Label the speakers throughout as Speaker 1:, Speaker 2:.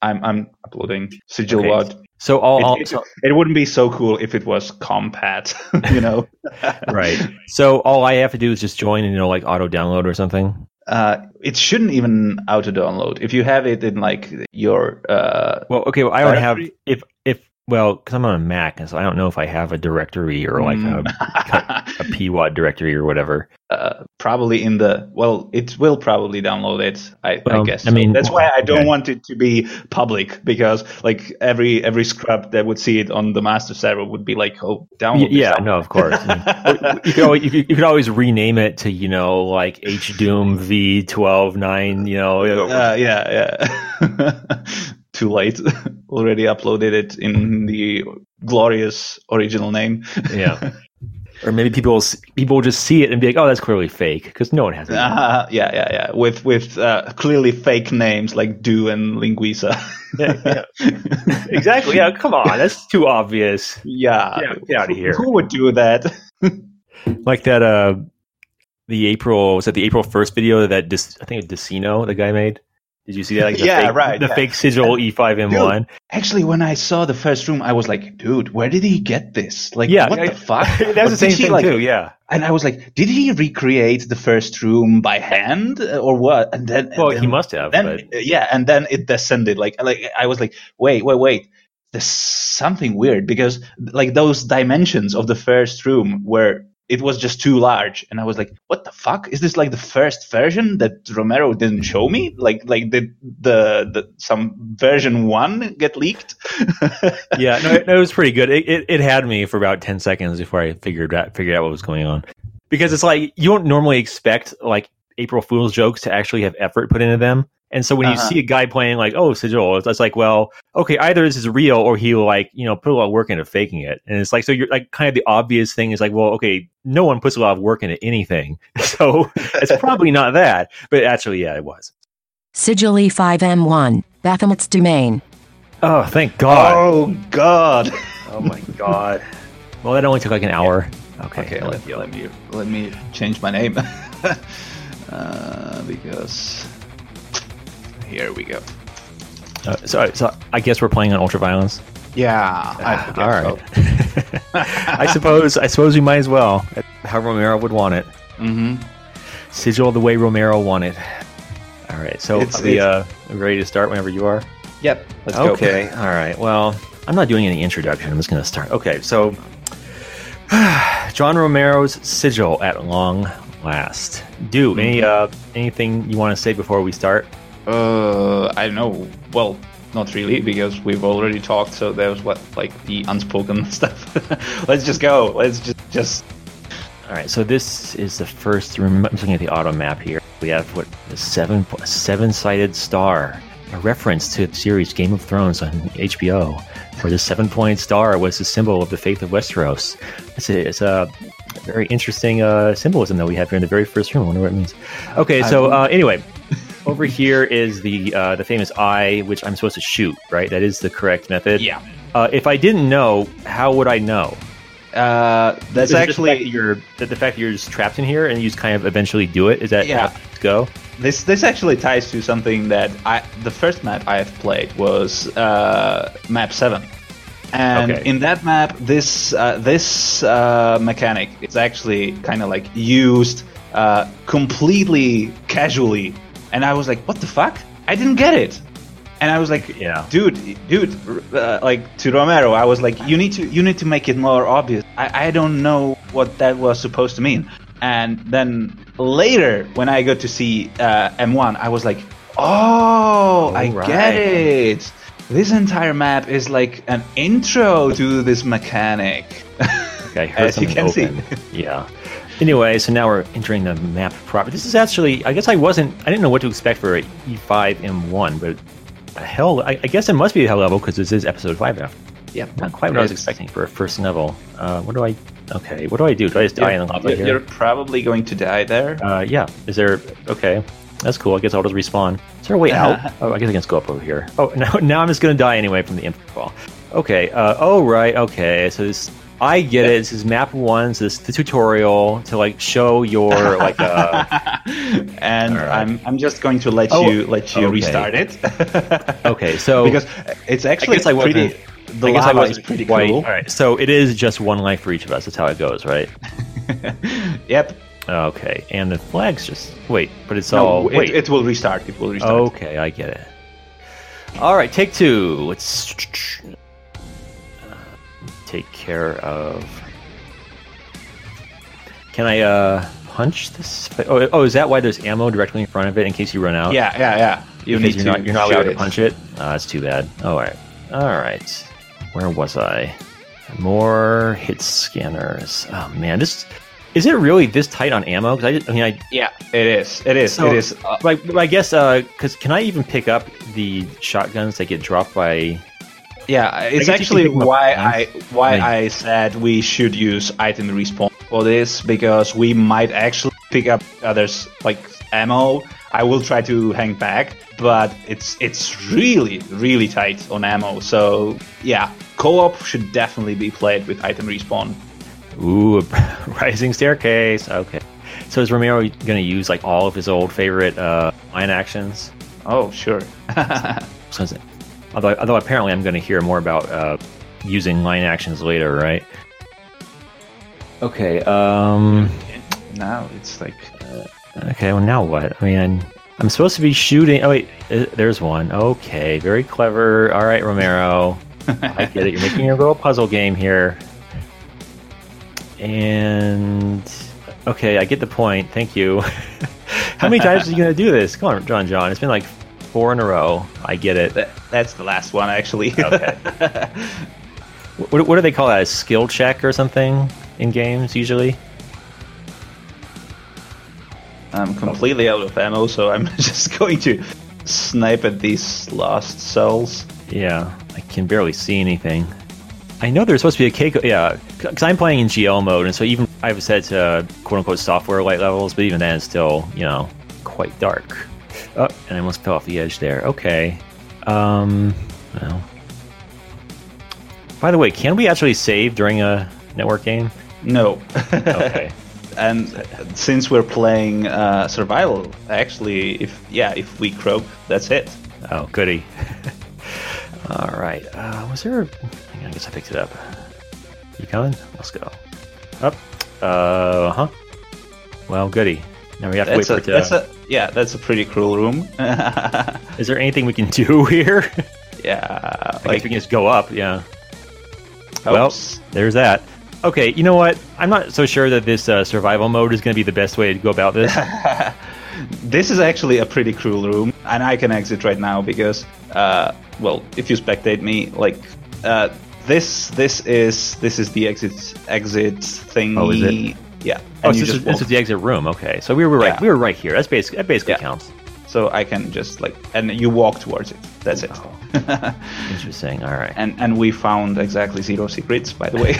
Speaker 1: I'm I'm uploading Sigil
Speaker 2: Okay.
Speaker 1: Word.
Speaker 2: So all, all
Speaker 1: It, it, it wouldn't be so cool if it was compat, you know.
Speaker 2: right. So all I have to do is just join and you know like auto download or something.
Speaker 1: Uh, it shouldn't even auto download. If you have it in like your uh,
Speaker 2: Well, okay. Well, I don't have
Speaker 1: Directory?
Speaker 2: if if well because I'm on a Mac, and so I don't know if I have a directory or like a, a PWAD directory or whatever.
Speaker 1: uh, probably in the well, it will probably download it. I, I
Speaker 2: Well,
Speaker 1: guess.
Speaker 2: I mean-
Speaker 1: that's why I don't
Speaker 2: okay.
Speaker 1: want it to be public because like every every scrub that would see it on the master server would be like, oh,
Speaker 2: Y-
Speaker 1: download. this
Speaker 2: yeah,
Speaker 1: now.
Speaker 2: no, of course. I mean, you could always you could, you could always rename it to you know like H Doom V twelve nine. You know,
Speaker 1: Uh, yeah, yeah. Too late. Already uploaded it in the glorious original name.
Speaker 2: yeah. Or maybe people will s- people will just see it and be like, "Oh, that's clearly fake," because no one has it.
Speaker 1: Ah, yeah, yeah, yeah. With with uh, clearly fake names like Do and Linguisa.
Speaker 2: Yeah, exactly. Yeah, come on, that's too obvious.
Speaker 1: yeah.
Speaker 2: Get out- get outta here.
Speaker 1: Who would do that?
Speaker 2: Like that. Uh, the April was that the April first video that dis, I think Decino the guy made. Did you see that? Like the
Speaker 1: Yeah,
Speaker 2: fake,
Speaker 1: right,
Speaker 2: The
Speaker 1: yeah.
Speaker 2: fake sigil E five M one.
Speaker 1: Actually, when I saw the first room, I was like, "Dude, where did he get this? Like,
Speaker 2: Yeah,
Speaker 1: what
Speaker 2: I-
Speaker 1: the fuck?"
Speaker 2: That's the
Speaker 1: But
Speaker 2: same
Speaker 1: did he,
Speaker 2: thing
Speaker 1: like,
Speaker 2: too. Yeah.
Speaker 1: And I was like, "Did he recreate the first room by hand uh, or what?" And then, and
Speaker 2: Well, he
Speaker 1: then-
Speaker 2: must have.
Speaker 1: then
Speaker 2: but.
Speaker 1: uh, yeah and then it descended like like i was like wait wait wait there's something weird because like those dimensions of the first room were it was just too large and i was like what the fuck is this like the first version that romero didn't show me like like did the, the some version 1 get leaked
Speaker 2: yeah, no, it, no, it was pretty good. It, it it had me for about ten seconds before I figured out figured out what was going on, because it's like you don't normally expect like April Fool's jokes to actually have effort put into them, and so when you
Speaker 1: Uh-huh.
Speaker 2: see a guy playing like oh sigil, it's, it's like well okay either this is real or he like you know put a lot of work into faking it, and it's like so you're like kind of the obvious thing is like well okay no one puts a lot of work into anything, so it's probably not that, but actually yeah it was.
Speaker 3: Sigil E5M1, Baphomet's Domain.
Speaker 2: Oh thank God!
Speaker 1: oh god
Speaker 2: Oh, my God! Well, that only took like an hour. Okay,
Speaker 1: okay
Speaker 2: no
Speaker 1: let,
Speaker 2: deal.
Speaker 1: let me let me change my name uh, because here we go
Speaker 2: Uh, so, so I guess we're playing on ultraviolence.
Speaker 1: yeah
Speaker 2: Ah, all right. I suppose. I suppose we might as well. How Romero would want it.
Speaker 1: hmm
Speaker 2: Sigil the way Romero wanted. All right. So
Speaker 1: It's-
Speaker 2: are we uh,
Speaker 1: it's-
Speaker 2: ready to start whenever you are.
Speaker 1: Yep. Let's
Speaker 2: okay. All right. Well, I'm not doing any introduction. I'm just going to start. Okay. So, John Romero's Sigil at long last. Do any uh, anything you want to say before we start?
Speaker 1: go. Uh, I know. Well, not really because we've already talked. So there's what like the unspoken stuff. Let's just go. Let's just just.
Speaker 2: All right, so this is the first room. I'm looking at the auto map here. We have what the seven seven sided star, a reference to the series Game of Thrones on HBO, where the seven pointed star was the symbol of the faith of Westeros. It's a, it's a very interesting uh, symbolism that we have here in the very first room. I wonder what it means. Okay, so uh, anyway, over here is the uh, the famous eye, which I'm supposed to shoot. Right, that is the correct method.
Speaker 1: Yeah.
Speaker 2: Uh, if I didn't know, how would I know?
Speaker 1: Uh, that's
Speaker 2: Is it just the fact
Speaker 1: actually
Speaker 2: that you're that the fact that you're just trapped in here and you just kind of eventually do it. Is that
Speaker 1: Yeah.
Speaker 2: how it go?
Speaker 1: this. This actually ties to something that I the first map I have played was uh, map seven. And
Speaker 2: Okay.
Speaker 1: in that map, this uh, this uh, mechanic is actually kind of like used uh, completely casually, and I was like, "What the fuck? I didn't get it." And I was like,
Speaker 2: Yeah.
Speaker 1: dude, dude, uh, like to Romero, I was like, you need to you need to make it more obvious. I, I don't know what that was supposed to mean." And then later, when I got to see uh, M1, I was like, "Oh, I
Speaker 2: right.
Speaker 1: get it." This entire map is like an intro to this mechanic.
Speaker 2: Okay, I heard
Speaker 1: As you
Speaker 2: something
Speaker 1: can see.
Speaker 2: open. yeah. Anyway, so now we're entering the map proper. This is actually, I guess I wasn't, I didn't know what to expect for E a E5 M1, but hell, I, I guess it must be a hell level because this is episode five after.
Speaker 1: yeah,
Speaker 2: Not quite what I was
Speaker 1: It's-
Speaker 2: expecting for a first level. Uh, what do I? Okay, what do I do? Do I just die in the lava
Speaker 1: You're,
Speaker 2: here?
Speaker 1: you're probably going to die there.
Speaker 2: Uh, yeah. Is there? Okay, that's cool. I guess I'll just respawn. Is there a way out? Oh, I guess I can just go up over here. Oh, now now I'm just gonna die anyway from the impact ball. Okay. Uh, oh right. Okay. So this I get it. This is map one. So this is the tutorial to like show your like uh,
Speaker 1: and
Speaker 2: All right.
Speaker 1: I'm I'm just going to let
Speaker 2: Oh,
Speaker 1: you let you
Speaker 2: okay.
Speaker 1: restart it.
Speaker 2: okay. So
Speaker 1: because it's actually
Speaker 2: guess I
Speaker 1: pretty. The
Speaker 2: I guess I
Speaker 1: lava
Speaker 2: was
Speaker 1: is pretty
Speaker 2: white.
Speaker 1: cool.
Speaker 2: All right. So it is just one life for each of us. That's how it goes, right?
Speaker 1: Yep.
Speaker 2: Okay. And the flags just wait, but it's
Speaker 1: No,
Speaker 2: all
Speaker 1: it,
Speaker 2: Oh, wait.
Speaker 1: it will restart. It will restart.
Speaker 2: okay, I get it. All right, take two. Let's uh, take care of. Can I uh, punch this? Oh, oh, is that why there's ammo directly in front of it in case you run out?
Speaker 1: Yeah, yeah, yeah. You
Speaker 2: Because
Speaker 1: need
Speaker 2: you're
Speaker 1: to.
Speaker 2: not, you're not
Speaker 1: shoot
Speaker 2: allowed to
Speaker 1: it.
Speaker 2: punch it. Oh, that's too bad. All right, all right. Where was I? More hit scanners. Oh man, this is it really this tight on ammo? 'Cause I, just- I mean, I
Speaker 1: Yeah, it is. It is.
Speaker 2: So-
Speaker 1: it is. Uh,
Speaker 2: like I guess because can I even pick up the shotguns that get dropped by?
Speaker 1: yeah, it's
Speaker 2: guess you
Speaker 1: actually
Speaker 2: can pick 'em up
Speaker 1: why I
Speaker 2: once.
Speaker 1: why
Speaker 2: Right.
Speaker 1: I said we should use item respawn for this because we might actually pick up others like ammo. I will try to hang back, but it's it's really really tight on ammo. So yeah, co-op should definitely be played with item respawn.
Speaker 2: Ooh, a rising staircase. Okay, so is Romero going to use like all of his old favorite uh, line actions?
Speaker 1: Oh sure.
Speaker 2: So is it- Although, although apparently I'm going to hear more about uh, using line actions later, right? Okay. Um.
Speaker 1: now it's like
Speaker 2: Okay. Well, now what? I mean, I'm supposed to be shooting. Oh wait, uh, there's one. Okay. Very clever. All right, Romero. I get it. You're making your little puzzle game here. And okay, I get the point. Thank you. How many times are you going to do this? Come on, John. John. It's been like four in a row. I get it.
Speaker 1: That, that's the last one, actually.
Speaker 2: Okay. what, what do they call that? A skill check or something in games usually?
Speaker 1: I'm completely out of ammo, so I'm just going to snipe at these lost cells.
Speaker 2: Yeah, I can barely see anything. I know there's supposed to be a cake. Yeah, because I'm playing in GL mode, and so even I've set to quote unquote software light levels, but even then it's still you know quite dark. Oh, and I almost fell off the edge there. Okay. Um. Well. By the way, can we actually save during a network game?
Speaker 1: No.
Speaker 2: Okay.
Speaker 1: and since we're playing uh, survival, actually, if yeah, if we croak, that's it.
Speaker 2: Oh, goody. All right. Uh, was there? A... I guess I picked it up. You coming? Let's go. Up. Uh huh. Well, goody. Now we have to
Speaker 1: That's a,
Speaker 2: wait for it
Speaker 1: that's
Speaker 2: to.
Speaker 1: a yeah, that's a pretty cruel room.
Speaker 2: Is there anything we can do here?
Speaker 1: yeah,
Speaker 2: like
Speaker 1: like
Speaker 2: we can just go up. Yeah. Well,
Speaker 1: oops.
Speaker 2: there's that. Okay, you know what? I'm not so sure that this uh, survival mode is going to be the best way to go about this. Oh,
Speaker 1: This is actually a pretty cruel room, and I can exit right now because, uh, well, if you spectate me, like, uh, this this is this is the exit exit thing.
Speaker 2: Oh, is it?
Speaker 1: Yeah.
Speaker 2: oh,
Speaker 1: and
Speaker 2: so
Speaker 1: you just
Speaker 2: this, is, this
Speaker 1: walk.
Speaker 2: is the exit room. Okay, so we were right.
Speaker 1: Yeah.
Speaker 2: We were right here. That's basic. That basically
Speaker 1: Yeah.
Speaker 2: counts.
Speaker 1: so I can just like, and you walk towards it. That's it.
Speaker 2: Oh. Interesting. All right.
Speaker 1: And and we found exactly zero secrets, by the way.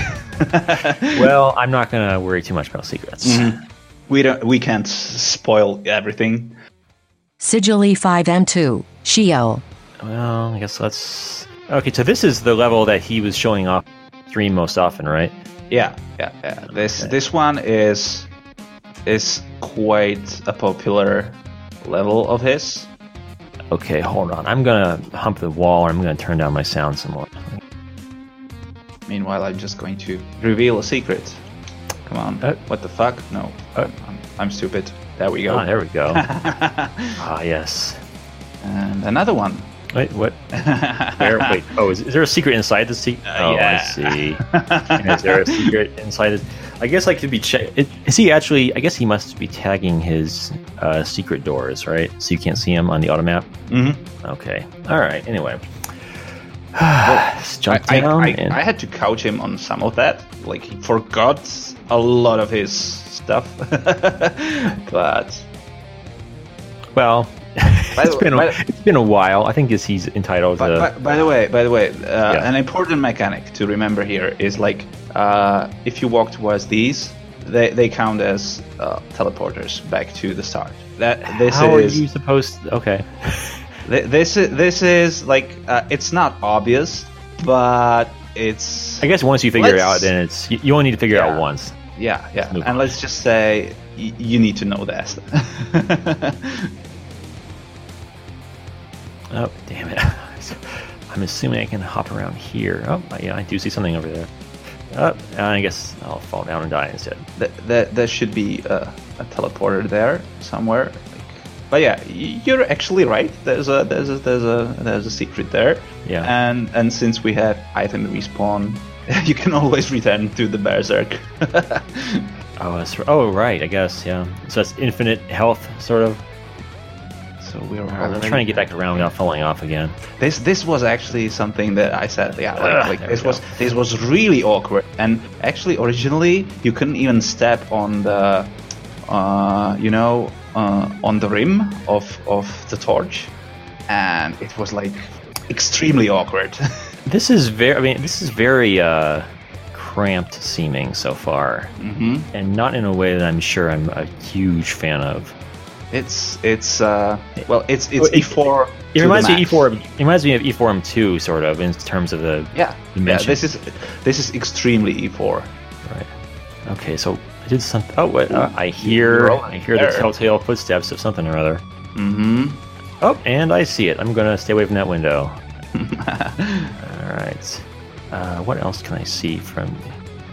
Speaker 2: well, I'm not going to worry too much about secrets.
Speaker 1: we don't we can't spoil everything.
Speaker 3: Sigilly 5M2, Shio.
Speaker 2: Well, I guess let's. Okay, so this is the level that he was showing off three most often, right?
Speaker 1: Yeah, yeah, yeah. This this one is is quite a popular level of his.
Speaker 2: Okay, hold on. I'm gonna hump the wall and I'm gonna turn down my sound some more.
Speaker 1: Meanwhile, I'm just going to reveal a secret. Come on.
Speaker 2: Uh,
Speaker 1: what the fuck? No.
Speaker 2: uh,
Speaker 1: I'm, I'm stupid. There we go.
Speaker 2: Ah, there we go. ah, yes.
Speaker 1: and another one.
Speaker 2: Wait, what? Where, wait. Oh, is, is there a secret inside the secret? oh,
Speaker 1: Uh, yeah.
Speaker 2: I see. And is there a secret inside it? I guess I could be check. it- Is he actually? I guess he must be tagging his uh, secret doors, right? So you can't see him on the auto map.
Speaker 1: Mhm.
Speaker 2: Okay. All right. Anyway. Let's
Speaker 1: I,
Speaker 2: jump
Speaker 1: I,
Speaker 2: down.
Speaker 1: I,
Speaker 2: and-
Speaker 1: I had to couch him on some of that. Like, he forgot a lot of his stuff. but
Speaker 2: well,
Speaker 1: By
Speaker 2: it's
Speaker 1: the-
Speaker 2: been a,
Speaker 1: by the-
Speaker 2: it's been a while. I think is he's entitled
Speaker 1: But,
Speaker 2: to.
Speaker 1: but by the way, by the way, uh,
Speaker 2: Yeah.
Speaker 1: an important mechanic to remember here is like uh, if you walk towards these, they, they count as uh, teleporters back to the start. That this
Speaker 2: how
Speaker 1: is
Speaker 2: are you supposed? okay.
Speaker 1: thi- this is this is like uh, it's not obvious, but it's
Speaker 2: I guess once you figure it out,
Speaker 1: Let's-
Speaker 2: then it's you, you only need to figure it
Speaker 1: Yeah.
Speaker 2: out once.
Speaker 1: yeah, yeah.
Speaker 2: move
Speaker 1: And
Speaker 2: on.
Speaker 1: let's just say y- you need to know this.
Speaker 2: Oh, damn it! I'm assuming I can hop around here. Oh, yeah, I do see something over there. Oh, I guess I'll fall down and die instead.
Speaker 1: Th- th- there should be a, a teleporter there somewhere. Like, but yeah, y- you're actually right. There's a there's a there's a there's a secret there.
Speaker 2: Yeah.
Speaker 1: And and since we have item respawn, you can always return to the berserk.
Speaker 2: Oh, that's, oh, right. I guess yeah. So that's infinite health, sort of.
Speaker 1: so we're
Speaker 2: I'm
Speaker 1: already-
Speaker 2: trying to get back around without falling off again.
Speaker 1: This this was actually something that I said. Yeah,
Speaker 2: Ugh,
Speaker 1: like, like
Speaker 2: there
Speaker 1: this
Speaker 2: we
Speaker 1: was
Speaker 2: go.
Speaker 1: this was really awkward. And actually, originally you couldn't even step on the, uh, you know, uh, on the rim of of the torch, and it was like extremely awkward.
Speaker 2: This is very. I mean, this is very uh, cramped seeming so far,
Speaker 1: hmm
Speaker 2: and not in a way that I'm sure I'm a huge fan of.
Speaker 1: It's it's uh, well, it's it's
Speaker 2: It-
Speaker 1: E4. to
Speaker 2: Oh, E It
Speaker 1: the
Speaker 2: reminds me of E
Speaker 1: max.
Speaker 2: E4. It reminds me of E4M two, sort of, in terms of the.
Speaker 1: Yeah, yeah.
Speaker 2: Dimension.
Speaker 1: This is this is extremely E E4.
Speaker 2: Right. Okay, so I did something. Oh, wait, uh, I hear.
Speaker 1: You're all
Speaker 2: I hear
Speaker 1: there.
Speaker 2: the telltale footsteps of something or other.
Speaker 1: Mm-hmm.
Speaker 2: Oh, and I see it. I'm gonna stay away from that window. All right. Uh, what else can I see from?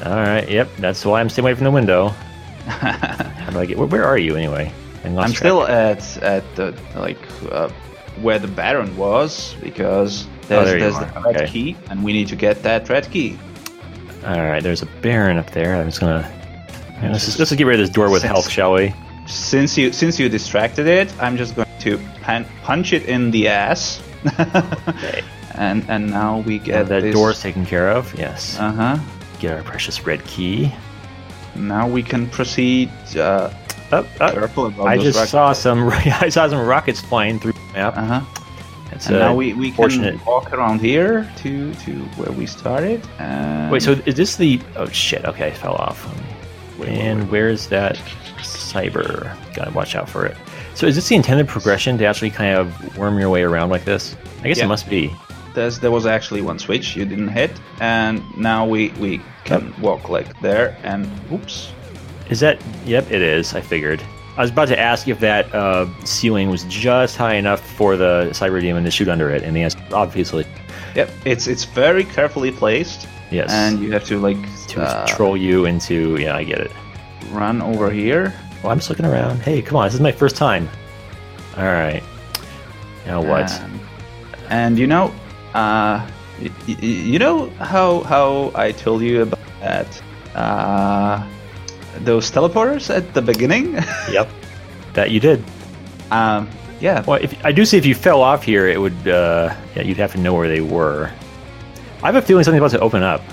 Speaker 2: All right. Yep. That's why I'm staying away from the window. How do I get? Where, where are you anyway? I'm,
Speaker 1: I'm still at at the like uh, where the Baron was because there's,
Speaker 2: Oh, there you
Speaker 1: there's
Speaker 2: are.
Speaker 1: the red
Speaker 2: Okay.
Speaker 1: key and we need to get that red key.
Speaker 2: All right. There's a Baron up there. I'm just gonna. Man, let's, just, let's just get rid of this door with
Speaker 1: Since-
Speaker 2: health, shall we?
Speaker 1: Since you since you distracted it, I'm just going to pan- punch it in the ass. And and now we get
Speaker 2: that
Speaker 1: this,
Speaker 2: door's taken care of. Yes.
Speaker 1: Uh huh.
Speaker 2: get our precious red key.
Speaker 1: Now we can proceed. Uh
Speaker 2: Up, up.
Speaker 1: Careful about
Speaker 2: Oh, I
Speaker 1: those
Speaker 2: just
Speaker 1: rockets.
Speaker 2: saw some. I saw some rockets flying through the map.
Speaker 1: huh.
Speaker 2: That's
Speaker 1: uh-huh. And
Speaker 2: uh,
Speaker 1: now we, we
Speaker 2: fortunate.
Speaker 1: can walk around here to to where we started. And
Speaker 2: Wait, so is this the? Oh shit! Okay, I fell off. Let me- and where's that cyber? Gotta watch out for it. So is this the intended progression to actually kind of worm your way around like this? I guess
Speaker 1: Yeah.
Speaker 2: it must be.
Speaker 1: There's, there was actually one switch you didn't hit, and now we, we can walk like there. And oops,
Speaker 2: Is that? Yep, it is. I figured. I was about to ask if that uh, ceiling was just high enough for the cyber demon to shoot under it, and the answer obviously
Speaker 1: yep, it's it's very carefully placed.
Speaker 2: Yes.
Speaker 1: and you have to like
Speaker 2: to
Speaker 1: uh,
Speaker 2: troll you into. Yeah, I get it.
Speaker 1: run over here.
Speaker 2: Well, Oh, I'm just looking around. Hey, come on, this is my first time. All right. Now what?
Speaker 1: And, and you know, uh, y- y- you know how how I told you about that uh, those teleporters at the beginning.
Speaker 2: Yep. That you did.
Speaker 1: um, yeah,
Speaker 2: Well, if, I do see if you fell off here, it would. Uh, yeah, you'd have to know where they were. I have a feeling something's about to open up.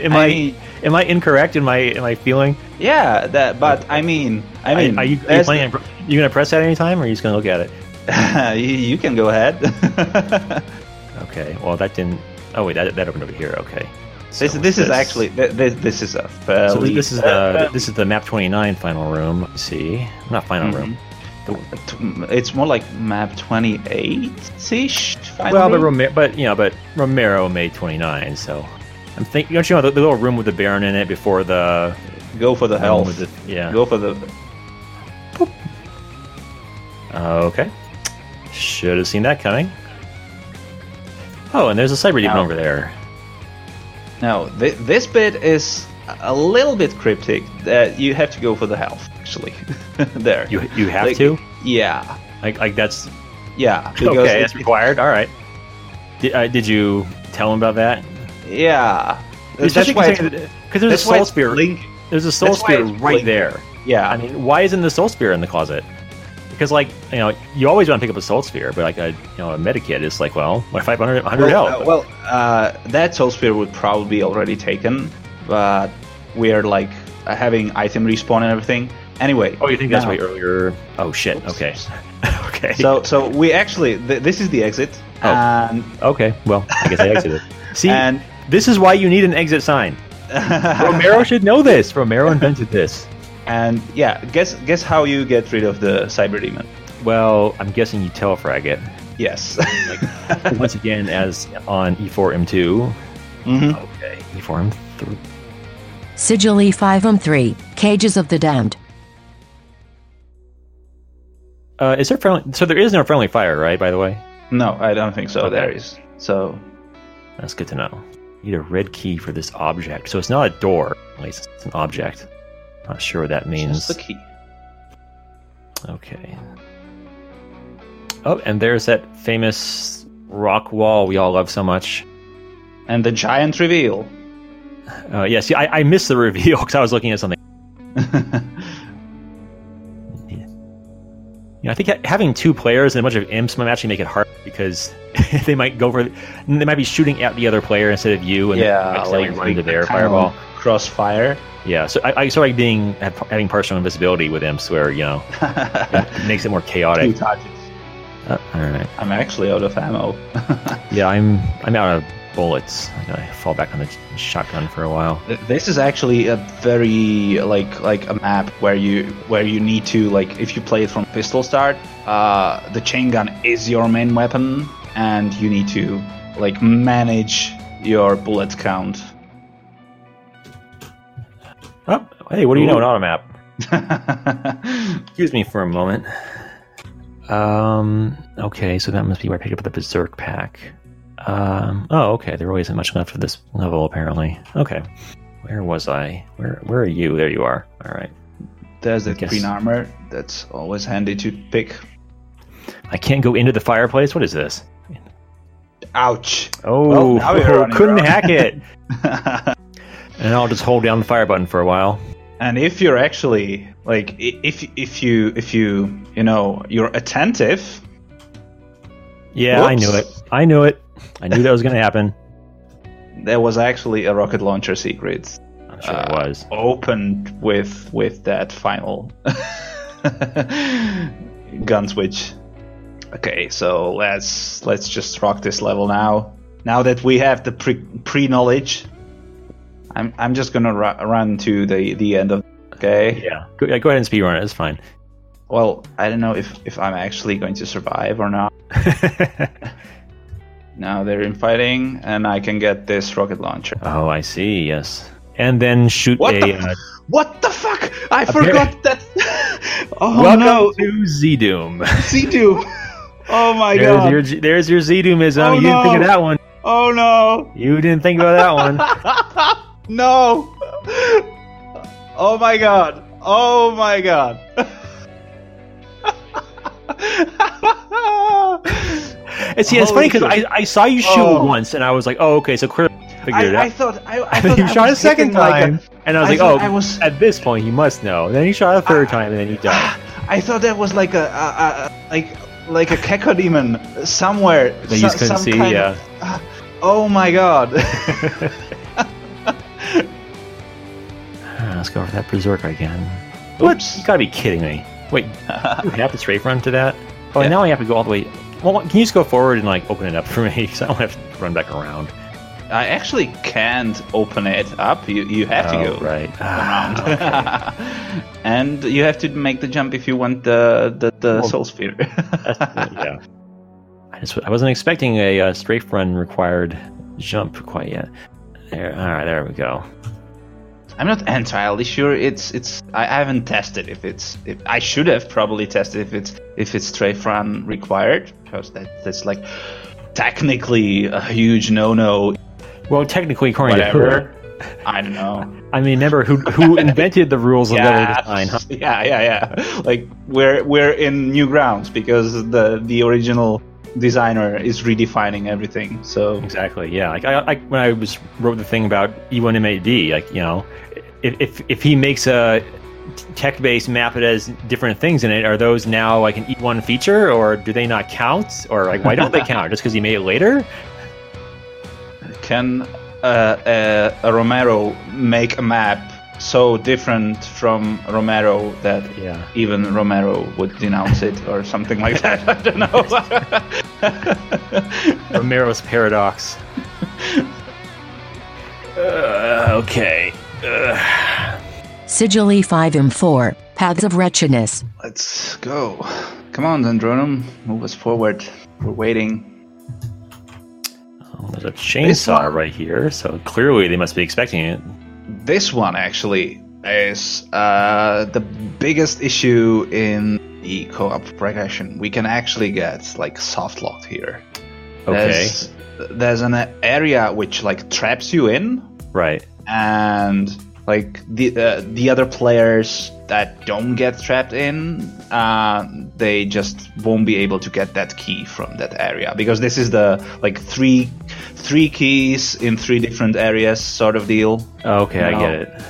Speaker 2: am I,
Speaker 1: I mean-
Speaker 2: am I incorrect in my in my feeling?
Speaker 1: yeah. That, but I mean, I mean,
Speaker 2: are you, are you
Speaker 1: there's-
Speaker 2: planning? on- You gonna press that anytime, or are you just gonna look at it?
Speaker 1: you, you can go ahead.
Speaker 2: Okay. Well, that didn't. Oh wait, that, that opened over here. Okay. So
Speaker 1: This,
Speaker 2: what's
Speaker 1: this is actually uh, th- this, this is a fairly.
Speaker 2: So this, this is the this is the map 29 final room. Let's see, not final room.
Speaker 1: uh, t- It's more like map twenty eight ish.
Speaker 2: Well, but Romero, but you know, but Romero made 29, so I'm thinking. Don't you know the, the little room with the Baron in it before the
Speaker 1: go for the
Speaker 2: hell
Speaker 1: health.
Speaker 2: with it? Yeah.
Speaker 1: Go for the.
Speaker 2: Uh, okay. Should have seen that coming. Oh, and there's a cyber demon
Speaker 1: Ow.
Speaker 2: over there.
Speaker 1: No, th- this bit is a little bit cryptic. That you have to go for the health actually. there.
Speaker 2: You you have
Speaker 1: Like,
Speaker 2: to
Speaker 1: Yeah.
Speaker 2: like like that's
Speaker 1: Yeah. because
Speaker 2: okay. That's
Speaker 1: it-
Speaker 2: required. All right. Did, uh, did you tell him about that?
Speaker 1: yeah.
Speaker 2: Especially
Speaker 1: why it's-
Speaker 2: considering- because there's a
Speaker 1: that's why
Speaker 2: soul
Speaker 1: it's
Speaker 2: spear.
Speaker 1: linked.
Speaker 2: There's a soul
Speaker 1: That's why
Speaker 2: spear
Speaker 1: it's
Speaker 2: right
Speaker 1: blinking.
Speaker 2: there.
Speaker 1: Yeah.
Speaker 2: I mean, why isn't the soul spear in the closet? Because like you know, you always want to pick up a soul spear, but like a you know a medikit is like, well, my 500 100
Speaker 1: Well,
Speaker 2: health.
Speaker 1: uh, well uh, that soul spear would probably be already taken, but we're like uh, having item respawn and everything. Anyway.
Speaker 2: oh, you think that's
Speaker 1: now-
Speaker 2: way earlier? Oh shit. Okay. okay.
Speaker 1: So, so we actually th- this is the exit,
Speaker 2: Oh.
Speaker 1: and
Speaker 2: okay. Well, I guess I exited. See,
Speaker 1: And-
Speaker 2: this is why you need an exit sign. Romero should know this. Romero invented this.
Speaker 1: and yeah, guess guess how you get rid of the cyber demon?
Speaker 2: Well, I'm guessing you telefrag it.
Speaker 1: Yes,
Speaker 2: E Once again, as on E4M2,
Speaker 1: hmm
Speaker 2: Okay, Eform three.
Speaker 3: Sigilli 5 um 3, Cages of the Damned.
Speaker 2: Uh, is there friendly? So there is no friendly fire, right? By the way,
Speaker 1: No, I don't think so.
Speaker 2: Okay.
Speaker 1: There is. So
Speaker 2: that's good to know. Need a red key for this object. So it's not a door. At least it's an object. Not sure what that
Speaker 1: just
Speaker 2: means.
Speaker 1: the key.
Speaker 2: Okay. Oh, and there's that famous rock wall we all love so much.
Speaker 1: And the giant reveal.
Speaker 2: Uh, yeah, see, I, I missed the reveal because I was looking at something. You know, I think ha- having two players and a bunch of imps might actually make it hard because they might go for they might be shooting at the other player instead of you, and
Speaker 1: yeah,
Speaker 2: then accidentally
Speaker 1: like
Speaker 2: run into
Speaker 1: the
Speaker 2: their
Speaker 1: kind of
Speaker 2: fireball.
Speaker 1: Crossfire.
Speaker 2: Yeah, so I, I so like being ha- having partial invisibility with imps, where you know it makes it more
Speaker 1: Two
Speaker 2: chaotic.
Speaker 1: targets.
Speaker 2: Uh, all right,
Speaker 1: I'm actually out of ammo.
Speaker 2: yeah, I'm I'm out of bullets. I gotta fall back on the shotgun for a while.
Speaker 1: this is actually a very like like a map where you where you need to like if you play it from pistol start, uh, the chain gun is your main weapon, and you need to like manage your bullet count.
Speaker 2: Oh, hey, what do you know
Speaker 1: Ooh.
Speaker 2: an auto map? Excuse me for a moment. Um. Okay, so that must be where I picked up the berserk pack. Um. Oh, okay. There really isn't much left of this level, apparently. Okay. Where was I? Where Where are you? There you are. All right.
Speaker 1: There's that
Speaker 2: guess-
Speaker 1: green armor. That's always handy to pick.
Speaker 2: I can't go into the fireplace. What is this?
Speaker 1: Ouch.
Speaker 2: Oh,
Speaker 1: now you're on your
Speaker 2: couldn't
Speaker 1: own.
Speaker 2: hack it. and I'll just hold down the fire button for a while.
Speaker 1: And if you're actually like i- if if you if you you know you're attentive,
Speaker 2: Yeah, I knew it.
Speaker 1: Whoops.
Speaker 2: I knew it. I knew that was going to happen.
Speaker 1: there was actually a rocket launcher secret
Speaker 2: I'm sure it was.
Speaker 1: opened with with that final gun switch. Okay, so let's let's just rock this level now. Now that we have the pre pre knowledge, I'm I'm just gonna ru- run to the the end of. Okay.
Speaker 2: Yeah. Go, yeah, go ahead and speedrun it. It's fine.
Speaker 1: Well, I don't know if if I'm actually going to survive or not. Now they're infighting, and I can get this rocket launcher.
Speaker 2: oh, I see. Yes. And then shoot
Speaker 1: What
Speaker 2: a.
Speaker 1: the?
Speaker 2: uh,
Speaker 1: what the fuck? I
Speaker 2: Appar-
Speaker 1: forgot that. oh
Speaker 2: welcome
Speaker 1: no,
Speaker 2: to Z Doom.
Speaker 1: Zidu. Oh my
Speaker 2: There's
Speaker 1: god.
Speaker 2: your, Z- there's your Z Doomism.
Speaker 1: Oh,
Speaker 2: you didn't think of
Speaker 1: no.
Speaker 2: that one.
Speaker 1: Oh no.
Speaker 2: You didn't think about that one.
Speaker 1: No. Oh my god. Oh my god.
Speaker 2: And see, it's
Speaker 1: Holy
Speaker 2: funny because I,
Speaker 1: shit.
Speaker 2: I saw you shoot
Speaker 1: Oh.
Speaker 2: once, and I was like, oh, okay, so clearly figured it
Speaker 1: I,
Speaker 2: out.
Speaker 1: I thought I, I
Speaker 2: And
Speaker 1: thought
Speaker 2: then
Speaker 1: I
Speaker 2: you shot a
Speaker 1: was
Speaker 2: second
Speaker 1: hitting like
Speaker 2: time, and I was
Speaker 1: I
Speaker 2: like, "Oh,
Speaker 1: thought I was-
Speaker 2: at this point, you must know." then you shot a third time, and then you died.
Speaker 1: I thought that was like a, a, a a- like like a Keko demon somewhere.
Speaker 2: That you just couldn't see,
Speaker 1: kind
Speaker 2: yeah.
Speaker 1: of- Ah, oh my god.
Speaker 2: Ah, Let's go for that berserk again. You
Speaker 1: Oops.
Speaker 2: gotta be kidding me! Wait, you have to strafe run to that? Oh,
Speaker 1: Yeah.
Speaker 2: now I have to go all the way. Well, what- can you just go forward and like open it up for me? Because I don't have to run back around.
Speaker 1: I actually can't open it up. You you have
Speaker 2: Oh,
Speaker 1: to go
Speaker 2: right. Ah,
Speaker 1: around. and you have to make the jump if you want the the, the
Speaker 2: Well,
Speaker 1: soul sphere.
Speaker 2: yeah. I just I wasn't expecting a uh, strafe run required jump quite yet. There, all right, there we go.
Speaker 1: I'm not entirely sure. It's it's I, I haven't tested if it's if I should have probably tested if it's if it's strafe run required because that that's like technically a huge no no.
Speaker 2: Well, technically, according to who?
Speaker 1: Whatever. I don't know.
Speaker 2: I mean, remember who who invented the rules of level design? Huh?
Speaker 1: yeah, yeah, yeah. Like we're we're in new grounds because the the original designer is redefining everything. So
Speaker 2: Exactly. Yeah. Like I, I when I was wrote the thing about E E1MAD, like you know, if if, if he makes a tech-based map that has different things in it, are those now like an E1 feature, or do they not count, or like why don't they count? Just because he made it later?
Speaker 1: can uh, uh, a Romero make a map so different from Romero that
Speaker 2: Yeah.
Speaker 1: even Romero would denounce it or something like that? I don't know.
Speaker 2: Romero's paradox. Uh, okay.
Speaker 3: Sigilli 5 um 4, Paths of Wretchedness.
Speaker 1: Let's go. Come on, Dendronum, move us forward. We're waiting.
Speaker 2: Oh, There's a chainsaw right here, so clearly they must be expecting it.
Speaker 1: This one actually is uh, the biggest issue in the co-op progression. We can actually get like soft locked here.
Speaker 2: Okay,
Speaker 1: There's, there's an area which like traps you in,
Speaker 2: right.
Speaker 1: and like the uh, the other players that don't get trapped in, uh, they just won't be able to get that key from that area because this is the like three three keys in three different areas sort of deal.
Speaker 2: Okay, I
Speaker 1: No.
Speaker 2: get it.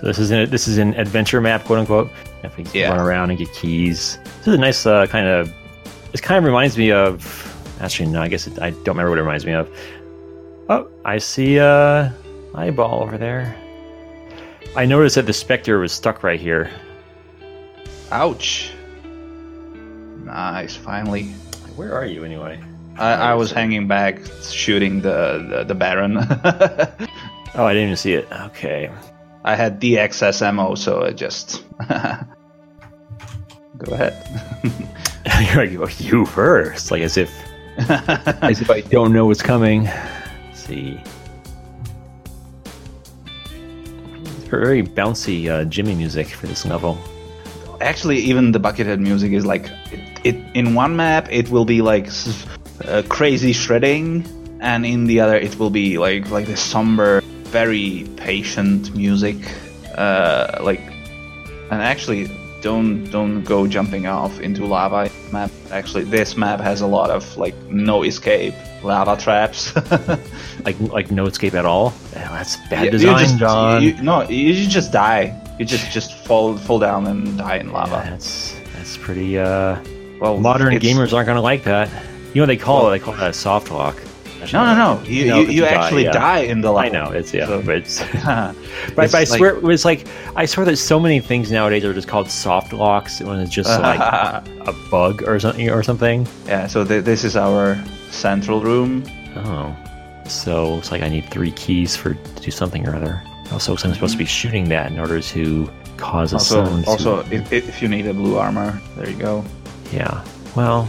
Speaker 2: So this is in, this is an adventure map, quote unquote. If we
Speaker 1: Yeah.
Speaker 2: run around and get keys, this is a nice uh, kind of. This kind of reminds me of. Actually, no, I guess it, I don't remember what it reminds me of. Oh, I see a uh, eyeball over there. I noticed that the specter was stuck right here.
Speaker 1: Ouch! Nice, finally.
Speaker 2: Where are you anyway?
Speaker 1: I, I was hanging back, shooting the the, the Baron.
Speaker 2: Oh, I didn't even see it. Okay.
Speaker 1: I had DXS ammo, so I just go
Speaker 2: You're like, "Oh, you first, like as if
Speaker 1: ahead.
Speaker 2: as if I don't know what's coming. Let's see. Very bouncy uh, Jimmy music for this level.
Speaker 1: actually even the buckethead music is like it, it in one map it will be like s- uh, crazy shredding and in the other it will be like like this somber very patient music uh like and actually don't don't go jumping off into lava map actually this map has a lot of like no escape lava traps
Speaker 2: Like like no escape at all. Oh, that's bad
Speaker 1: You
Speaker 2: design,
Speaker 1: just-
Speaker 2: John.
Speaker 1: you- no you you just die you just just fall fall down and die in
Speaker 2: Yeah,
Speaker 1: lava
Speaker 2: that's that's pretty. Uh,
Speaker 1: well
Speaker 2: modern
Speaker 1: it's-
Speaker 2: gamers aren't gonna like that. You know what they call it? They call that a soft lock.
Speaker 1: No, no, no. You,
Speaker 2: No,
Speaker 1: you,
Speaker 2: 'cause
Speaker 1: you actually
Speaker 2: yeah.
Speaker 1: die in the lava.
Speaker 2: I know it's yeah,
Speaker 1: So-
Speaker 2: but it's, but,
Speaker 1: It's
Speaker 2: but I
Speaker 1: like-
Speaker 2: swear it was like I swear that so many things nowadays are just called soft locks when it's just like a bug or something or something.
Speaker 1: yeah, so th- this is our central room.
Speaker 2: Oh, so looks like I need three keys for to do something or other. Also, looks like I'm supposed to be shooting that in order to cause a
Speaker 1: Also,
Speaker 2: sound. to-
Speaker 1: also if, if you need a blue armor, there you go.
Speaker 2: yeah. Well,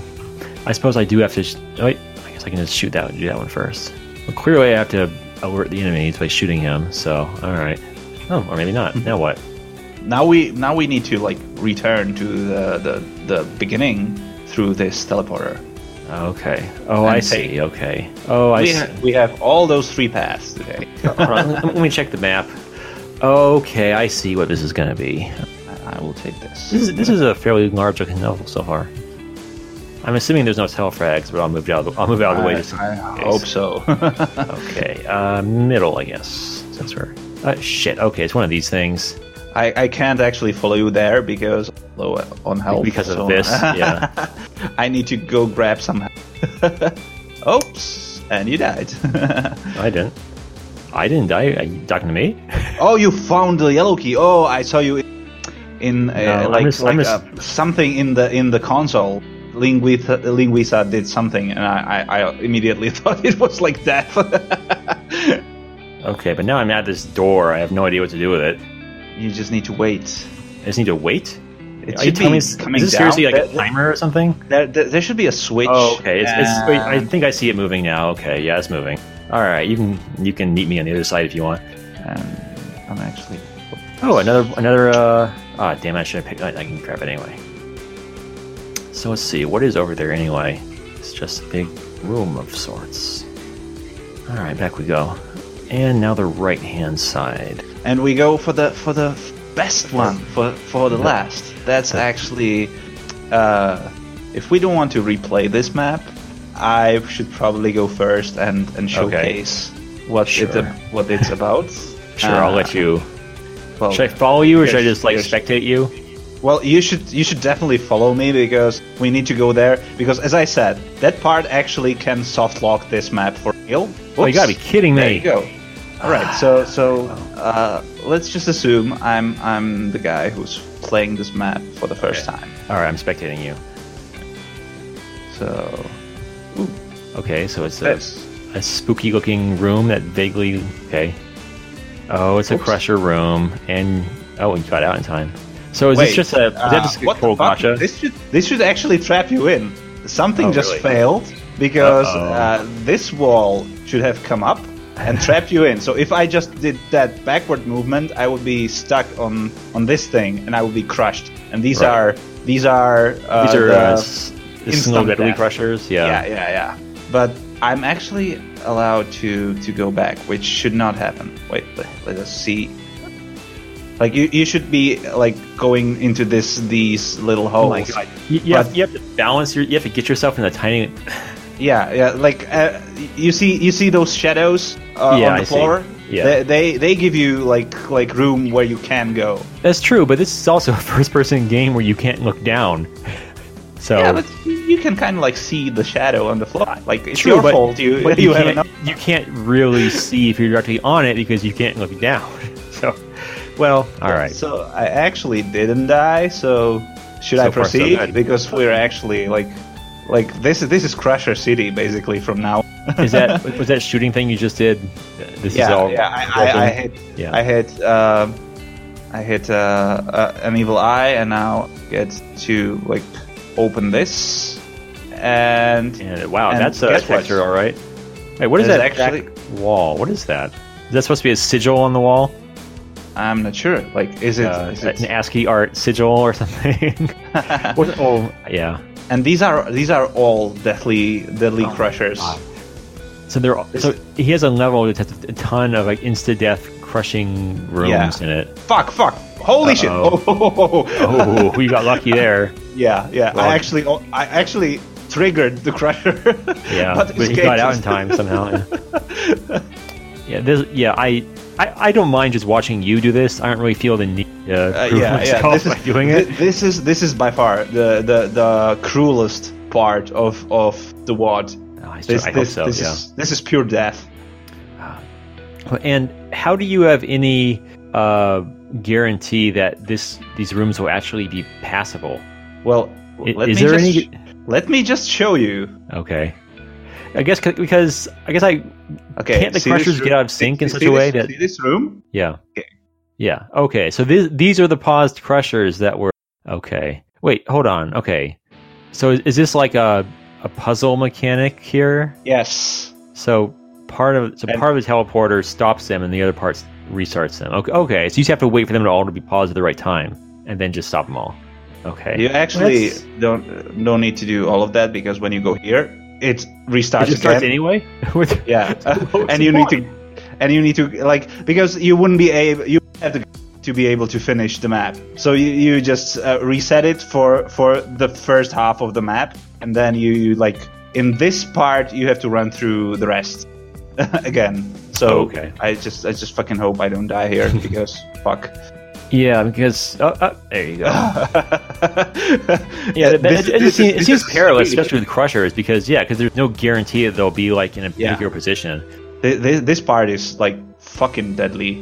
Speaker 2: I suppose I do have to. Sh- oh, wait, I guess I can just shoot that one. Do that one first. Well, clearly, I have to alert the enemy by shooting him. So, all right. Oh, or maybe not. now what?
Speaker 1: Now we now we need to like return to the the, the beginning through this teleporter.
Speaker 2: Okay. Oh,
Speaker 1: I'm
Speaker 2: I
Speaker 1: saying-
Speaker 2: see. Okay. Oh, I
Speaker 1: we,
Speaker 2: see.
Speaker 1: ha- we have all those three paths today.
Speaker 2: Hold on, let, let me check the map. Okay, I see what this is going to be.
Speaker 1: I will take this.
Speaker 2: This is, this is a fairly large looking novel so far. I'm assuming there's no tail frags, but I'll move out. Of the, I'll move out of the way.
Speaker 1: I,
Speaker 2: Just in
Speaker 1: I
Speaker 2: case.
Speaker 1: hope so.
Speaker 2: Okay, uh, middle, I guess. That's where. Uh, shit. Okay, it's one of these things
Speaker 1: I, I can't actually follow you there because low on health.
Speaker 2: because
Speaker 1: so-
Speaker 2: of this. Yeah.
Speaker 1: I need to go grab some. Oops, and you died.
Speaker 2: I didn't. I didn't die. Are you talking to me?
Speaker 1: oh, you found the yellow key. Oh, I saw you in uh,
Speaker 2: No, I
Speaker 1: like,
Speaker 2: mis- I
Speaker 1: like
Speaker 2: mis-
Speaker 1: uh, something in the in the console. Linguisa, Linguisa did something, and I, I, I immediately thought it was like death.
Speaker 2: Okay, but now I'm at this door. I have no idea what to do with it.
Speaker 1: you just need to wait.
Speaker 2: I just need to wait.
Speaker 1: It
Speaker 2: Are you
Speaker 1: should
Speaker 2: telling
Speaker 1: be
Speaker 2: me this,
Speaker 1: coming
Speaker 2: is this seriously
Speaker 1: down.
Speaker 2: like a
Speaker 1: There-
Speaker 2: timer or something?
Speaker 1: There, there, there should be a switch.
Speaker 2: Oh, okay. It's, it's, wait, I
Speaker 1: and-
Speaker 2: think I see it moving now. Okay, yeah, it's moving. All right, you can you can meet me on the other side if you want.
Speaker 1: and I'm actually.
Speaker 2: Oh, another another. uh Ah, damn! I should have picked. I can grab it anyway. So let's see what is over there anyway. It's just a big room of sorts. All right, back we go. And now the right hand side.
Speaker 1: and we go for the for the best one for for the last that's actually uh if we don't want to replay this map i should probably go first and and showcase what
Speaker 2: Sure.
Speaker 1: it what it's about Uh,
Speaker 2: Sure, I'll let you.
Speaker 1: well,
Speaker 2: Should I follow you, or should
Speaker 1: Ah. Oh.
Speaker 2: I
Speaker 1: yes,
Speaker 2: just like
Speaker 1: yes.
Speaker 2: spectate you?
Speaker 1: well you should you should definitely follow me because we need to go there because as i said that part actually can soft lock this map for real
Speaker 2: Oh, you gotta be
Speaker 1: Oops.
Speaker 2: kidding me!
Speaker 1: There you go. All right, so so uh, let's just assume I'm I'm the guy who's playing this map for the first time.
Speaker 2: All right, I'm spectating you.
Speaker 1: So
Speaker 2: Okay, so it's a
Speaker 1: this,
Speaker 2: a spooky looking room that vaguely okay oh it's a
Speaker 1: Oops.
Speaker 2: crusher room and oh we got out in time so is
Speaker 1: Wait,
Speaker 2: this just a is
Speaker 1: uh,
Speaker 2: that just a
Speaker 1: what the
Speaker 2: cold
Speaker 1: fuck?
Speaker 2: gotcha
Speaker 1: This should this should actually trap you in. Something
Speaker 2: Oh,
Speaker 1: just
Speaker 2: really?
Speaker 1: failed, because
Speaker 2: Uh-oh.
Speaker 1: uh, this wall should have come up and trapped you in. So if I just did that backward movement, I would be stuck on on this thing and I would be crushed. And these
Speaker 2: Right.
Speaker 1: are these are uh,
Speaker 2: These are
Speaker 1: the-
Speaker 2: uh, s- snow
Speaker 1: instant
Speaker 2: deadly
Speaker 1: death.
Speaker 2: crushers.
Speaker 1: yeah,
Speaker 2: Yeah.
Speaker 1: yeah, yeah. But I'm actually allowed to to go back, which should not happen. Wait, let, let us see. Like you, you should be like going into this these little holes.
Speaker 2: Oh my god! You, you, have,
Speaker 1: But-
Speaker 2: you have to balance your. You have to get yourself in a tiny.
Speaker 1: Yeah, yeah. Like uh, you see, you see those shadows uh,
Speaker 2: Yeah,
Speaker 1: on
Speaker 2: I
Speaker 1: the
Speaker 2: see.
Speaker 1: floor.
Speaker 2: Yeah.
Speaker 1: They, they they give you like like room where you can go.
Speaker 2: That's true, but this is also a first-person game where you can't look down. So
Speaker 1: Yeah, but you- you can kind of like see the shadow on the floor. Like it's
Speaker 2: True,
Speaker 1: your
Speaker 2: but-
Speaker 1: fault. You
Speaker 2: but
Speaker 1: you, have
Speaker 2: can't,
Speaker 1: enough.
Speaker 2: you can't really see if you're directly on it because you can't look down. So, well, all right.
Speaker 1: So I actually didn't die. So should I
Speaker 2: So far, so
Speaker 1: proceed?
Speaker 2: good.
Speaker 1: because we're actually like like this is this is Crusher City basically from now.
Speaker 2: Is that was that shooting thing you just did? This is
Speaker 1: yeah,
Speaker 2: all.
Speaker 1: yeah. I, I, I
Speaker 2: broken?
Speaker 1: hit
Speaker 2: Yeah.
Speaker 1: I hit uh, I hit uh, uh, an evil eye, and now get to like open this and.
Speaker 2: And wow,
Speaker 1: And
Speaker 2: that's a
Speaker 1: guess what?
Speaker 2: texture, all right. Wait, what is
Speaker 1: There's
Speaker 2: that
Speaker 1: actually-
Speaker 2: actually wall? What is that? Is that supposed to be a sigil on the wall?
Speaker 1: I'm not sure. Like, is it?
Speaker 2: Uh,
Speaker 1: is
Speaker 2: an
Speaker 1: it
Speaker 2: ASCII art sigil or something? What- oh, yeah.
Speaker 1: and these are these are all deadly deadly
Speaker 2: Oh my
Speaker 1: crushers.
Speaker 2: God. So there. Are, so he has a level that has a ton of like insta death crushing rooms
Speaker 1: Yeah.
Speaker 2: in it.
Speaker 1: Fuck! Fuck! Holy shit!
Speaker 2: Uh-oh. Oh, we got lucky there.
Speaker 1: Yeah, yeah.
Speaker 2: Well-
Speaker 1: I actually, I actually triggered the crusher.
Speaker 2: Yeah,
Speaker 1: but,
Speaker 2: but, he
Speaker 1: escaped.
Speaker 2: got out in time somehow. Yeah, yeah, this, yeah I, I, I don't mind just watching you do this. I don't really feel the need to
Speaker 1: Uh,
Speaker 2: prove
Speaker 1: yeah, yeah.
Speaker 2: myself
Speaker 1: This is
Speaker 2: by doing
Speaker 1: thi-
Speaker 2: it.
Speaker 1: This is this is by far the the, the cruelest part of of the wad.
Speaker 2: Oh, I,
Speaker 1: This
Speaker 2: I hope
Speaker 1: this,
Speaker 2: so.
Speaker 1: this
Speaker 2: yeah.
Speaker 1: is this is pure death.
Speaker 2: And how do you have any uh, guarantee that this these rooms will actually be passable?
Speaker 1: Well,
Speaker 2: I-
Speaker 1: let
Speaker 2: is
Speaker 1: me
Speaker 2: there
Speaker 1: just,
Speaker 2: any-
Speaker 1: Let me just show you.
Speaker 2: Okay. I guess c- because I guess I
Speaker 1: Okay.
Speaker 2: Can't the
Speaker 1: see this
Speaker 2: crushers
Speaker 1: room?
Speaker 2: get out of sync in
Speaker 1: See-
Speaker 2: such
Speaker 1: see
Speaker 2: a way
Speaker 1: this-
Speaker 2: that-
Speaker 1: see this room?
Speaker 2: yeah
Speaker 1: Okay.
Speaker 2: yeah okay. So these these are the paused crushers that were okay. Wait, hold on. Okay, so is, is this like a a puzzle mechanic here?
Speaker 1: Yes.
Speaker 2: So part of so
Speaker 1: And-
Speaker 2: part of the teleporter stops them, and the other part restarts them. Okay, okay. So you just have to wait for them to all to be paused at the right time, and then just stop them all. Okay.
Speaker 1: You actually
Speaker 2: That's-
Speaker 1: don't don't need to do all of that because when you go here, it restarts
Speaker 2: it just starts
Speaker 1: again.
Speaker 2: anyway. With-
Speaker 1: Yeah,
Speaker 2: What's
Speaker 1: and
Speaker 2: the
Speaker 1: you need
Speaker 2: point?
Speaker 1: to, and you need to like because you wouldn't be able you have to to be able to finish the map. So you, you just uh, reset it for for the first half of the map, and then you, you like in this part you have to run through the rest again. So
Speaker 2: Okay.
Speaker 1: I just I just fucking hope I don't die here because fuck.
Speaker 2: Yeah, because oh, oh, there you go. Yeah,
Speaker 1: yeah,
Speaker 2: but it, it, just seems, it seems perilous, especially with crushers, because yeah, because there's no guarantee that they'll be like in a
Speaker 1: Yeah.
Speaker 2: particular position.
Speaker 1: This, this part is like fucking deadly.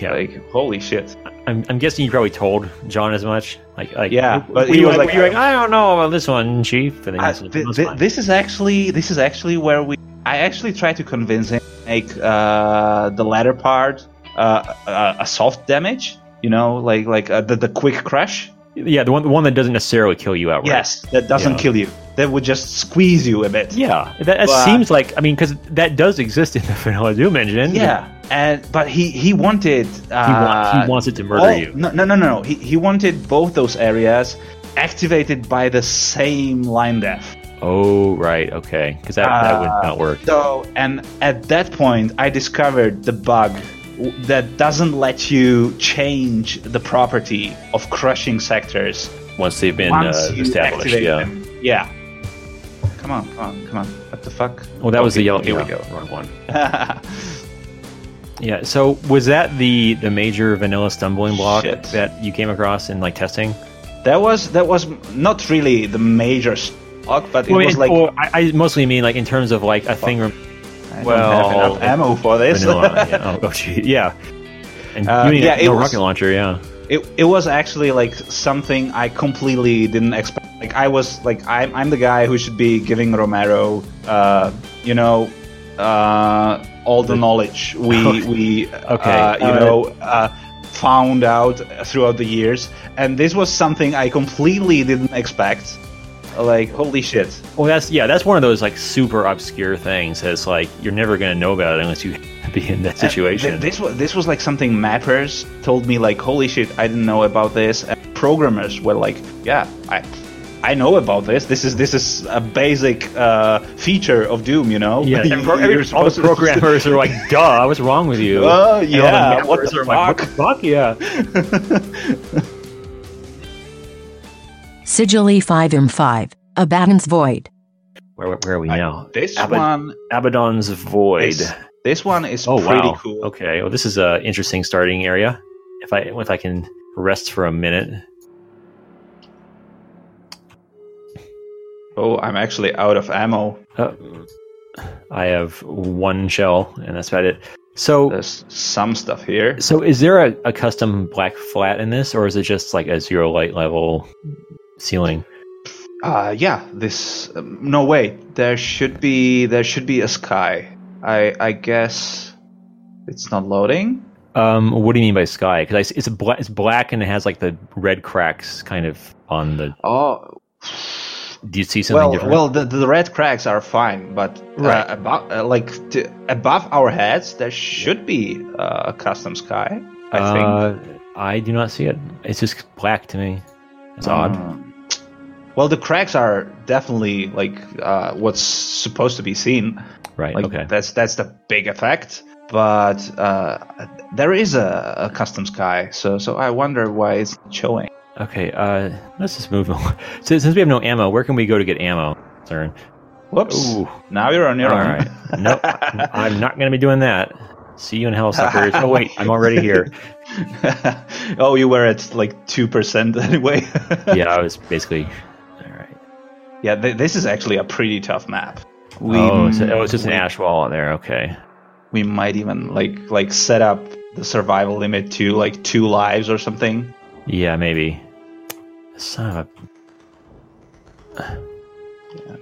Speaker 2: Yeah,
Speaker 1: Like holy shit.
Speaker 2: I'm, I'm guessing you probably told John as much. Like, like
Speaker 1: Yeah,
Speaker 2: w-
Speaker 1: but
Speaker 2: were
Speaker 1: he
Speaker 2: you
Speaker 1: was
Speaker 2: like,
Speaker 1: like-
Speaker 2: were you like, I don't know about this one, Chief. And then
Speaker 1: I-
Speaker 2: you said,
Speaker 1: thi-
Speaker 2: "That's
Speaker 1: thi-
Speaker 2: fine."
Speaker 1: Uh, this is actually this is actually where we I actually tried to convince him to make uh, the latter part uh, uh, a soft damage. You know, like like uh, the the quick crush.
Speaker 2: yeah, the one the one that doesn't necessarily kill you outright.
Speaker 1: Yes, that doesn't
Speaker 2: Yeah.
Speaker 1: kill you. That would just squeeze you a bit.
Speaker 2: Yeah, that, that
Speaker 1: But-
Speaker 2: seems like I mean, because that does exist in the Vanilla Doom engine.
Speaker 1: Yeah, and but he he wanted uh,
Speaker 2: he, wa- he wants it to murder
Speaker 1: all-
Speaker 2: you.
Speaker 1: No, no, no, no. He he wanted both those areas activated by the same line death.
Speaker 2: Oh, right, okay, because that, that
Speaker 1: Uh,
Speaker 2: would not work.
Speaker 1: So, and at that point, I discovered the bug w- that doesn't let you change the property of crushing sectors
Speaker 2: Once they've been
Speaker 1: once
Speaker 2: uh,
Speaker 1: you
Speaker 2: established,
Speaker 1: activate
Speaker 2: yeah.
Speaker 1: them. Yeah. Come on, come on, come on. What the fuck?
Speaker 2: Well, that was
Speaker 1: Okay,
Speaker 2: the yellow.
Speaker 1: Here we
Speaker 2: yeah,
Speaker 1: go.
Speaker 2: Wrong one. Yeah. So was that the the major vanilla stumbling block
Speaker 1: Shit.
Speaker 2: that you came across in like testing?
Speaker 1: That was that was not really the major stock, but it
Speaker 2: Well,
Speaker 1: was
Speaker 2: it-
Speaker 1: like
Speaker 2: well, I, I mostly mean like in terms of like a thing. rem-
Speaker 1: I don't
Speaker 2: well,
Speaker 1: have enough ammo for this.
Speaker 2: Vanilla. yeah. Oh, oh, gee, yeah. And
Speaker 1: Uh,
Speaker 2: you mean
Speaker 1: yeah,
Speaker 2: no
Speaker 1: it was-
Speaker 2: rocket launcher? Yeah.
Speaker 1: it, it was actually like something I completely didn't expect. Like I was like I'm I'm the guy who should be giving Romero, uh, you know, uh, all the knowledge we we uh,
Speaker 2: Okay.
Speaker 1: you know uh, found out throughout the years, and this was something I completely didn't expect. Like holy shit.
Speaker 2: Well, that's yeah, that's one of those like super obscure things. That's like you're never gonna know about it unless you be
Speaker 1: Uh,
Speaker 2: in that situation.
Speaker 1: Th- this was this was like something mappers told me like holy shit I didn't know about this. And programmers were like yeah I I know about this. This is this is a basic uh, feature of Doom. You know.
Speaker 2: yeah,
Speaker 1: You-
Speaker 2: and pro-
Speaker 1: you're
Speaker 2: all the
Speaker 1: supposed to-
Speaker 2: programmers are like, "Duh, what's wrong with you?"
Speaker 1: Oh,
Speaker 2: And all the
Speaker 1: yeah, what
Speaker 2: mappers
Speaker 1: the
Speaker 2: are like, what the fuck? Yeah.
Speaker 3: Sigilly 5M5, Abaddon's Void.
Speaker 2: Where, where are we now?
Speaker 1: This
Speaker 2: Abad-
Speaker 1: one.
Speaker 2: Abaddon's void.
Speaker 1: Is, this one is
Speaker 2: oh
Speaker 1: pretty
Speaker 2: wow.
Speaker 1: cool.
Speaker 2: Okay. Well, this is a interesting starting area. If I if I can rest for a minute.
Speaker 1: Oh, I'm actually out of ammo.
Speaker 2: Uh, I have one shell, and that's about it. So,
Speaker 1: There's some stuff here.
Speaker 2: so is there a, a custom black flat in this, or is it just like a zero light level ceiling?
Speaker 1: Uh, yeah, this. Um, no way. There should be there should be a sky. I I guess it's not loading.
Speaker 2: Um, what do you mean by sky? Because it's black, it's black, and it has like the red cracks kind of on the.
Speaker 1: Oh.
Speaker 2: Do you see something
Speaker 1: Well,
Speaker 2: different?
Speaker 1: well, the, the red cracks are fine, but
Speaker 2: Right.
Speaker 1: uh, above, uh, like t- above our heads, there should be uh, a custom sky. I think.
Speaker 2: Uh, I do not see it. It's just black to me. It's odd.
Speaker 1: Um, Well, the cracks are definitely like uh, what's supposed to be seen.
Speaker 2: Right.
Speaker 1: Like
Speaker 2: okay.
Speaker 1: that's that's the big effect. But uh, there is a, a custom sky, so so I wonder why it's not showing.
Speaker 2: Okay. Uh, let's just move on. So, since we have no ammo, where can we go to get ammo? Cern?
Speaker 1: Whoops!
Speaker 2: Ooh.
Speaker 1: Now you're on your
Speaker 2: All
Speaker 1: own.
Speaker 2: right. Nope. I'm not going to be doing that. See you in hell, suckers. Oh, wait. I'm already here.
Speaker 1: oh, you were at like two percent anyway.
Speaker 2: Yeah, I was basically. All right.
Speaker 1: yeah, th- this is actually a pretty tough map. We,
Speaker 2: Oh, so, oh, it's just
Speaker 1: we-
Speaker 2: an ash wall out there. Okay.
Speaker 1: We might even like like set up the survival limit to like two lives or something.
Speaker 2: Yeah, maybe. Son of a.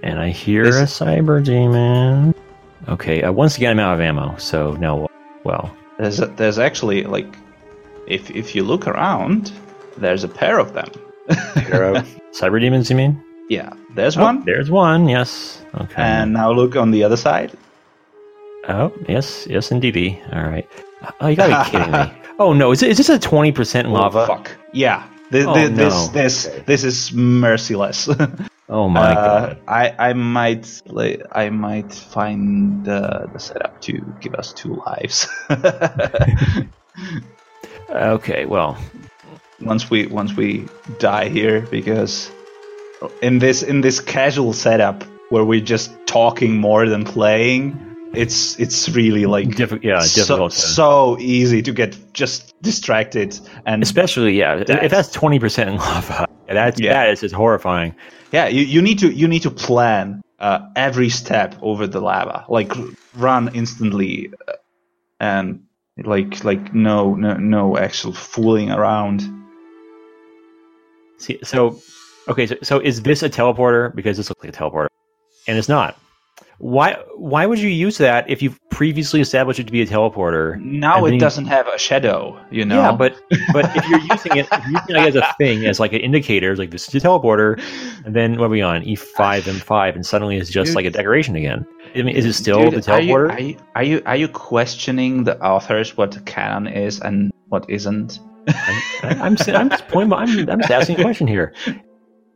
Speaker 2: And I hear a
Speaker 1: This-
Speaker 2: cyber demon. Okay. Uh, once again, I'm out of ammo. So now, well,
Speaker 1: There's a, there's actually like, if if you look around, there's a pair of them.
Speaker 2: cyber demons, you mean?
Speaker 1: Yeah, there's
Speaker 2: Oh,
Speaker 1: one.
Speaker 2: there's one. Yes. Okay.
Speaker 1: And now look on the other side.
Speaker 2: Oh, yes, yes, indeed. All right. Oh, you gotta be kidding me. Oh, no, is, it, is this a 20% lava?
Speaker 1: Oh, fuck. Yeah. This
Speaker 2: Oh,
Speaker 1: this
Speaker 2: no.
Speaker 1: this, this is merciless.
Speaker 2: Oh, my
Speaker 1: uh,
Speaker 2: God.
Speaker 1: I I might like, I might find the the setup to give us two lives.
Speaker 2: Okay, well,
Speaker 1: once we once we die here because in this in this casual setup where we're just talking more than playing it's it's really like
Speaker 2: Diffi- yeah,
Speaker 1: so,
Speaker 2: difficult to-
Speaker 1: so easy to get just distracted and
Speaker 2: especially, yeah, if that's 20% lava, that's,
Speaker 1: Yeah.
Speaker 2: that is just horrifying.
Speaker 1: yeah you, you need to you need to plan uh, every step over the lava like r- run instantly uh, and like like no no no actual fooling around
Speaker 2: See, so, okay, so, so is this a teleporter? Because this looks like a teleporter, and it's not. Why, why would you use that if you've previously established it to be a teleporter?
Speaker 1: now
Speaker 2: And
Speaker 1: it
Speaker 2: then you-
Speaker 1: doesn't have a shadow you know
Speaker 2: Yeah, but but if you're using it, if you're using it as a thing, as like an indicator, like this is a teleporter, and then what are we on? E five M five, and suddenly it's just
Speaker 1: Dude.
Speaker 2: like a decoration again. I mean, is it still
Speaker 1: Dude,
Speaker 2: the teleporter?
Speaker 1: Are you, are, you, are you are you questioning the authors what canon is and what isn't?
Speaker 2: I, I'm s- I'm just pointing. I'm I'm just asking a question here.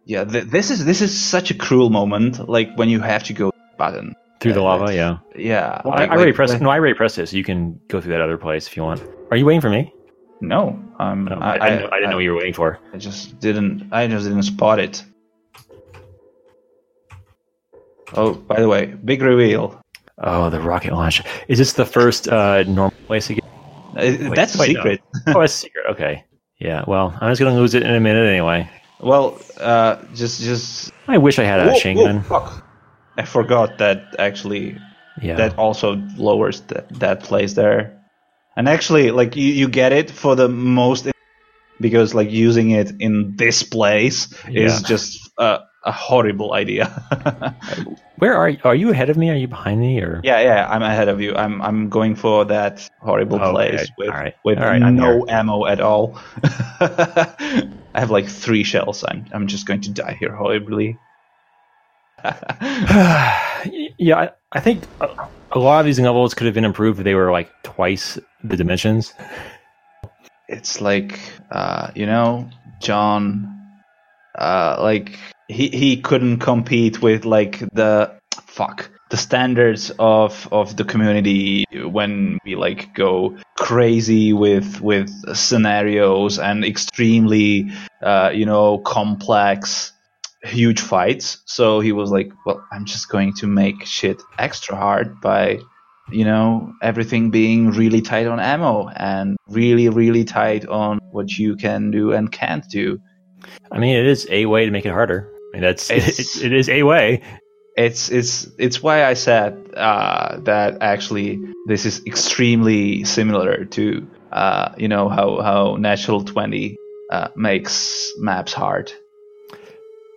Speaker 1: Yeah, th- this is this is such a cruel moment, like when you have to go button.
Speaker 2: Through the
Speaker 1: Yeah,
Speaker 2: lava,
Speaker 1: that's-
Speaker 2: yeah.
Speaker 1: Yeah,
Speaker 2: Well, I,
Speaker 1: like-
Speaker 2: I already
Speaker 1: like-
Speaker 2: pressed.
Speaker 1: like-
Speaker 2: No, I already pressed it, so you can go through that other place if you want. Are you waiting for me?
Speaker 1: No, um,
Speaker 2: No, I, I, didn't, know- I didn't know what you were waiting for.
Speaker 1: I just didn't. I just didn't spot it. Oh, by the way, big reveal.
Speaker 2: Oh, the rocket launch. Is this the first uh, normal place again?
Speaker 1: Uh, That's a
Speaker 2: wait, no.
Speaker 1: secret.
Speaker 2: Oh, it's secret. Okay. Yeah. Well, I'm just gonna lose it in a minute anyway.
Speaker 1: Well, uh, just just.
Speaker 2: I wish I had a
Speaker 1: Whoa, whoa,
Speaker 2: shotgun.
Speaker 1: fuck. I forgot that actually
Speaker 2: Yeah.
Speaker 1: that also lowers that that place there. And actually, like you, you get it for the most because like using it in this place is
Speaker 2: Yeah.
Speaker 1: just a, a horrible idea.
Speaker 2: Where are you? Are you ahead of me? Are you behind me? Or
Speaker 1: yeah, yeah, I'm ahead of you. I'm I'm going for that horrible
Speaker 2: Okay,
Speaker 1: place with
Speaker 2: alright,
Speaker 1: with
Speaker 2: alright, I'm
Speaker 1: no ammo at all. I have like three shells. I'm I'm just going to die here horribly.
Speaker 2: yeah, I, I think a, a lot of these levels could have been improved if they were like twice the dimensions.
Speaker 1: it's like uh, you know John, uh, like he he couldn't compete with like the fuck the standards of of the community when we like go crazy with with scenarios and extremely uh, you know complex huge fights so he was like well i'm just going to make shit extra hard by you know, everything being really tight on ammo and really, really tight on what you can do and can't do.
Speaker 2: I mean, it is a way to make it harder. I mean, that's it,
Speaker 1: It's-
Speaker 2: it, it is a way.
Speaker 1: It's it's it's why I said uh, that actually this is extremely similar to uh, you know how how Natural Twenty uh, makes maps hard.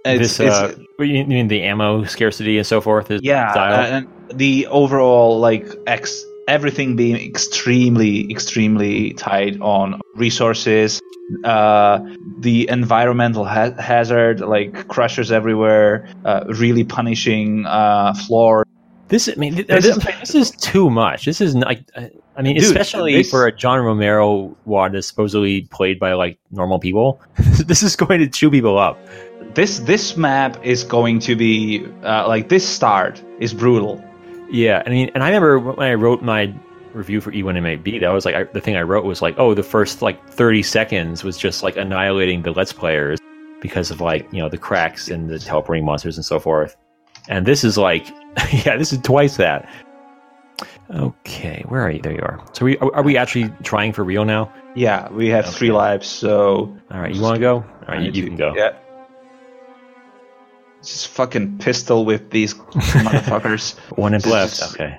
Speaker 2: this, uh, what you you mean the ammo scarcity and so forth? Is
Speaker 1: yeah
Speaker 2: style?
Speaker 1: uh, and the overall like ex everything being extremely extremely tight on resources uh the environmental ha- hazard like crushers everywhere uh really punishing uh floor
Speaker 2: This, I mean, th-
Speaker 1: This
Speaker 2: this,
Speaker 1: is-
Speaker 2: this, is too much. This is like, I I mean,
Speaker 1: Dude,
Speaker 2: especially
Speaker 1: this-
Speaker 2: for a John Romero wad that's supposedly played by like normal people. this is going to chew people up.
Speaker 1: this this map is going to be uh, like this start is brutal
Speaker 2: Yeah, I mean, and I remember when I wrote my review for E E1MAB, that was like I, the thing I wrote was like, oh, the first like 30 seconds was just like annihilating the Let's Players because of like you know the cracks and the teleporting monsters and so forth. And this is like, yeah, this is twice that. Okay, where are you? There you are. So we are, are we actually trying for real now?
Speaker 1: yeah we have three
Speaker 2: Okay.
Speaker 1: lives so
Speaker 2: All right, you want to go? All right,
Speaker 1: I
Speaker 2: you,
Speaker 1: need
Speaker 2: you
Speaker 1: to-
Speaker 2: can go.
Speaker 1: yeah just fucking pistol with these motherfuckers
Speaker 2: One imp
Speaker 1: This
Speaker 2: left.
Speaker 1: is-
Speaker 2: Okay.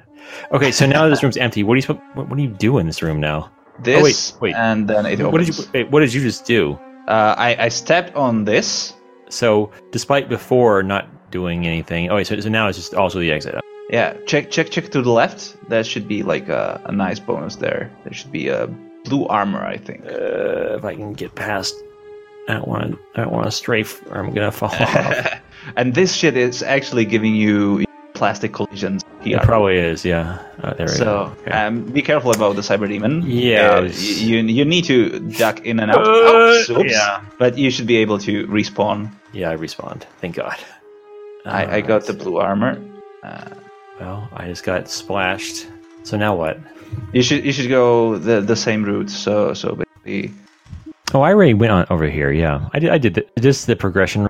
Speaker 2: Okay, so now this room's empty. What do you sup- what, what do you do in this room now?
Speaker 1: this
Speaker 2: Oh, wait, wait.
Speaker 1: and then it
Speaker 2: What did you
Speaker 1: opens.
Speaker 2: wait, what did you just do?
Speaker 1: uh, I, I stepped on this
Speaker 2: So, despite before not doing anything, oh, wait, so, so now it's just also the exit. Uh,
Speaker 1: yeah check check check to the left that should be like a, a nice bonus there there should be a blue armor i think
Speaker 2: Uh, if I can get past, I don't want to. I don't want to strafe, or I'm gonna fall off.
Speaker 1: and this shit is actually giving you plastic collisions
Speaker 2: It
Speaker 1: here
Speaker 2: probably is, yeah. Oh, there we
Speaker 1: so
Speaker 2: go. Okay.
Speaker 1: um, be careful about the cyber demon
Speaker 2: Yeah,
Speaker 1: Uh,
Speaker 2: it's-
Speaker 1: y- you, you need to duck in and out
Speaker 2: Uh,
Speaker 1: Oops, oops.
Speaker 2: yeah.
Speaker 1: but you should be able to respawn
Speaker 2: yeah, I respawned. Thank God.
Speaker 1: I, I got the blue armor
Speaker 2: Well, I just got splashed. So now what?
Speaker 1: you should you should go the, the same route so so basically
Speaker 2: Oh, I already went on over here. Yeah, I did. I did the, just the progression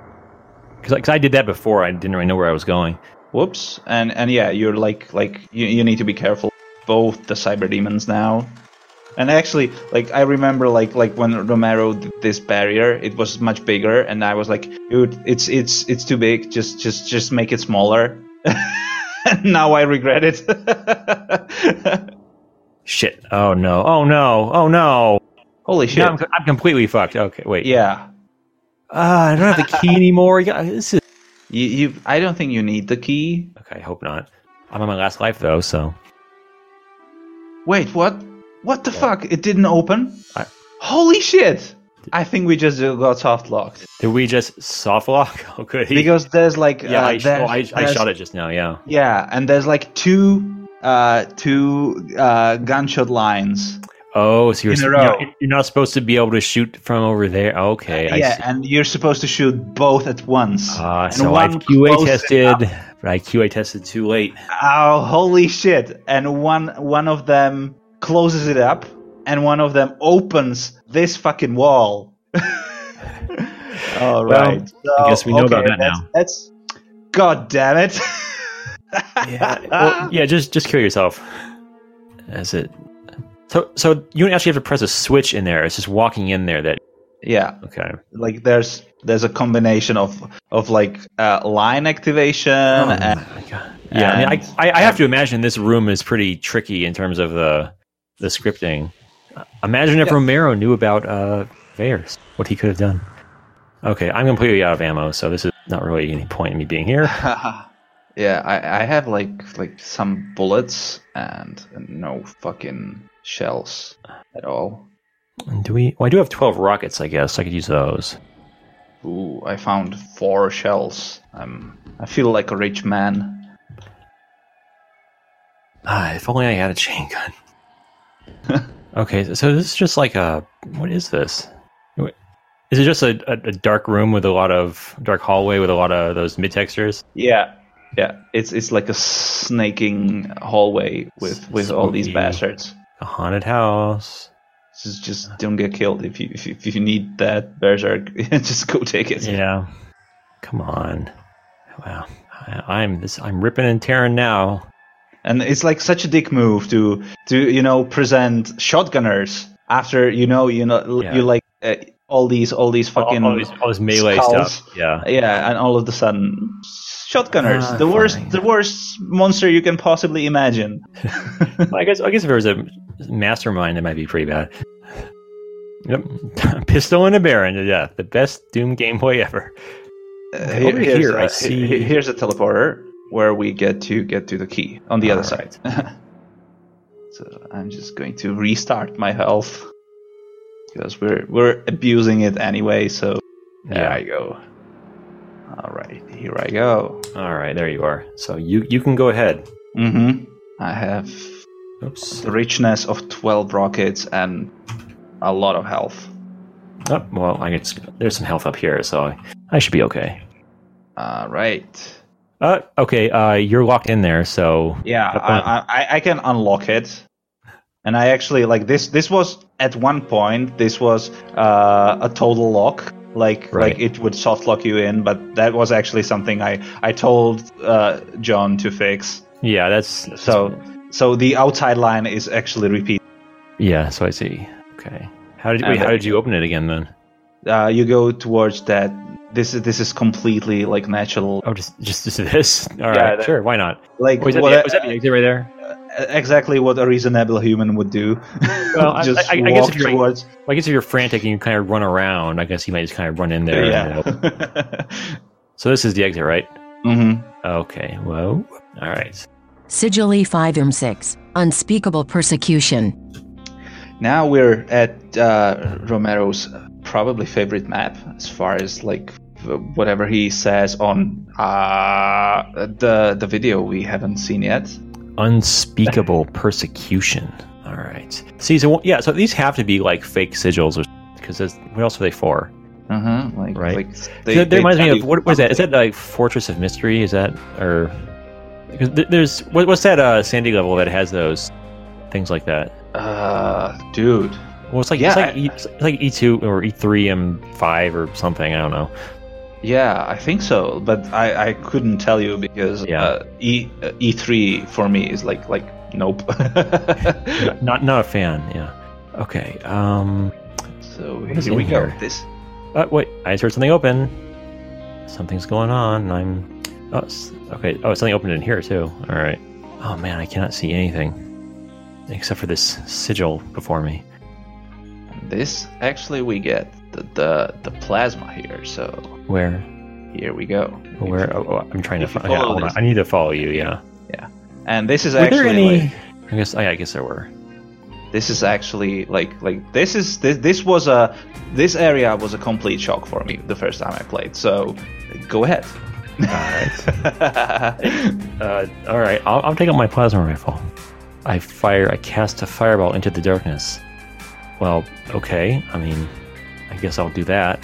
Speaker 2: because I did that before. I didn't really know where I was going.
Speaker 1: Whoops. And and yeah, you're like like you, you need to be careful. Both the cyber demons now. And actually, like I remember, like like when Romero did this barrier, it was much bigger, and I was like, "Dude, it's it's it's too big. Just just just make it smaller." And now I regret it.
Speaker 2: Shit! Oh no! Oh no! Oh no!
Speaker 1: Holy shit!
Speaker 2: Now I'm, I'm completely fucked. Okay, wait.
Speaker 1: yeah,
Speaker 2: Ah, I don't have the key anymore. You got- This is
Speaker 1: you you. I don't think you need the key.
Speaker 2: okay. I hope not. I'm on my last life though, so
Speaker 1: Wait, what? What the fuck? It didn't open.
Speaker 2: I-
Speaker 1: Holy shit! I think we just uh, got soft locked.
Speaker 2: did we just soft lock? Oh, good.
Speaker 1: because there's like
Speaker 2: yeah,
Speaker 1: uh,
Speaker 2: I, sh-
Speaker 1: there's-
Speaker 2: oh, I, I
Speaker 1: there's-
Speaker 2: shot it just now. Yeah.
Speaker 1: Yeah, and there's like two uh two uh gunshot lines.
Speaker 2: Oh, so you're
Speaker 1: In a
Speaker 2: you're
Speaker 1: row.
Speaker 2: not, you're not supposed to be able to shoot from over there. Okay, I
Speaker 1: yeah,
Speaker 2: see.
Speaker 1: and you're supposed to shoot both at once.
Speaker 2: Ah,
Speaker 1: And
Speaker 2: so
Speaker 1: one
Speaker 2: I've QA
Speaker 1: close
Speaker 2: tested,
Speaker 1: enough.
Speaker 2: but I QA tested too late.
Speaker 1: Oh, holy shit! And one one of them closes it up, and one of them opens this fucking wall. All right.
Speaker 2: I guess
Speaker 1: So,
Speaker 2: we know about
Speaker 1: okay,
Speaker 2: that
Speaker 1: that's-
Speaker 2: now.
Speaker 1: That's god damn it.
Speaker 2: yeah, well, yeah, just just kill yourself. That's it. So so you don't actually have to press a switch in there. It's just walking in there that
Speaker 1: yeah.
Speaker 2: okay.
Speaker 1: like there's there's a combination of of like uh, line activation and
Speaker 2: Yeah, I mean,
Speaker 1: And-
Speaker 2: I, I, I have to imagine this room is pretty tricky in terms of the the scripting. Uh, Imagine if Romero knew about uh, Vayers, what he could have done. Okay, I'm completely out of ammo, so this is not really any point in me being here.
Speaker 1: yeah I, I have like like some bullets and no fucking shells at all
Speaker 2: And do we? Well, I do have 12 rockets, I guess. I could use those.
Speaker 1: Ooh, I found four shells. I'm. I feel like a rich man.
Speaker 2: Ah, if only I had a chain gun. okay, so- so this is just like a what is this? What- Is it just a, a, a dark room with a lot of dark hallway with a lot of those mid textures?
Speaker 1: Yeah, yeah. It's it's like a snaking hallway with with all these
Speaker 2: Spooky.
Speaker 1: bastards.
Speaker 2: A haunted house.
Speaker 1: Just just don't get killed if you if you, if you need that berserk. just go take it.
Speaker 2: Yeah. Come on. Wow. I, I'm this. I'm ripping and tearing now.
Speaker 1: And it's like such a dick move to to you know present shotgunners after you know you know l-
Speaker 2: Yeah.
Speaker 1: you like uh, all these all these fucking
Speaker 2: all, all, this, all this melee
Speaker 1: skulls.
Speaker 2: stuff. Yeah.
Speaker 1: yeah, and all of a sudden shotgunners
Speaker 2: Ah,
Speaker 1: the worst
Speaker 2: fine.
Speaker 1: the worst monster you can possibly imagine.
Speaker 2: I guess. I guess if there was a mastermind, it might be pretty bad. Yep. Pistol and a Baron to death. The best Doom Game Boy ever.
Speaker 1: Uh,
Speaker 2: Okay, over
Speaker 1: here's,
Speaker 2: here, I
Speaker 1: uh,
Speaker 2: see-
Speaker 1: he- here's a teleporter where we get to get to the key on the other
Speaker 2: Alright.
Speaker 1: side. so I'm just going to restart my health because we're we're abusing it anyway. So there I go. All right, here I go.
Speaker 2: All right, there you are. So you you can go ahead.
Speaker 1: Mm-hmm. I have
Speaker 2: Oops.
Speaker 1: the richness of twelve rockets and a lot of health.
Speaker 2: Oh, well, I guess there's some health up here, so I, I should be okay.
Speaker 1: All right.
Speaker 2: Uh, okay. Uh, you're locked in there, so
Speaker 1: Yeah,
Speaker 2: Up
Speaker 1: I, I- I, I can unlock it. And I actually like this. This was at one point. This was uh, a total lock. Like
Speaker 2: Right.
Speaker 1: like it would soft lock you in, but that was actually something I I told uh, John to fix.
Speaker 2: yeah, that's
Speaker 1: So so the outside line is actually repeat.
Speaker 2: Yeah, so I see. Okay. How did
Speaker 1: And
Speaker 2: wait, how
Speaker 1: then-
Speaker 2: did you open it again then?
Speaker 1: Uh, you go towards that. This is this is completely like natural.
Speaker 2: Oh, just just, just this. All right,
Speaker 1: that-
Speaker 2: sure. Why not?
Speaker 1: Like
Speaker 2: Was that,
Speaker 1: what
Speaker 2: the,
Speaker 1: a- uh,
Speaker 2: was that the exit right there?
Speaker 1: exactly what a reasonable human would do.
Speaker 2: Well, I-
Speaker 1: just
Speaker 2: I- I
Speaker 1: walk
Speaker 2: guess if you're-
Speaker 1: towards.
Speaker 2: Well, I guess if you're frantic and you kind of run around, I guess you might just kind of run in there. and open.
Speaker 1: Yeah.
Speaker 2: So this is the exit, right?
Speaker 1: hmm
Speaker 2: Okay. Well, all right.
Speaker 3: Sigilly 5M6. Unspeakable persecution.
Speaker 1: Now we're at uh, Romero's probably favorite map, as far as like w- whatever he says on uh, the the video we haven't seen yet.
Speaker 2: Unspeakable persecution. All right. See, so yeah, so these have to be like fake sigils, or because that's- what else are they for?
Speaker 1: Uh-huh, like,
Speaker 2: Right.
Speaker 1: like
Speaker 2: They, that that reminds
Speaker 1: tell
Speaker 2: me of
Speaker 1: you
Speaker 2: what was that? Is that like Fortress of Mystery? Is that or because th- there's what, what's that uh, Sandy level that has those things like that?
Speaker 1: Uh, dude.
Speaker 2: Well, it's like
Speaker 1: Yeah,
Speaker 2: it's like
Speaker 1: I-
Speaker 2: e, it's like E two or E three M five or something. I don't know.
Speaker 1: Yeah, I think so, but I, I couldn't tell you because
Speaker 2: Yeah.
Speaker 1: uh, E uh, E3 for me is like like nope.
Speaker 2: Not not a fan. Yeah. Okay. Um.
Speaker 1: so
Speaker 2: What is
Speaker 1: here we
Speaker 2: in
Speaker 1: go.
Speaker 2: here?
Speaker 1: This
Speaker 2: Uh, wait. I just heard something open. Something's going on. and I'm. Oh, s- okay. Oh, something opened in here too. All right. Oh man, I cannot see anything except for this sigil before me.
Speaker 1: this actually we get the the, the plasma here. So
Speaker 2: Where?
Speaker 1: Here we go.
Speaker 2: Where oh, oh, I'm trying to
Speaker 1: if you
Speaker 2: find. Yeah,
Speaker 1: follow
Speaker 2: hold on.
Speaker 1: this-
Speaker 2: I need to follow you. Yeah.
Speaker 1: And this is
Speaker 2: Were there
Speaker 1: actually
Speaker 2: any?
Speaker 1: like,
Speaker 2: I guess. Oh, yeah, I guess there were.
Speaker 1: this is actually like like this is this this was a this area was a complete shock for me the first time I played. So go ahead.
Speaker 2: All right. uh, all right. I'll, I'll take out my plasma rifle. I fire. I cast a fireball into the darkness. Well, okay. I mean, I guess I'll do that.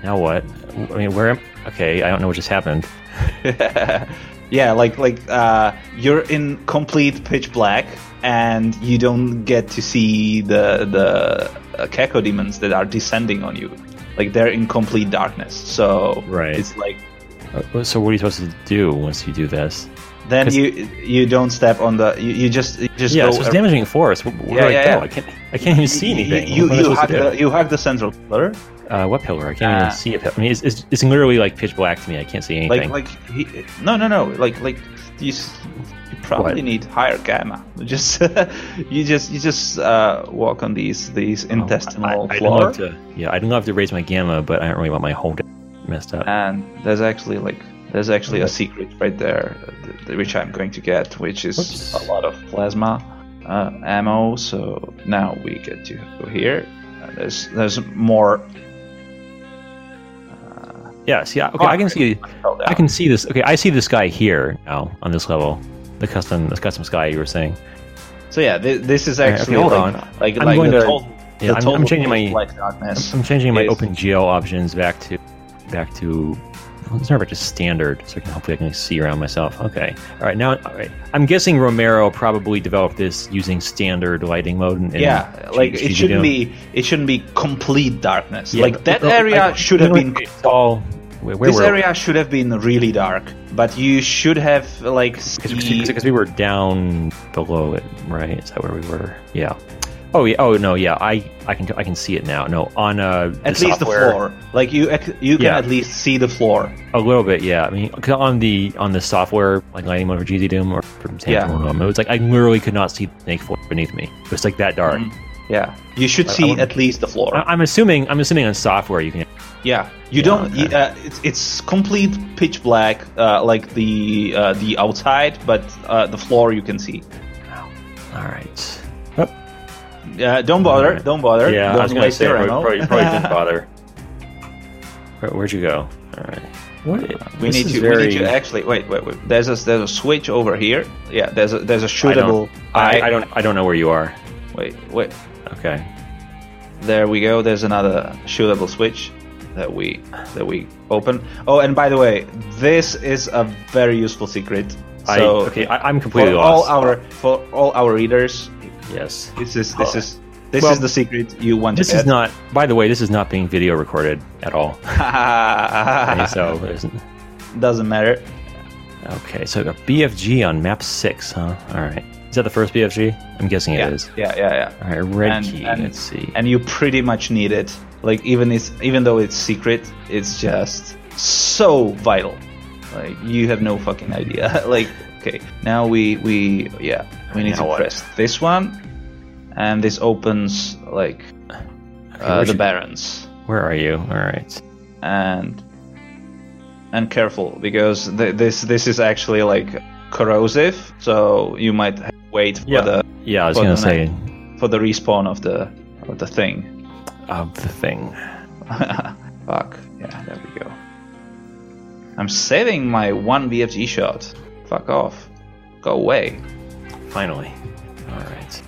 Speaker 2: Now what? I mean, where? Am, okay. I don't know what just happened.
Speaker 1: yeah, like like uh, you're in complete pitch black and you don't get to see the the uh, Keko demons that are descending on you. Like they're in complete darkness. So
Speaker 2: Right.
Speaker 1: it's like
Speaker 2: Uh, So what are you supposed to do once you do this?
Speaker 1: then
Speaker 2: 'Cause-
Speaker 1: you you don't step on the you, you just you just
Speaker 2: yeah.
Speaker 1: go
Speaker 2: So it's
Speaker 1: ar-
Speaker 2: damaging force. Where, where
Speaker 1: Yeah,
Speaker 2: do I
Speaker 1: yeah,
Speaker 2: go?
Speaker 1: yeah.
Speaker 2: I can't. I can't even see anything.
Speaker 1: You you,
Speaker 2: What am I
Speaker 1: you
Speaker 2: supposed
Speaker 1: hack
Speaker 2: to do?
Speaker 1: the you hack the central pillar.
Speaker 2: Uh, what pillar? I can't
Speaker 1: Ah.
Speaker 2: even see a pillar. I mean, it's, it's, it's literally like pitch black to me. I can't see
Speaker 1: Like
Speaker 2: anything.
Speaker 1: like he, no no no like like you s- you probably
Speaker 2: What?
Speaker 1: need higher gamma. Just you just you just uh, walk on these these
Speaker 2: Oh,
Speaker 1: intestinal
Speaker 2: I, I'd
Speaker 1: floor,
Speaker 2: love to, yeah, I'd love to raise my gamma, but I don't really want my whole deck messed up.
Speaker 1: and there's actually like there's actually a secret right there, uh, th- th- which I'm going to get, which is
Speaker 2: Oops.
Speaker 1: a lot of plasma uh, ammo. So now we get to go here. Uh, there's there's more. Uh,
Speaker 2: Yes. Yeah. Okay. I can see.
Speaker 1: fell down.
Speaker 2: I can see this. Okay. I see this guy here now on this level. The custom, the custom sky you were saying.
Speaker 1: So yeah, thi- this is
Speaker 2: Okay,
Speaker 1: actually
Speaker 2: hold
Speaker 1: like,
Speaker 2: on.
Speaker 1: like
Speaker 2: I'm
Speaker 1: like
Speaker 2: going
Speaker 1: the
Speaker 2: to-
Speaker 1: total,
Speaker 2: yeah,
Speaker 1: the
Speaker 2: I'm-
Speaker 1: total
Speaker 2: I'm changing my-
Speaker 1: light darkness.
Speaker 2: I'm changing my
Speaker 1: Yes.
Speaker 2: OpenGL options back to back to it's not back to standard, so I can hopefully I can see around myself. Okay, all right. Now, all right. I'm guessing Romero probably developed this using standard lighting mode. And, and
Speaker 1: yeah, like
Speaker 2: she- she
Speaker 1: it shouldn't
Speaker 2: didn't-
Speaker 1: be it shouldn't be complete darkness.
Speaker 2: Yeah,
Speaker 1: like
Speaker 2: but-
Speaker 1: that
Speaker 2: but-
Speaker 1: area
Speaker 2: I-
Speaker 1: should have
Speaker 2: no,
Speaker 1: been
Speaker 2: it's all. Where, where
Speaker 1: this
Speaker 2: were
Speaker 1: area should have been really dark, but you should have like see,
Speaker 2: because we were down below it, right? Is that where we were? Yeah. Oh yeah. Oh no. Yeah. I I can I can see it now. No, on uh, the
Speaker 1: at least
Speaker 2: software-
Speaker 1: the floor. Like you ac- you can
Speaker 2: Yeah.
Speaker 1: at least see the floor.
Speaker 2: A little bit, yeah. I mean, 'cause on the on the software, like Lightning Mode for GZ Doom or for
Speaker 1: Yeah.
Speaker 2: Tantalum, it was like I literally could not see the snake floor beneath me. It was like that dark.
Speaker 1: Mm. Yeah, you should
Speaker 2: I- I
Speaker 1: see
Speaker 2: wouldn't-
Speaker 1: at least the floor.
Speaker 2: I, I'm assuming I'm assuming on software you can.
Speaker 1: Yeah, you
Speaker 2: Yeah,
Speaker 1: don't.
Speaker 2: okay.
Speaker 1: you- Uh, it's, it's complete pitch black, uh, like the uh, the outside, but uh, the floor you can see.
Speaker 2: All right. Oh,
Speaker 1: Uh, don't bother.
Speaker 2: Alright.
Speaker 1: Don't bother.
Speaker 2: yeah,
Speaker 1: don't
Speaker 2: I was gonna
Speaker 1: waste
Speaker 2: say
Speaker 1: your
Speaker 2: probably,
Speaker 1: ammo.
Speaker 2: probably, probably didn't bother. Where, where'd you go? All right. What?
Speaker 1: we
Speaker 2: this
Speaker 1: need
Speaker 2: is
Speaker 1: to. We
Speaker 2: very-
Speaker 1: need to actually wait. Wait. Wait. There's a there's a switch over here. Yeah. There's a there's a
Speaker 2: I don't,
Speaker 1: shootable.
Speaker 2: I,
Speaker 1: eye.
Speaker 2: I don't. I don't know where you are.
Speaker 1: Wait. Wait.
Speaker 2: Okay.
Speaker 1: There we go. There's another shootable switch that we that we open. Oh, and by the way, this is a very useful secret.
Speaker 2: I,
Speaker 1: So
Speaker 2: okay. I, I'm
Speaker 1: for
Speaker 2: completely
Speaker 1: all
Speaker 2: lost.
Speaker 1: our for all our readers,
Speaker 2: yes.
Speaker 1: This is this is this
Speaker 2: Oh. Well,
Speaker 1: is the secret you want.
Speaker 2: This
Speaker 1: to
Speaker 2: is not. By the way, this is not being video recorded at all. Okay,
Speaker 1: not.
Speaker 2: so there's
Speaker 1: Doesn't matter.
Speaker 2: Okay, so a BFG on map six, huh? All right. Is that the first BFG? I'm guessing
Speaker 1: Yeah,
Speaker 2: it is.
Speaker 1: yeah, yeah,
Speaker 2: All right, red
Speaker 1: And-
Speaker 2: key.
Speaker 1: and-
Speaker 2: Let's see.
Speaker 1: yeah. And you pretty much need it. Like even it's even though it's secret, it's just so vital. Like you have no fucking idea. like okay, now we we yeah we need
Speaker 2: Now
Speaker 1: to
Speaker 2: what?
Speaker 1: press this one, and this opens like uh, the
Speaker 2: where's your-
Speaker 1: barons.
Speaker 2: Where are you? All right.
Speaker 1: and and careful because th- this this is actually like corrosive so you might ha- wait for
Speaker 2: Yeah.
Speaker 1: the
Speaker 2: Yeah, I was
Speaker 1: Well,
Speaker 2: gonna
Speaker 1: then
Speaker 2: say
Speaker 1: for the respawn of the of the thing
Speaker 2: of the thing.
Speaker 1: fuck yeah there we go i'm saving my one bfg shot fuck off go away
Speaker 2: Finally. All right.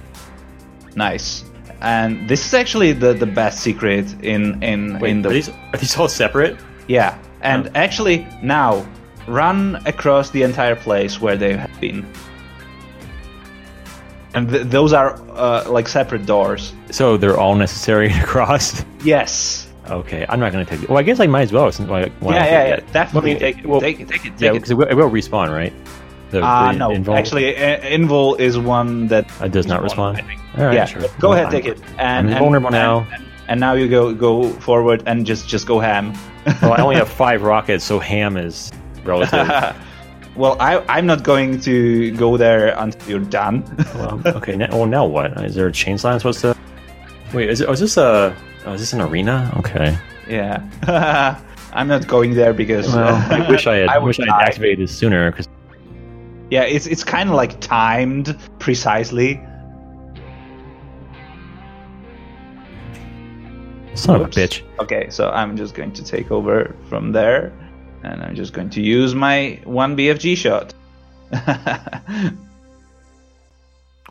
Speaker 1: nice and this is actually the the best secret in in in the
Speaker 2: are these are these all separate?
Speaker 1: Yeah, and
Speaker 2: Oh.
Speaker 1: actually now run across the entire place where they have been. And th- those are uh, like separate doors.
Speaker 2: So they're all necessary to cross.
Speaker 1: Yes.
Speaker 2: Okay, I'm not gonna take. Well, I guess I might as well. Since why, why
Speaker 1: yeah,
Speaker 2: not
Speaker 1: yeah,
Speaker 2: take
Speaker 1: yeah.
Speaker 2: it?
Speaker 1: Definitely
Speaker 2: Well,
Speaker 1: take it.
Speaker 2: well,
Speaker 1: take it. Take it.
Speaker 2: yeah,
Speaker 1: Take it.
Speaker 2: because it will, it will respawn, right? The,
Speaker 1: Ah,
Speaker 2: the
Speaker 1: no.
Speaker 2: invul-
Speaker 1: Actually, uh, Invul is one that
Speaker 2: it does not
Speaker 1: respawn,
Speaker 2: respond.
Speaker 1: I think.
Speaker 2: All right,
Speaker 1: yeah.
Speaker 2: sure.
Speaker 1: Go
Speaker 2: Well,
Speaker 1: ahead,
Speaker 2: I'm-
Speaker 1: take it. And
Speaker 2: I'm
Speaker 1: and-
Speaker 2: vulnerable
Speaker 1: and-
Speaker 2: now.
Speaker 1: And, now you go go forward and just just go ham.
Speaker 2: Well, I only have five rockets, so ham is relative.
Speaker 1: well, I I'm not going to go there until you're done.
Speaker 2: Well, okay. Now, well, now what? Is there a chainsaw I'm supposed to? Wait, is, it, oh, is this a? Oh, is this an arena? Okay.
Speaker 1: Yeah. I'm not going there because
Speaker 2: Well, I wish I had.
Speaker 1: I would
Speaker 2: wish I
Speaker 1: die.
Speaker 2: had activated this sooner. Because
Speaker 1: yeah, it's it's kind of like timed precisely.
Speaker 2: son
Speaker 1: Oops.
Speaker 2: of a bitch.
Speaker 1: Okay, so I'm just going to take over from there and I'm just going to use my one BFG shot.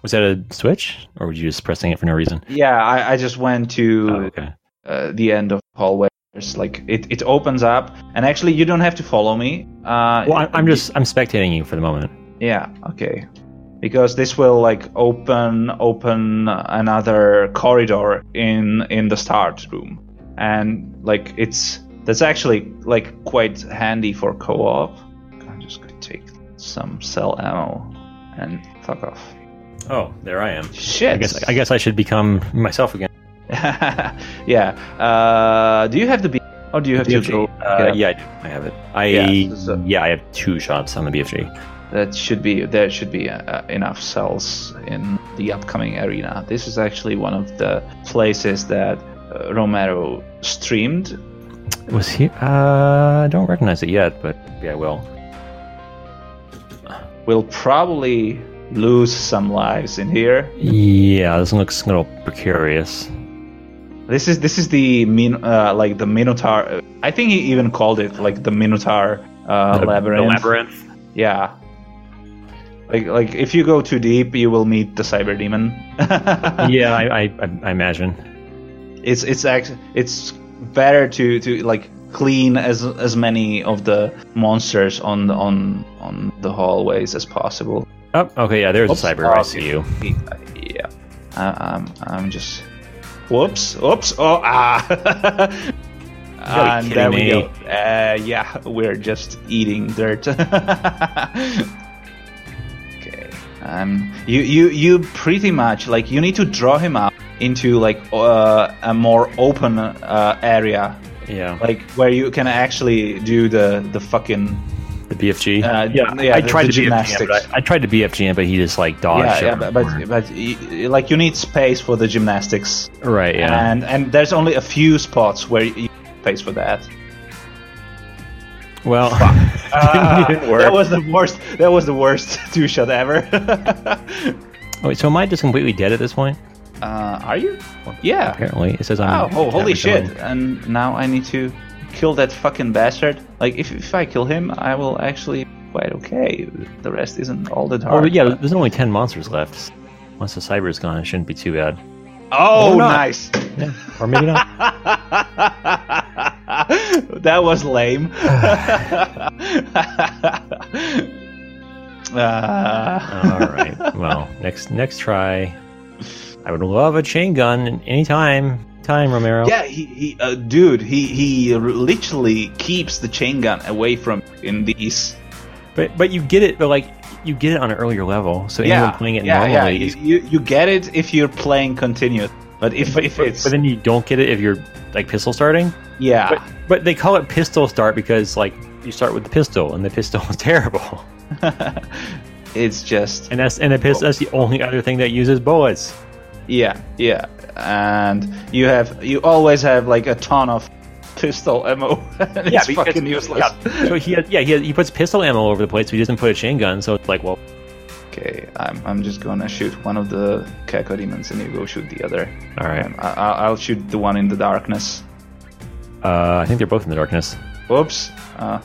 Speaker 2: Was that a switch, or were you just pressing it for no reason?
Speaker 1: yeah, I, I just went to
Speaker 2: Oh, okay.
Speaker 1: uh, the end of hallway. There's like it, it opens up and actually you don't have to follow me. Uh,
Speaker 2: Well, I, I'm just I'm spectating you for the moment.
Speaker 1: Yeah, okay. Because this will like open open another corridor in in the start room. And like it's that's actually like quite handy for co-op. I'm just going to take some cell ammo and fuck off.
Speaker 2: Oh, there I am.
Speaker 1: Shit.
Speaker 2: I guess I guess I should become myself again.
Speaker 1: yeah. Uh, do you have the B or do you have to go?
Speaker 2: Uh, yeah, I, do. I have it. I
Speaker 1: Yeah, so-
Speaker 2: yeah, I have two shots on the BFG.
Speaker 1: That should be there should be uh, enough cells in the upcoming arena. This is actually one of the places that uh, Romero streamed.
Speaker 2: Was he? Uh, I don't recognize it yet, but yeah, I will.
Speaker 1: We'll probably lose some lives in here.
Speaker 2: Yeah, this one looks a little precarious.
Speaker 1: This is this is the min uh, like the Minotaur. I think he even called it like the Minotaur uh,
Speaker 2: The-
Speaker 1: labyrinth.
Speaker 2: The labyrinth.
Speaker 1: Yeah. Like like if you go too deep, you will meet the cyber demon.
Speaker 2: yeah, I, I, I- I imagine.
Speaker 1: It's it's act- it's better to to like clean as as many of the monsters on the- on on the hallways as possible.
Speaker 2: Oh, okay, yeah, there's
Speaker 1: Oops.
Speaker 2: a cyber. I
Speaker 1: Oh,
Speaker 2: see you.
Speaker 1: Yeah. Uh, I'm I'm just. Whoops! Oops! Oh ah!
Speaker 2: gotta be
Speaker 1: and there we
Speaker 2: kidding
Speaker 1: go.
Speaker 2: me.
Speaker 1: Uh, yeah, we're just eating dirt. okay, um, you you you pretty much like you need to draw him out into like uh, a more open uh, area,
Speaker 2: Yeah.
Speaker 1: like where you can actually do the the fucking
Speaker 2: The BFG.
Speaker 1: Uh, yeah,
Speaker 2: I
Speaker 1: the-
Speaker 2: tried
Speaker 1: the
Speaker 2: to BFG,
Speaker 1: gymnastics.
Speaker 2: but I, I tried to BFG, but he just like dodged.
Speaker 1: yeah yeah
Speaker 2: over
Speaker 1: but
Speaker 2: the
Speaker 1: but,
Speaker 2: corner.
Speaker 1: but y- y- like you need space for the gymnastics
Speaker 2: right, yeah.
Speaker 1: and and there's only a few spots where you pays for that.
Speaker 2: well,
Speaker 1: Uh,
Speaker 2: didn't work.
Speaker 1: That was the worst. That was the worst two shot ever.
Speaker 2: wait, so am I just completely dead at this point?
Speaker 1: uh, are you? Yeah.
Speaker 2: Apparently, it says I'm.
Speaker 1: Oh, oh, holy
Speaker 2: never
Speaker 1: shit!
Speaker 2: done.
Speaker 1: And now I need to kill that fucking bastard. Like if if I kill him, I will actually be quite okay. The rest isn't all that
Speaker 2: Oh,
Speaker 1: hard.
Speaker 2: but yeah, there's only ten monsters left. Once the cyber's gone, it shouldn't be too bad.
Speaker 1: Oh,
Speaker 2: Or not.
Speaker 1: nice.
Speaker 2: Yeah, or maybe not.
Speaker 1: that was lame. uh,
Speaker 2: All right. Well, next next try. I would love a chain gun in any time, time Romero.
Speaker 1: Yeah, he, he uh, dude, he he r- literally keeps the chain gun away from in these.
Speaker 2: But but you get it, but like you get it on an earlier level. So
Speaker 1: yeah,
Speaker 2: anyone playing it
Speaker 1: yeah, yeah.
Speaker 2: normally is
Speaker 1: You, you you get it if you're playing continuous, but if if
Speaker 2: But-
Speaker 1: it's
Speaker 2: But then you don't get it if you're like pistol starting.
Speaker 1: yeah,
Speaker 2: But but they call it pistol start because like you start with the pistol and the pistol is terrible.
Speaker 1: it's just
Speaker 2: And that's and the pistol that's the only other thing that uses bullets.
Speaker 1: yeah, yeah. And you have you always have like a ton of pistol ammo. and it's
Speaker 2: because-
Speaker 1: fucking useless.
Speaker 2: yeah. So he has, yeah he, has, he puts pistol ammo over the place, but he doesn't put a chain gun. So it's like well
Speaker 1: Okay, I'm I'm just gonna shoot one of the Keko demons, and you go shoot the other.
Speaker 2: all right.
Speaker 1: Um, I, I- I'll shoot the one in the darkness.
Speaker 2: Uh, I think they're both in the darkness.
Speaker 1: Oops. Uh,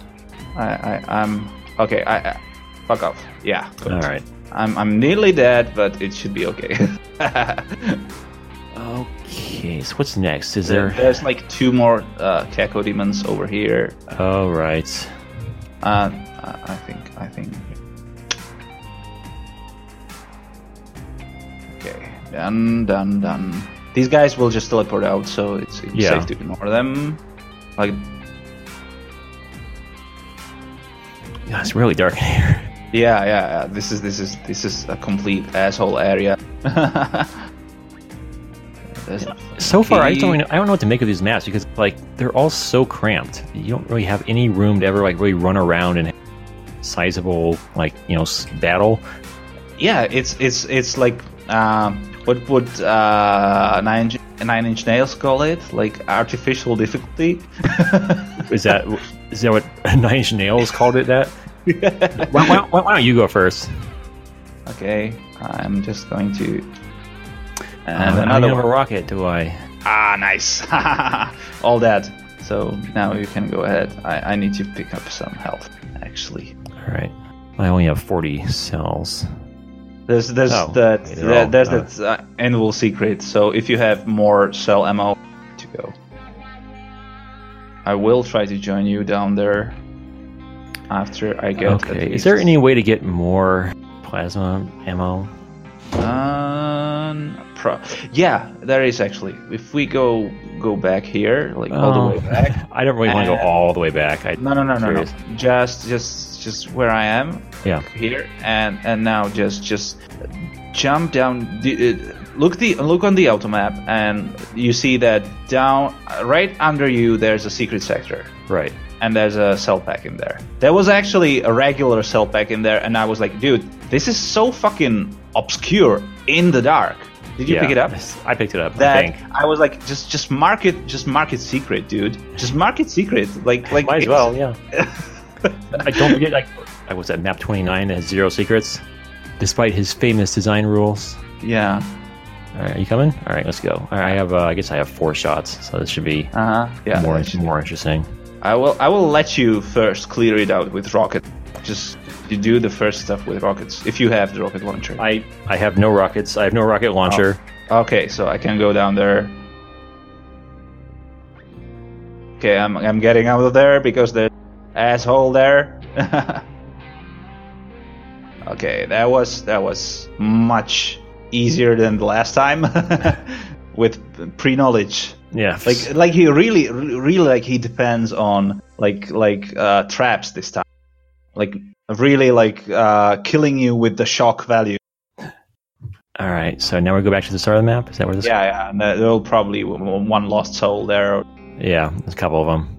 Speaker 1: I, I, I'm okay. I, I fuck off. Yeah. good.
Speaker 2: All right.
Speaker 1: I'm, I'm nearly dead, but it should be okay.
Speaker 2: Okay. So what's next? Is there?
Speaker 1: There's like two more uh, Keko demons over here.
Speaker 2: All right.
Speaker 1: Uh, I I think. I think. Okay. Done. Done. Done. These guys will just teleport out, so it's, it's
Speaker 2: Yeah.
Speaker 1: safe to ignore them. Like,
Speaker 2: Yeah, it's really dark in here.
Speaker 1: yeah, yeah, yeah. This is this is this is a complete asshole area. There's-
Speaker 2: So far, I just don't. Really, I don't know what to make of these maps because like they're all so cramped. You don't really have any room to ever like really run around and have sizable like you know s- battle.
Speaker 1: yeah, it's it's it's like um, what would uh, nine inch, nine inch nails call it? Like artificial difficulty.
Speaker 2: Is that is that what Nine Inch Nails called it? That. why, why, why, why don't you go first?
Speaker 1: Okay, I'm just going to.
Speaker 2: Uh, I
Speaker 1: And
Speaker 2: don't
Speaker 1: another
Speaker 2: have
Speaker 1: one.
Speaker 2: a rocket, do I?
Speaker 1: Ah, nice. All that. So now you can go ahead. I, I need to pick up some health, actually.
Speaker 2: All right. I only have forty cells.
Speaker 1: There's there's
Speaker 2: Oh,
Speaker 1: that
Speaker 2: they're
Speaker 1: there-
Speaker 2: all
Speaker 1: there's
Speaker 2: done.
Speaker 1: that uh, annual secret. So if you have more cell ammo, to go. I will try to join you down there after I get. at
Speaker 2: Okay. Is
Speaker 1: least-
Speaker 2: there any way to get more plasma ammo?
Speaker 1: Um, pro- yeah, there is actually. If we go go back here, like all the way
Speaker 2: Oh.
Speaker 1: back. Ah.
Speaker 2: I don't really want to go all the way back. I,
Speaker 1: No, no, no, no, no.
Speaker 2: Curious.
Speaker 1: Just just just where I am.
Speaker 2: Yeah.
Speaker 1: here and and now just just jump down the, uh, look the look on the auto map and you see that down uh, right under you there's a secret sector
Speaker 2: Right.
Speaker 1: and there's a cell pack in there there was actually a regular cell pack in there and i was like dude this is so fucking obscure in the dark did you
Speaker 2: Yeah.
Speaker 1: pick it up
Speaker 2: I picked it up. I
Speaker 1: that
Speaker 2: think.
Speaker 1: I, was like just just mark it just mark it secret dude just mark it secret like like
Speaker 2: Might as
Speaker 1: it's-
Speaker 2: well, yeah. I don't forget, like, I was at map 29 that has zero secrets, despite his famous design rules.
Speaker 1: yeah
Speaker 2: All right, you coming? All right, let's go. All right, I have. Uh, I guess I have four shots, so this should be
Speaker 1: Uh huh. Yeah.
Speaker 2: more more interesting.
Speaker 1: I will. I will let you first clear it out with rocket. Just you do the first stuff with rockets if you have the rocket launcher.
Speaker 2: I I have no rockets. I have no rocket launcher.
Speaker 1: Okay, so I can go down there. Okay, I'm I'm getting out of there because there's asshole there. okay, that was that was much easier than the last time with pre-knowledge.
Speaker 2: Yeah,
Speaker 1: Like like he really really like he depends on like like uh, traps this time. Like really like uh, killing you with the shock value.
Speaker 2: All right, so now we go back to the start of the map. Is that where this?
Speaker 1: Yeah, yeah, and there- there'll probably w- w- one lost soul there.
Speaker 2: yeah. There's a couple of them.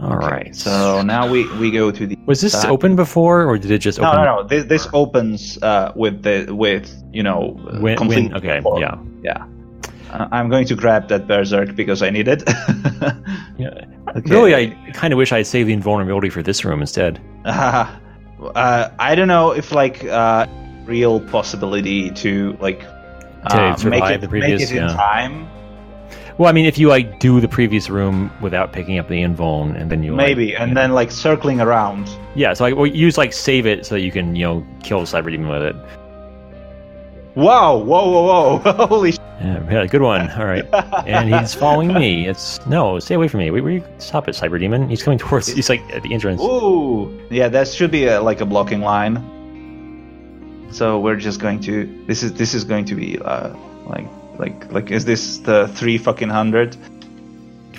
Speaker 2: All right.
Speaker 1: So now we we go to the.
Speaker 2: was this
Speaker 1: Uh,
Speaker 2: open before, or did it just
Speaker 1: No,
Speaker 2: open?
Speaker 1: no, no. This, this opens uh, with the with you know uh,
Speaker 2: Win,
Speaker 1: complete-
Speaker 2: win. Okay,
Speaker 1: or-
Speaker 2: yeah.
Speaker 1: yeah. Uh, I'm going to grab that berserk because I need it.
Speaker 2: Yeah.
Speaker 1: Okay.
Speaker 2: Really, I kind of wish I had saved the invulnerability for this room instead.
Speaker 1: Uh, uh, I don't know if like uh, real possibility to like uh,
Speaker 2: To
Speaker 1: make
Speaker 2: survive
Speaker 1: it
Speaker 2: the previous,
Speaker 1: make it in
Speaker 2: yeah.
Speaker 1: time.
Speaker 2: Well, I mean, if you like do the previous room without picking up the invuln, and then you like,
Speaker 1: Maybe, and
Speaker 2: yeah.
Speaker 1: then like circling around.
Speaker 2: yeah, so like well, you just like save it so that you can you know kill the cyber demon with it.
Speaker 1: Wow! Whoa! Whoa! Whoa! Holy! Sh-
Speaker 2: Yeah, yeah, good one. All right, and he's following me. It's no, stay away from me. We, we stop it, cyber demon. He's coming towards. He's like at the entrance.
Speaker 1: Ooh, yeah, that should be a, like a blocking line. So we're just going to this is this is going to be uh, like like like is this the three fucking hundred?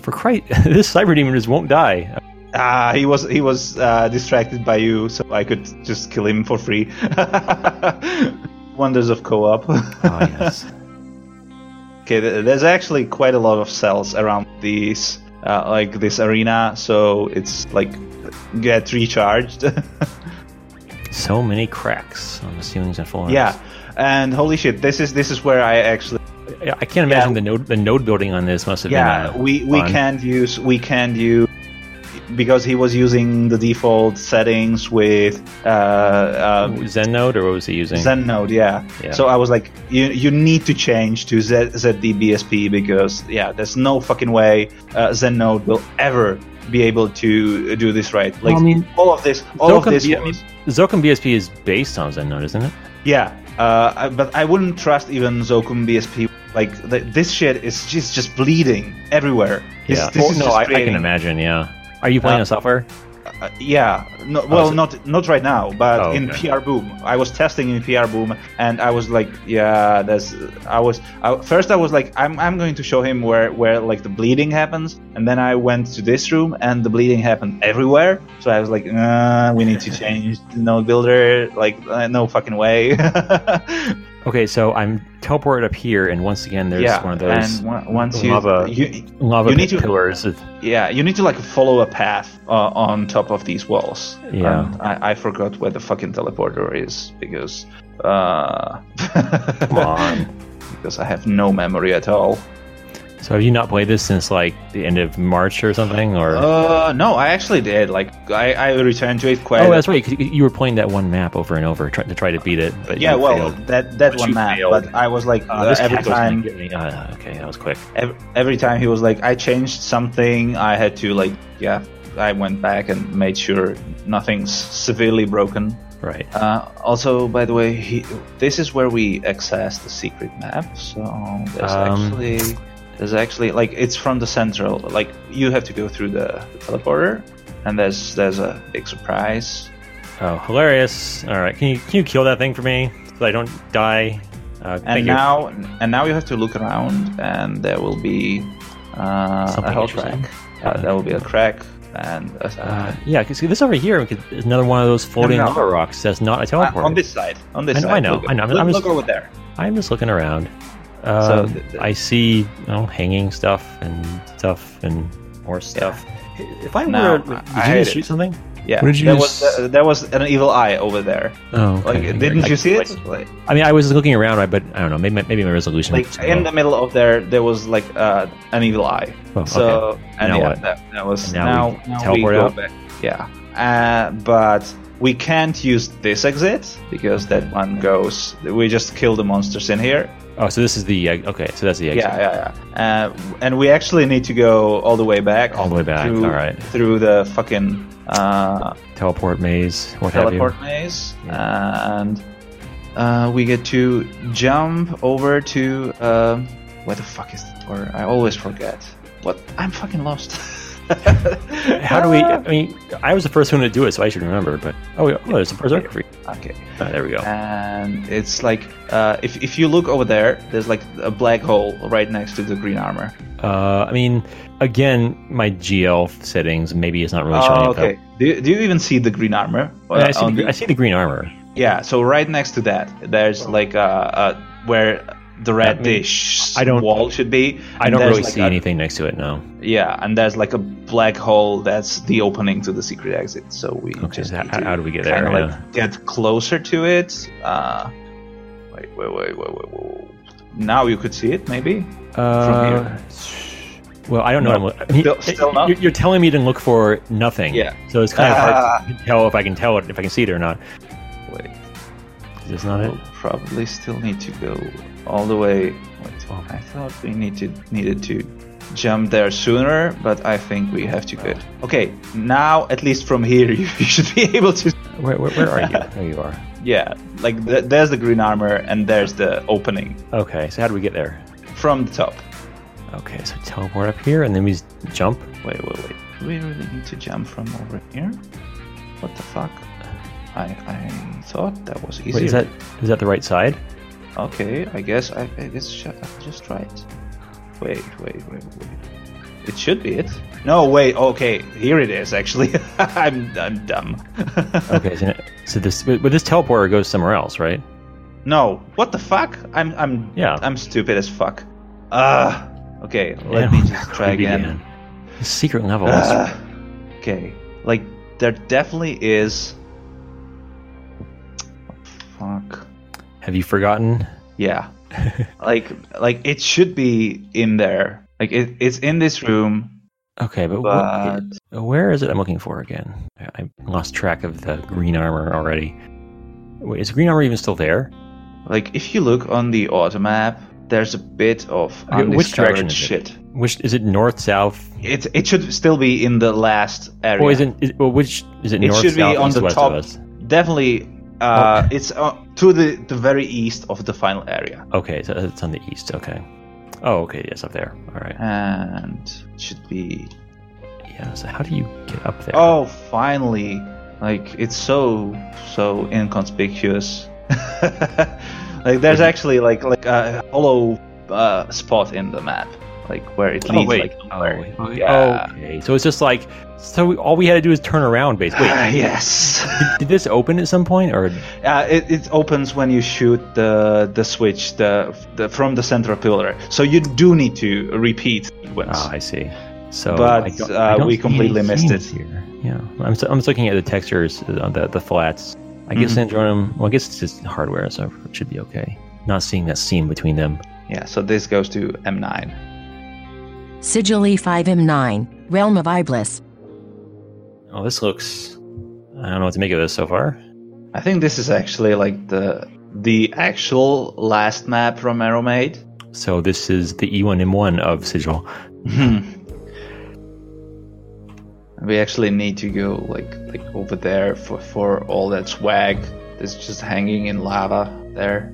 Speaker 2: For Christ, this cyber demon just won't die.
Speaker 1: Ah, he was he was uh, distracted by you, so I could just kill him for free. Wonders of co-op.
Speaker 2: Oh yes.
Speaker 1: okay, th- there's actually quite a lot of cells around these uh, like this arena, so it's like get recharged.
Speaker 2: so many cracks on the ceilings and floors.
Speaker 1: yeah, and holy shit, this is this is where I actually.
Speaker 2: Yeah, I can't imagine the node the node building on this must have
Speaker 1: yeah
Speaker 2: been. uh,
Speaker 1: we we
Speaker 2: fun.
Speaker 1: can't use we can't use because he was using the default settings with uh, uh,
Speaker 2: Zen node or what was he using?
Speaker 1: Zenode, yeah.
Speaker 2: Yeah.
Speaker 1: So I was like, you you need to change to Z- ZDBSP because yeah, there's no fucking way uh, Zenode will ever be able to do this right. Like
Speaker 2: I mean,
Speaker 1: all of this, all of
Speaker 2: Zocam
Speaker 1: this,
Speaker 2: B- I mean,
Speaker 1: was-
Speaker 2: Zocam BSP is based on Zen node, isn't it?
Speaker 1: yeah. Uh, I- but I wouldn't trust even Zokum BSP. Like th- this shit is just just bleeding everywhere. This,
Speaker 2: yeah.
Speaker 1: this
Speaker 2: Oh,
Speaker 1: is
Speaker 2: no,
Speaker 1: just
Speaker 2: I, I
Speaker 1: creating-
Speaker 2: can imagine. Yeah. Are you playing
Speaker 1: Uh,
Speaker 2: on software?
Speaker 1: Uh, yeah, no, well,
Speaker 2: so-
Speaker 1: not not right now, but
Speaker 2: Oh,
Speaker 1: in
Speaker 2: okay.
Speaker 1: PR Boom, I was testing in PR Boom, and I was like, yeah, that's. I was I, first, I was like, I'm I'm going to show him where where like the bleeding happens, and then I went to this room, and the bleeding happened everywhere. So I was like, nah, we need to change the node builder. Like, uh, no fucking way.
Speaker 2: Okay, so I'm teleported up here, and once again, there's
Speaker 1: yeah,
Speaker 2: one of those
Speaker 1: and on- once you,
Speaker 2: lava-
Speaker 1: you
Speaker 2: lava
Speaker 1: you
Speaker 2: pit
Speaker 1: need to-
Speaker 2: pillars. with-
Speaker 1: Yeah, you need to like follow a path uh, on top of these walls.
Speaker 2: Yeah.
Speaker 1: And I, I forgot where the fucking teleporter is because uh,
Speaker 2: Come on.
Speaker 1: because I have no memory at all.
Speaker 2: so have you not played this since like the end of March or something? Or
Speaker 1: Uh, no, I actually did. Like I, I returned to it quite.
Speaker 2: oh, that's right. 'cause You you were playing that one map over and over try, to try to beat it. But
Speaker 1: yeah,
Speaker 2: you
Speaker 1: well,
Speaker 2: failed.
Speaker 1: that that
Speaker 2: But
Speaker 1: one
Speaker 2: you
Speaker 1: map,
Speaker 2: failed.
Speaker 1: but I was like
Speaker 2: Uh,
Speaker 1: uh,
Speaker 2: this
Speaker 1: every
Speaker 2: cat was gonna
Speaker 1: time,
Speaker 2: get me. Uh, okay, that was quick.
Speaker 1: every, every time he was like, I changed something. I had to like, yeah, I went back and made sure nothing's severely broken.
Speaker 2: Right.
Speaker 1: Uh, also, by the way, he, this is where we access the secret map. So there's
Speaker 2: Um.
Speaker 1: actually there's actually like it's from the central. Like you have to go through the, the teleporter, and there's there's a big surprise.
Speaker 2: Oh, hilarious! All right, can you can you kill that thing for me so that I don't die? Uh,
Speaker 1: And
Speaker 2: thank you.
Speaker 1: now and now you have to look around, and there will be uh, a
Speaker 2: Something
Speaker 1: hell
Speaker 2: interesting.
Speaker 1: crack. Uh, there will be a crack and a,
Speaker 2: Uh, yeah, because this over here we could- is another one of those floating
Speaker 1: no.
Speaker 2: lava rocks that's not a
Speaker 1: uh,
Speaker 2: teleport.
Speaker 1: on this side. On this
Speaker 2: I know,
Speaker 1: side.
Speaker 2: I know,
Speaker 1: Look,
Speaker 2: I know. I'm-
Speaker 1: look,
Speaker 2: I'm just-
Speaker 1: look over there.
Speaker 2: I'm just looking around.
Speaker 1: So
Speaker 2: Um,
Speaker 1: th- th-
Speaker 2: I see you know, hanging stuff and stuff and more stuff. If I were,
Speaker 1: No,
Speaker 2: did
Speaker 1: I- I
Speaker 2: you
Speaker 1: hate
Speaker 2: just shoot
Speaker 1: it.
Speaker 2: something?
Speaker 1: Yeah.
Speaker 4: What did you
Speaker 1: there
Speaker 4: use-
Speaker 1: was there was an evil eye over there.
Speaker 2: Oh,
Speaker 1: Like,
Speaker 2: okay.
Speaker 1: didn't
Speaker 2: I-
Speaker 1: you see it? Like,
Speaker 2: I mean, I was looking around, I- but I don't know. Maybe my- maybe my resolution.
Speaker 1: like
Speaker 2: was
Speaker 1: in the
Speaker 2: low.
Speaker 1: middle of there there was like uh, an evil eye
Speaker 2: Oh,
Speaker 1: so
Speaker 2: okay.
Speaker 1: and
Speaker 2: Now
Speaker 1: yeah
Speaker 2: what?
Speaker 1: that, that was
Speaker 2: And
Speaker 1: now,
Speaker 2: now we
Speaker 1: now
Speaker 2: teleport
Speaker 1: go
Speaker 2: out?
Speaker 1: back. yeah uh, but we can't use this exit because that one goes we just kill the monsters in here
Speaker 2: Oh, so this is the uh, okay. So that's the exit.
Speaker 1: Yeah, yeah, yeah. Uh, and we actually need to go all the way back.
Speaker 2: All the way back,
Speaker 1: Through,
Speaker 2: all right.
Speaker 1: Through the fucking uh,
Speaker 2: Teleport maze, what
Speaker 1: teleport
Speaker 2: have
Speaker 1: maze,
Speaker 2: Yeah.
Speaker 1: and uh, we get to jump over to um where the fuck is the door? I always forget. What? I'm fucking lost.
Speaker 2: you. How do we?
Speaker 1: Ah.
Speaker 2: I mean, I was the first one to do it, so I should remember. But oh, yeah, oh there's a berserker for you.
Speaker 1: Okay.
Speaker 2: Ah, there we go.
Speaker 1: and it's like uh, if, if you look over there there's like a black hole right next to the green armor
Speaker 2: Uh, I mean, again, my GL settings maybe it's not really showing
Speaker 1: oh
Speaker 2: up.
Speaker 1: okay do you, do you even see the green armor
Speaker 2: Yeah, I, see
Speaker 1: On
Speaker 2: the, gr- I see the green armor.
Speaker 1: yeah so right next to that there's like uh, uh, where the red
Speaker 2: mean,
Speaker 1: dish
Speaker 2: I don't-
Speaker 1: wall should be
Speaker 2: I
Speaker 1: and
Speaker 2: don't
Speaker 1: there's
Speaker 2: really
Speaker 1: like
Speaker 2: see
Speaker 1: a-
Speaker 2: anything next to it. No.
Speaker 1: yeah and there's like a black hole that's the opening to the secret exit so we
Speaker 2: Okay.
Speaker 1: just
Speaker 2: so h-
Speaker 1: need
Speaker 2: how,
Speaker 1: to
Speaker 2: do we get
Speaker 1: kind
Speaker 2: there?
Speaker 1: of
Speaker 2: Yeah.
Speaker 1: like get closer to it uh, wait wait wait wait wait wait now you could see it maybe
Speaker 2: Uh,
Speaker 1: here.
Speaker 2: Well, I don't know.
Speaker 1: No.
Speaker 2: I mean,
Speaker 1: Still- still not?
Speaker 2: you're, you're telling me to look for nothing.
Speaker 1: Yeah.
Speaker 2: So it's kind of
Speaker 1: Ah.
Speaker 2: hard to tell if I can tell it, if I can see it or not.
Speaker 1: wait
Speaker 2: uh, Is this not it?
Speaker 1: We'll probably still need to go all the way. Wait,
Speaker 2: Oh.
Speaker 1: I thought we needed needed to jump there sooner, but I think we have to go. Okay, now at least from here you, you should be able to.
Speaker 2: Where, where, where are you? there you are.
Speaker 1: Yeah, like th- there's the green armor and there's the opening
Speaker 2: Okay. So how do we get there?
Speaker 1: from the top.
Speaker 2: Okay. So teleport up here, and then we s- jump.
Speaker 1: Wait, wait, wait. Do we really need to jump from over here? What the fuck? I I thought that was easy.
Speaker 2: Wait, is that is that the right side?
Speaker 1: Okay, I guess I, I guess sh- I just try it. Wait, wait, wait, wait. It should be it. No, wait. Okay, here it is. Actually, I'm I'm dumb.
Speaker 2: Okay. so, so this but but this teleporter goes somewhere else, right?
Speaker 1: no, what the fuck? I'm I'm
Speaker 2: Yeah.
Speaker 1: I'm stupid as fuck. Ah. okay, let
Speaker 2: Yeah.
Speaker 1: me just try
Speaker 2: We began.
Speaker 1: again.
Speaker 2: The secret level. is-
Speaker 1: Ah, okay, like there definitely is. Fuck.
Speaker 2: Have you forgotten?
Speaker 1: Yeah. like like it should be in there. Like it, it's in this room,
Speaker 2: Okay, but, wh-
Speaker 1: but
Speaker 2: where is it? I'm looking for again. I I lost track of the green armor already. Wait, is green armor even still there?
Speaker 1: like if you look on the auto map, there's a bit of
Speaker 2: Okay,
Speaker 1: undiscovered
Speaker 2: which direction is it?
Speaker 1: shit.
Speaker 2: Which is it north south?
Speaker 1: It it should still be in the last area.
Speaker 2: Or is it, is, well, which is it,
Speaker 1: It
Speaker 2: north
Speaker 1: should be
Speaker 2: south
Speaker 1: on
Speaker 2: east,
Speaker 1: the
Speaker 2: west
Speaker 1: top.
Speaker 2: of us?
Speaker 1: Definitely, uh, it's uh, to the the very east of the final area,
Speaker 2: Okay, so it's on the east. Okay. Oh, okay. Yes, up there. All right.
Speaker 1: and it should be.
Speaker 2: Yeah. So how do you get up there?
Speaker 1: Oh, finally! Like it's so so inconspicuous. like there's actually like like a hollow uh, spot in the map, like where it
Speaker 2: Oh,
Speaker 1: leads
Speaker 2: wait.
Speaker 1: like
Speaker 2: oh,
Speaker 1: nowhere.
Speaker 2: wait. Oh,
Speaker 1: Yeah.
Speaker 2: Okay. So it's just like so. We, all we had to do is turn around, basically. Oh, Wait,
Speaker 1: yes.
Speaker 2: did this open at some point, or
Speaker 1: Uh, it, it opens when you shoot the the switch the, the from the central pillar. So you do need to repeat the sequence.
Speaker 2: Ah, I see. So,
Speaker 1: But,
Speaker 2: I don't-
Speaker 1: uh,
Speaker 2: I don't
Speaker 1: we
Speaker 2: see
Speaker 1: completely
Speaker 2: any
Speaker 1: missed
Speaker 2: scenes
Speaker 1: it.
Speaker 2: Here. Yeah, I'm, so, I'm just looking at the textures, uh, the the flats. I
Speaker 1: Mm-hmm.
Speaker 2: guess Syndrome. Well, I guess it's just hardware, so it should be okay. Not seeing that seam between them.
Speaker 1: yeah. So this goes to M9.
Speaker 3: Sigil E5M9, Realm of Iblis.
Speaker 2: Oh, this looks. I don't know what to make of this so far.
Speaker 1: I think this is actually like the the actual last map Romero made.
Speaker 2: So this is the E E1M1 of Sigil.
Speaker 1: We actually need to go like like over there for for all that swag that's just hanging in lava there.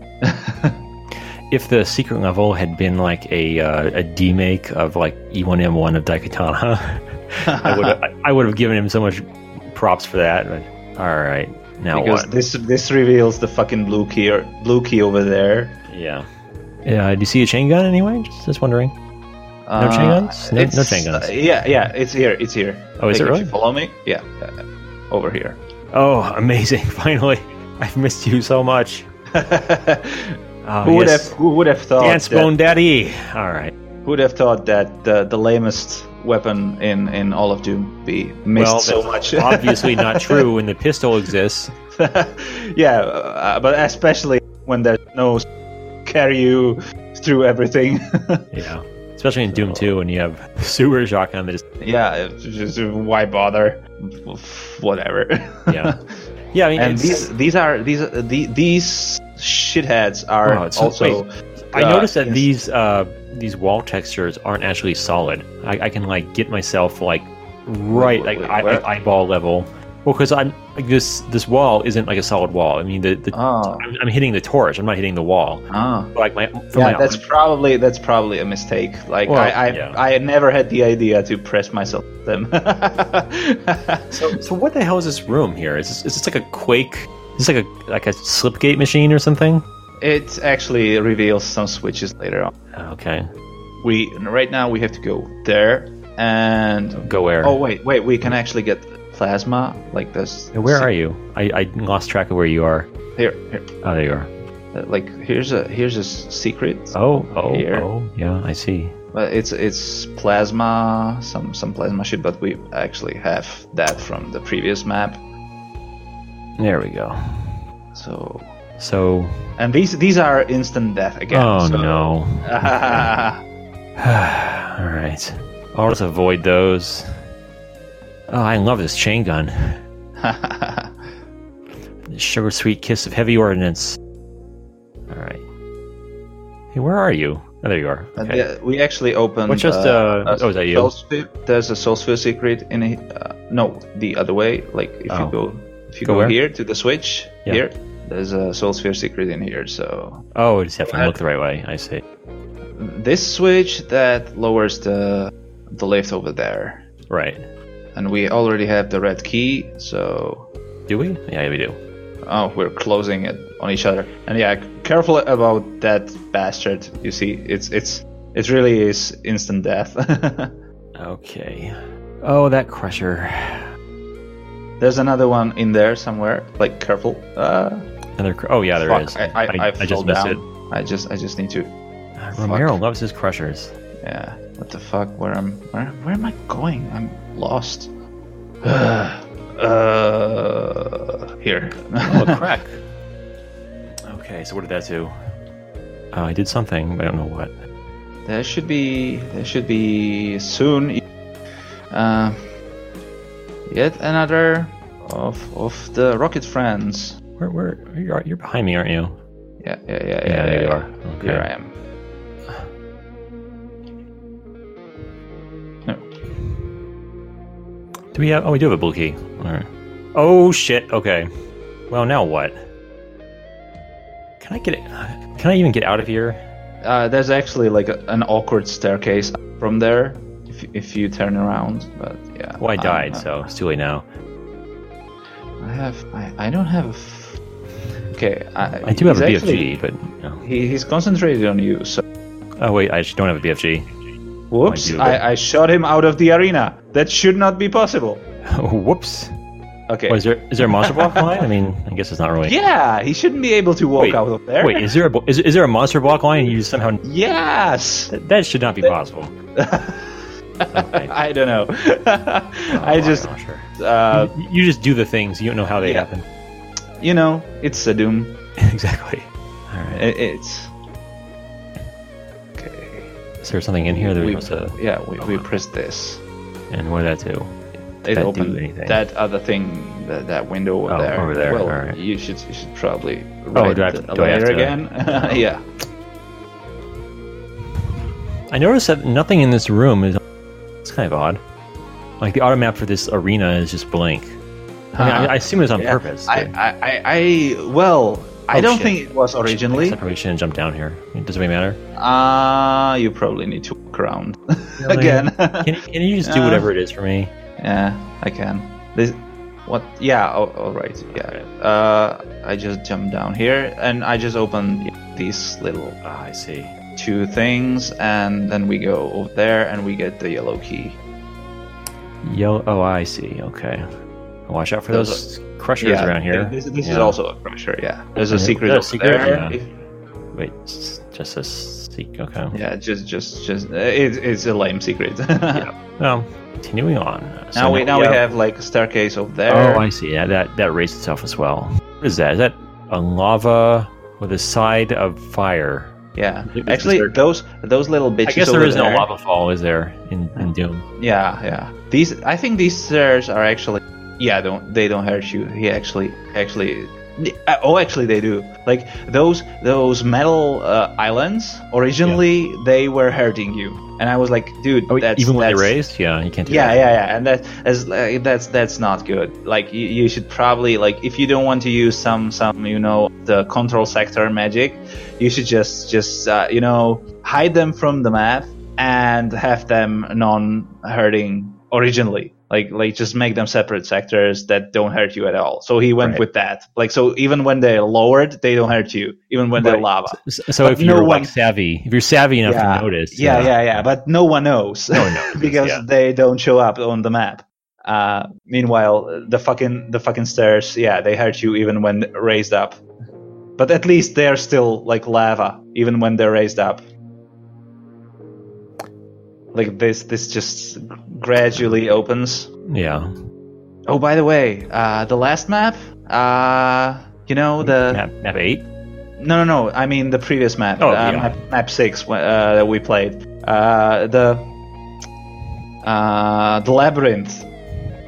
Speaker 2: If the secret level had been like a uh, a demake of like E E1M1 of Daikatana, I would I, I would have given him so much props for that. But, all right, now
Speaker 1: because
Speaker 2: what?
Speaker 1: this this reveals the fucking blue key or blue key over there.
Speaker 2: Yeah. Yeah. Do you see a chain gun anyway? Just, just wondering. No chain guns? No- no
Speaker 1: Uh, it's-
Speaker 2: chain guns.
Speaker 1: uh, yeah, yeah, it's here. It's here.
Speaker 2: Oh, is
Speaker 1: Like,
Speaker 2: it
Speaker 1: if
Speaker 2: really?
Speaker 1: you follow me? Yeah, yeah, yeah. over here.
Speaker 2: Oh, amazing! Finally, I've missed you so much. Oh,
Speaker 1: who would
Speaker 2: yes.
Speaker 1: have Who would have thought?
Speaker 2: Dance
Speaker 1: that,
Speaker 2: Bone Daddy. All right.
Speaker 1: Who would have thought that the the lamest weapon in in all of Doom be missed
Speaker 2: Well,
Speaker 1: so
Speaker 2: that's
Speaker 1: much?
Speaker 2: obviously not true when the pistol exists.
Speaker 1: yeah, uh, but especially when there's no carry you through everything.
Speaker 2: Yeah. Especially in Doom 2 when you have super shotgun that is
Speaker 1: yeah, it's just, why bother? Whatever.
Speaker 2: yeah. Yeah, I mean
Speaker 1: and
Speaker 2: it's-
Speaker 1: these these are these the, these uh, shitheads are
Speaker 2: Wow, Oh, it's-
Speaker 1: also
Speaker 2: wait, I
Speaker 1: Uh,
Speaker 2: noticed that
Speaker 1: yes.
Speaker 2: these uh, these wall textures aren't actually solid. I, I can like get myself like right
Speaker 1: Wait, wait,
Speaker 2: like,
Speaker 1: wait,
Speaker 2: eye,
Speaker 1: where?
Speaker 2: like eyeball level. Well, because I'm like, this this wall isn't like a solid wall. I mean the, the
Speaker 1: Oh,
Speaker 2: I'm, I'm hitting the torch. I'm not hitting the wall.
Speaker 1: oh.
Speaker 2: Like my for
Speaker 1: Yeah,
Speaker 2: my
Speaker 1: that's probably that's probably a mistake. Like
Speaker 2: Well,
Speaker 1: I I,
Speaker 2: yeah.
Speaker 1: I never had the idea to press myself with them.
Speaker 2: So, so what the hell is this room here? Is this, is this like a quake? Is this like a like a slipgate machine or something?
Speaker 1: it actually reveals some switches later on.
Speaker 2: Okay,
Speaker 1: We right now we have to go there and
Speaker 2: go where?
Speaker 1: oh wait wait we can actually get plasma like this.
Speaker 2: Yeah, where are you? I, I lost track of where you are.
Speaker 1: Here here
Speaker 2: Oh, there you are.
Speaker 1: Uh, like here's a here's a s- secret.
Speaker 2: Oh, oh,
Speaker 1: Here.
Speaker 2: oh, yeah, I see.
Speaker 1: But it's it's plasma some some plasma shit, but we actually have that from the previous map.
Speaker 2: There we go.
Speaker 1: So
Speaker 2: So,
Speaker 1: and these these are instant death again.
Speaker 2: oh
Speaker 1: so- uh,
Speaker 2: no. All right. I'll just avoid those. Oh, I love this chain gun. Sugar sweet kiss of heavy ordnance. All right. Hey, where are you? Oh, there you are.
Speaker 1: And
Speaker 2: Okay.
Speaker 1: the- we actually opened.
Speaker 2: What's just, uh, oh, is that you?
Speaker 1: soul sphere- there's a soul sphere secret in a, uh, no the other way. Like if
Speaker 2: Oh.
Speaker 1: you go if you
Speaker 2: Go
Speaker 1: go,
Speaker 2: where?
Speaker 1: here to the switch
Speaker 2: Yeah.
Speaker 1: here, there's a soul sphere secret in here. So
Speaker 2: Oh, I just have to
Speaker 1: Go
Speaker 2: look the right way. I see.
Speaker 1: this switch that lowers the the lift over there.
Speaker 2: Right.
Speaker 1: and we already have the red key so
Speaker 2: Do we? Yeah, we do.
Speaker 1: oh we're closing it on each other and yeah careful about that bastard you see it's it's it really is instant death
Speaker 2: Okay. Oh, that crusher.
Speaker 1: there's another one in there somewhere like careful uh
Speaker 2: Another. Cr- oh, yeah, there
Speaker 1: fuck,
Speaker 2: is.
Speaker 1: I, I, I, fell
Speaker 2: just missed
Speaker 1: down. i just i just need to
Speaker 2: it. Romero loves his crushers.
Speaker 1: yeah what the fuck where am where, where am i going i'm lost uh here
Speaker 2: Oh, crack. okay, so what did that do? Uh, I did something. but I don't know what.
Speaker 1: There should be there should be soon e- uh, yet another of of the rocket friends.
Speaker 2: Where, where you're, you're behind me, aren't you?
Speaker 1: Yeah, yeah, yeah, yeah.
Speaker 2: Yeah, there
Speaker 1: yeah,
Speaker 2: you
Speaker 1: yeah.
Speaker 2: are. Okay.
Speaker 1: Here I am. No.
Speaker 2: Do we have? Oh, we do have a blue key. All right. Oh shit. Okay. Well, now what? Can I get it? uh, Can I even get out of here?
Speaker 1: Uh, there's actually like a, an awkward staircase from there if, if you turn around. But yeah.
Speaker 2: Well, I
Speaker 1: I'm-
Speaker 2: died,
Speaker 1: I-
Speaker 2: so it's too late now.
Speaker 1: I have I, I don't have. a f- Okay. I,
Speaker 2: I do have
Speaker 1: he's
Speaker 2: a
Speaker 1: actually-
Speaker 2: BFG, but no.
Speaker 1: He, he's concentrated on you. So
Speaker 2: Oh wait, I actually don't have a BFG.
Speaker 1: Whoops,
Speaker 2: do that.
Speaker 1: I, I shot him out of the arena. That should not be possible.
Speaker 2: Whoops.
Speaker 1: Okay.
Speaker 2: What, is there is there a monster block line? I mean, I guess it's not really.
Speaker 1: yeah, he shouldn't be able to walk
Speaker 2: Wait,
Speaker 1: out of there.
Speaker 2: Wait, is there a bo- is, is there a monster block line? And you just somehow
Speaker 1: yes!
Speaker 2: that, that should not be possible. Okay.
Speaker 1: I don't know. I
Speaker 2: Oh,
Speaker 1: just,
Speaker 2: I'm not sure.
Speaker 1: uh,
Speaker 2: You- you just do the things. You don't know how they
Speaker 1: yeah.
Speaker 2: happen.
Speaker 1: you know, it's a doom.
Speaker 2: exactly. All right.
Speaker 1: I- It's. Okay.
Speaker 2: Is there something in here that we
Speaker 1: We,
Speaker 2: must? Uh,
Speaker 1: yeah, we, we pressed this.
Speaker 2: and what did that do?
Speaker 1: It
Speaker 2: That do
Speaker 1: opened
Speaker 2: anything?
Speaker 1: that other thing, that, that window over
Speaker 2: Oh,
Speaker 1: there.
Speaker 2: over there,
Speaker 1: Well,
Speaker 2: alright. Oh,
Speaker 1: you should you should probably write
Speaker 2: do I have
Speaker 1: the
Speaker 2: to- do I have
Speaker 1: letter
Speaker 2: to- Oh,
Speaker 1: again. yeah.
Speaker 2: I noticed that nothing in this room is. It's kind of odd. Like the auto map for this arena is just blank. I, mean, I, I assume it was on
Speaker 1: Ah. Yeah,
Speaker 2: purpose.
Speaker 1: I,
Speaker 2: but-
Speaker 1: I, I, I well, I
Speaker 2: Oh,
Speaker 1: don't
Speaker 2: shit.
Speaker 1: think it was originally.
Speaker 2: I probably shouldn't jump down here. It doesn't really matter.
Speaker 1: Ah, you probably need to walk around again.
Speaker 2: can, you- can you just do
Speaker 1: Uh,
Speaker 2: whatever it is for me?
Speaker 1: yeah, I can. This, what? Yeah, oh, all right. Yeah. Uh, I just jump down here and I just open these little
Speaker 2: Ah, I see.
Speaker 1: two things, and then we go over there and we get the yellow key.
Speaker 2: Yo. Oh, I see. Okay. Watch out for those,
Speaker 1: Those
Speaker 2: crushers around here.
Speaker 1: This, this is
Speaker 2: Yeah.
Speaker 1: also a crusher. Yeah. There's a
Speaker 2: Yeah,
Speaker 1: secret over
Speaker 2: there's a secret,
Speaker 1: there.
Speaker 2: yeah.
Speaker 1: If-
Speaker 2: Wait, s- just a seek. Okay.
Speaker 1: yeah. Just, just, just. It, it's a lame secret.
Speaker 2: Well, continuing on. So
Speaker 1: now we now we have like a staircase over there.
Speaker 2: Oh, I see. Yeah, that that raised itself as well. What is that? Is that a lava with a side of fire?
Speaker 1: yeah.
Speaker 2: Is there-
Speaker 1: Actually, those those little bitches.
Speaker 2: I guess there
Speaker 1: over
Speaker 2: is no
Speaker 1: there- Mm.
Speaker 2: lava fall, is there? In, in Doom.
Speaker 1: Yeah, yeah. These I think these stairs are actually. Yeah, don't they don't hurt you. He actually actually Uh, Oh, actually, they do. Like those those metal uh, islands. Originally, they were hurting you, and I was like, dude,
Speaker 2: Oh,
Speaker 1: that's
Speaker 2: even when they
Speaker 1: that's-
Speaker 2: raised, yeah, you can't do
Speaker 1: Yeah,
Speaker 2: that.
Speaker 1: yeah, yeah, and that as like, that's that's not good. Like you, you should probably like if you don't want to use some some you know the control sector magic, you should just just uh, you know hide them from the map and have them non-hurting originally. Like like just make them separate sectors that don't hurt you at all. So he went
Speaker 2: Right.
Speaker 1: with that. Like so even when they're lowered, they don't hurt you. Even when they're
Speaker 2: Right.
Speaker 1: lava.
Speaker 2: S- So
Speaker 1: But
Speaker 2: if
Speaker 1: no
Speaker 2: you're
Speaker 1: one-
Speaker 2: like savvy, if you're savvy enough to notice,
Speaker 1: Yeah, yeah, yeah. But no one knows.
Speaker 2: No one knows,
Speaker 1: because
Speaker 2: yeah.
Speaker 1: they don't show up on the map. Uh, meanwhile, the fucking the fucking stairs. Yeah, they hurt you even when raised up. But at least they're still like lava, even when they're raised up. Like this, this just gradually opens.
Speaker 2: yeah.
Speaker 1: Oh, by the way, uh, the last map. Uh, you know the
Speaker 2: map, map eight.
Speaker 1: no, no, no. I mean the previous map,
Speaker 2: Oh,
Speaker 1: uh,
Speaker 2: yeah.
Speaker 1: map, map six wh- uh, that we played. Uh, the uh, the labyrinth.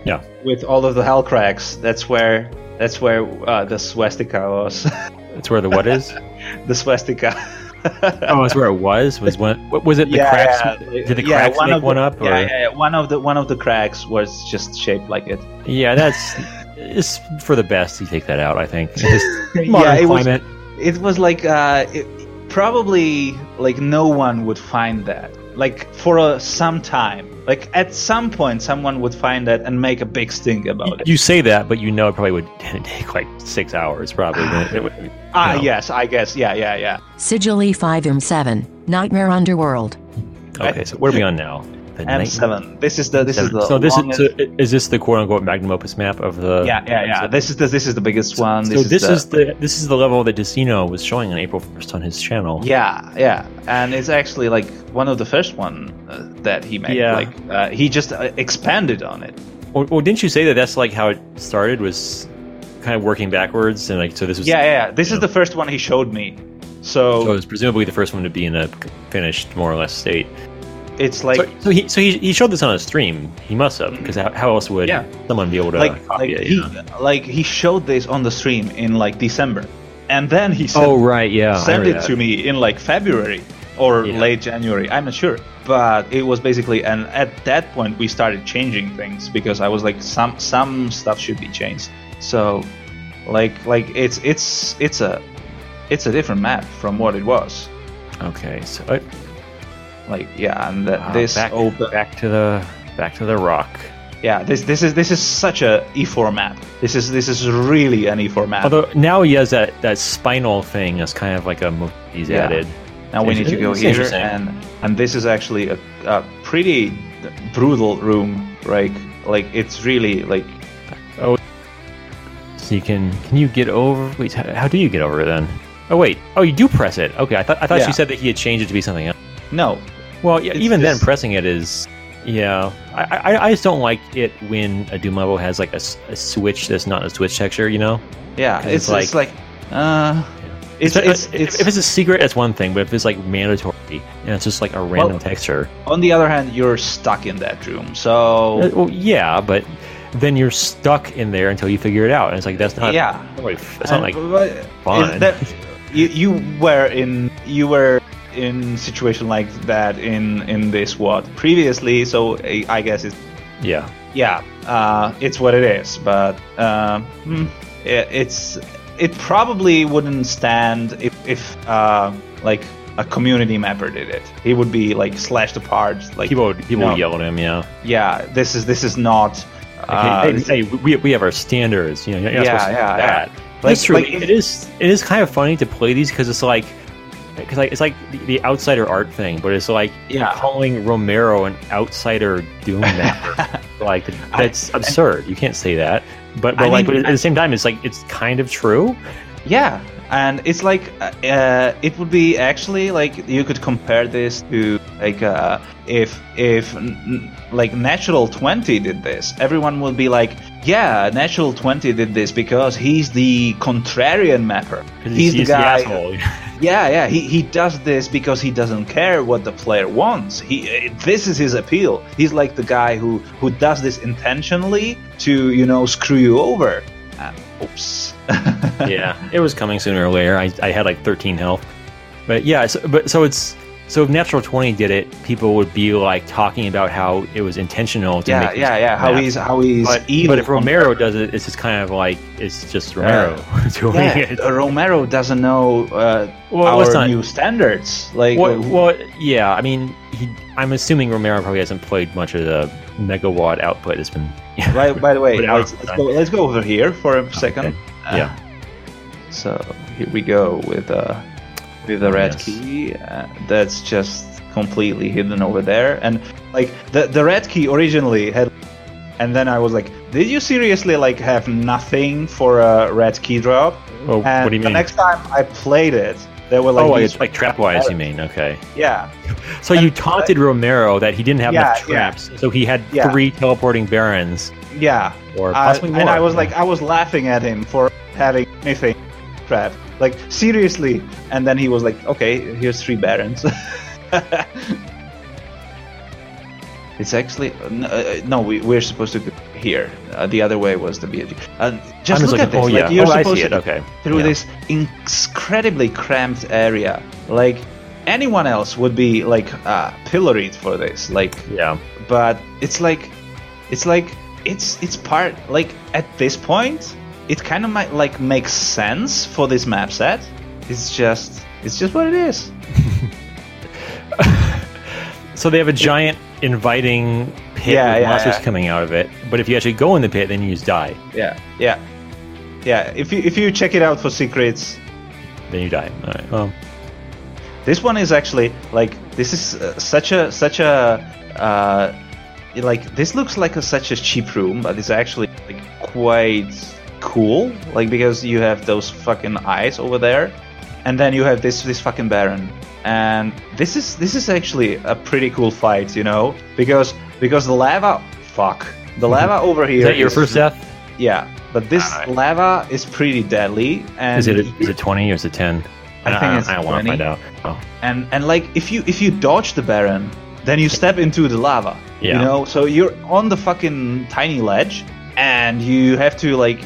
Speaker 2: Yeah.
Speaker 1: With all of the hell cracks. That's where. That's where uh, the swastika was.
Speaker 2: That's where the what is.
Speaker 1: the swastika.
Speaker 2: oh, that's where it was. Was one? What, was it the cracks?
Speaker 1: yeah.
Speaker 2: Did the
Speaker 1: Yeah,
Speaker 2: cracks make
Speaker 1: of
Speaker 2: one
Speaker 1: the-
Speaker 2: up? Or?
Speaker 1: Yeah, yeah, yeah. One of the one of the cracks was just shaped like it.
Speaker 2: Yeah, that's it's for the best. You take that out, I think. Just modern
Speaker 1: it was-
Speaker 2: climate.
Speaker 1: it was like uh, it, probably like no one would find that like for uh, some time like at some point someone would find that and make a big stink about it
Speaker 2: You say that, but you know it probably would take like six hours, probably. It- it would-
Speaker 1: ah
Speaker 2: no.
Speaker 1: yes i guess yeah yeah yeah
Speaker 3: Sigilly 5 M7, Nightmare Underworld.
Speaker 2: Okay, so what are we on now? The
Speaker 1: m7 this is the this is the
Speaker 2: so this
Speaker 1: longest,
Speaker 2: is so i- is this the quote unquote magnum opus map of the?
Speaker 1: yeah yeah yeah this is the this is the biggest one
Speaker 2: so this is the this is the level that Decino was showing on April first on his channel.
Speaker 1: Yeah, yeah, and it's actually like one of the first one uh, that he made.
Speaker 2: Yeah.
Speaker 1: Like uh, he just uh, expanded on it.
Speaker 2: Well, well, didn't you say that that's like how it started was kind of working backwards and like so this was
Speaker 1: Yeah, yeah. yeah. This is
Speaker 2: Yeah.
Speaker 1: the first one he showed me. So,
Speaker 2: So it was presumably the first one to be in a finished, more or less state.
Speaker 1: it's like
Speaker 2: so, so he so he, he showed this on a stream. He must have because how, how else would
Speaker 1: Yeah.
Speaker 2: someone be able to
Speaker 1: like
Speaker 2: Uh, copy
Speaker 1: like
Speaker 2: it?
Speaker 1: he
Speaker 2: you know?
Speaker 1: like he showed this on the stream in like December, and then he sent,
Speaker 2: Oh right, yeah. I
Speaker 1: sent it
Speaker 2: remember
Speaker 1: to me in like February or
Speaker 2: Yeah.
Speaker 1: late January. I'm not sure, but it was basically and at that point we started changing things because I was like some some stuff should be changed. So like like it's it's it's a it's a different map from what it was.
Speaker 2: that. Okay, so uh,
Speaker 1: Like yeah, and that
Speaker 2: wow,
Speaker 1: this
Speaker 2: back,
Speaker 1: open,
Speaker 2: back to the back to the rock.
Speaker 1: yeah this this is this is such a E4 map. This is this is really an E4 map.
Speaker 2: Although now he has that, that spinal thing. That's kind of like a move he's
Speaker 1: Yeah.
Speaker 2: added.
Speaker 1: Now we need to go
Speaker 2: It's
Speaker 1: here,
Speaker 2: interesting.
Speaker 1: and and this is actually a, a pretty brutal room, right? Like it's really like
Speaker 2: So you can can you get over? Wait, how, how do you get over it then? Oh wait, oh you do press it. Okay, I thought I thought
Speaker 1: Yeah.
Speaker 2: you said that he had changed it to be something else.
Speaker 1: no,
Speaker 2: Well, yeah,
Speaker 1: It's
Speaker 2: even
Speaker 1: just-
Speaker 2: then, pressing it is, yeah. I, I, I just don't like it when a Doom level has like a, s- a switch that's not a switch texture. You know,
Speaker 1: yeah,
Speaker 2: 'Cause
Speaker 1: it's,
Speaker 2: it's
Speaker 1: it's like, uh, it's
Speaker 2: So, uh,
Speaker 1: it's,
Speaker 2: if-
Speaker 1: it's,
Speaker 2: if it's a secret, it's one thing, but if it's like mandatory and it's just like a random texture,
Speaker 1: on the other hand, you're stuck in that room,
Speaker 2: uh,
Speaker 1: so
Speaker 2: well, yeah, but then you're stuck in there until you figure it out, and it's like that's not,
Speaker 1: yeah.
Speaker 2: that's not like- that's
Speaker 1: And-
Speaker 2: not like
Speaker 1: but is
Speaker 2: fun.
Speaker 1: that- you you were in you were in situation like that in in this what previously, so I I guess it's
Speaker 2: yeah,
Speaker 1: yeah, uh, it's what it is. But uh, hmm, it, it's it probably wouldn't stand if, if uh, like a community member did it. He would be like slashed apart. Like
Speaker 2: people would- people
Speaker 1: no.
Speaker 2: would yell at him, yeah.
Speaker 1: yeah, this is this is not. Uh,
Speaker 2: Like,
Speaker 1: this-
Speaker 2: hey, hey, we, we have our standards. You know, you're not
Speaker 1: Yeah,
Speaker 2: supposed to do
Speaker 1: yeah,
Speaker 2: that.
Speaker 1: yeah.
Speaker 2: That's
Speaker 1: Like-
Speaker 2: true.
Speaker 1: like if-
Speaker 2: it is. It is kind of funny to play these because it's like, because like it's like the, the outsider art thing, but it's like
Speaker 1: Yeah.
Speaker 2: calling Romero an outsider doom mapper. like that's absurd. you can't say that. But,
Speaker 1: I
Speaker 2: but like
Speaker 1: mean,
Speaker 2: but at the same time, it's like it's kind of true.
Speaker 1: Yeah, and it's like uh, it would be actually like you could compare this to like uh, if if n- n- like natural twenty did this, everyone would be like, yeah, natural twenty did this because he's the contrarian mapper.
Speaker 2: 'Cause
Speaker 1: He's, the guy.
Speaker 2: asshole.
Speaker 1: yeah, yeah. He he does this because he doesn't care what the player wants. He uh, this is his appeal. He's like the guy who who does this intentionally to you know screw you over. Uh, Oops.
Speaker 2: yeah, it was coming sooner or later. I, I had like 13 health, but yeah, so, but so it's so if Natural 20 did it, people would be like talking about how it was intentional to
Speaker 1: yeah,
Speaker 2: make. this
Speaker 1: yeah, yeah. How
Speaker 2: map.
Speaker 1: he's how he's
Speaker 2: but,
Speaker 1: evil.
Speaker 2: but if Romero does it, it's just kind of like it's just Romero doing
Speaker 1: yeah,
Speaker 2: it.
Speaker 1: Romero doesn't know uh,
Speaker 2: Well,
Speaker 1: our
Speaker 2: let's not-
Speaker 1: new standards. Like,
Speaker 2: Well, well, yeah. I mean, he, I'm assuming Romero probably hasn't played much of the megawatt output that's been.
Speaker 1: by, by the way,
Speaker 2: But our-
Speaker 1: let's, let's, go, let's go over here for a second. Uh,
Speaker 2: Yeah.
Speaker 1: So here we go with uh, with the red
Speaker 2: Yes.
Speaker 1: key. Uh, that's just completely hidden over there, and like the the red key originally had, and then I was like, did you seriously like have nothing for a red key drop?
Speaker 2: Well,
Speaker 1: And
Speaker 2: Oh, what do you
Speaker 1: the
Speaker 2: mean?
Speaker 1: next time I played it, there were like
Speaker 2: oh,
Speaker 1: these,
Speaker 2: it's like trap wise, you mean? Okay.
Speaker 1: yeah,
Speaker 2: So you taunted Romero that he didn't have
Speaker 1: uh, Yeah,
Speaker 2: enough traps, so he had
Speaker 1: Yeah.
Speaker 2: three teleporting barons,
Speaker 1: yeah.
Speaker 2: or
Speaker 1: Uh,
Speaker 2: possibly more.
Speaker 1: and I was like, I was laughing at him for having anything trap. Like seriously, and then he was like, "Okay, here's three barons." it's actually n- uh, no, we, we're supposed to go here. Uh, the other way was the BG. Uh, just
Speaker 2: I'm
Speaker 1: look
Speaker 2: just
Speaker 1: at
Speaker 2: looking-
Speaker 1: this.
Speaker 2: oh
Speaker 1: like,
Speaker 2: yeah,
Speaker 1: you're
Speaker 2: oh, I
Speaker 1: supposed
Speaker 2: see it.
Speaker 1: to
Speaker 2: Okay.
Speaker 1: through
Speaker 2: Yeah.
Speaker 1: this incredibly cramped area. Like anyone else would be like uh, pilloried for this. Like
Speaker 2: Yeah.
Speaker 1: but it's like it's like it's it's part like at this point it kind of might like makes sense for this map set it's just it's just what it is
Speaker 2: So they have a giant inviting pit
Speaker 1: Yeah,
Speaker 2: with
Speaker 1: yeah,
Speaker 2: monsters
Speaker 1: yeah.
Speaker 2: coming out of it. But if you actually go in the pit, then you just die.
Speaker 1: yeah yeah yeah if you if you check it out for secrets
Speaker 2: Then you die. All right. Well,
Speaker 1: this one is actually like this is uh, such a such a uh, like this looks like a such a cheap room but it's actually like quite cool like because you have those fucking eyes over there and then you have this this fucking baron and this is this is actually a pretty cool fight you know because because the lava fuck the lava over here
Speaker 2: is that your
Speaker 1: is-
Speaker 2: first death?
Speaker 1: yeah but this
Speaker 2: Alright.
Speaker 1: lava is pretty deadly and
Speaker 2: Is it is it twenty or is it ten?
Speaker 1: I think it's
Speaker 2: I don't want to
Speaker 1: 20.
Speaker 2: find out. Oh,
Speaker 1: and and like if you if you dodge the baron then you step into the lava you
Speaker 2: Yeah.
Speaker 1: know so you're on the fucking tiny ledge and you have to like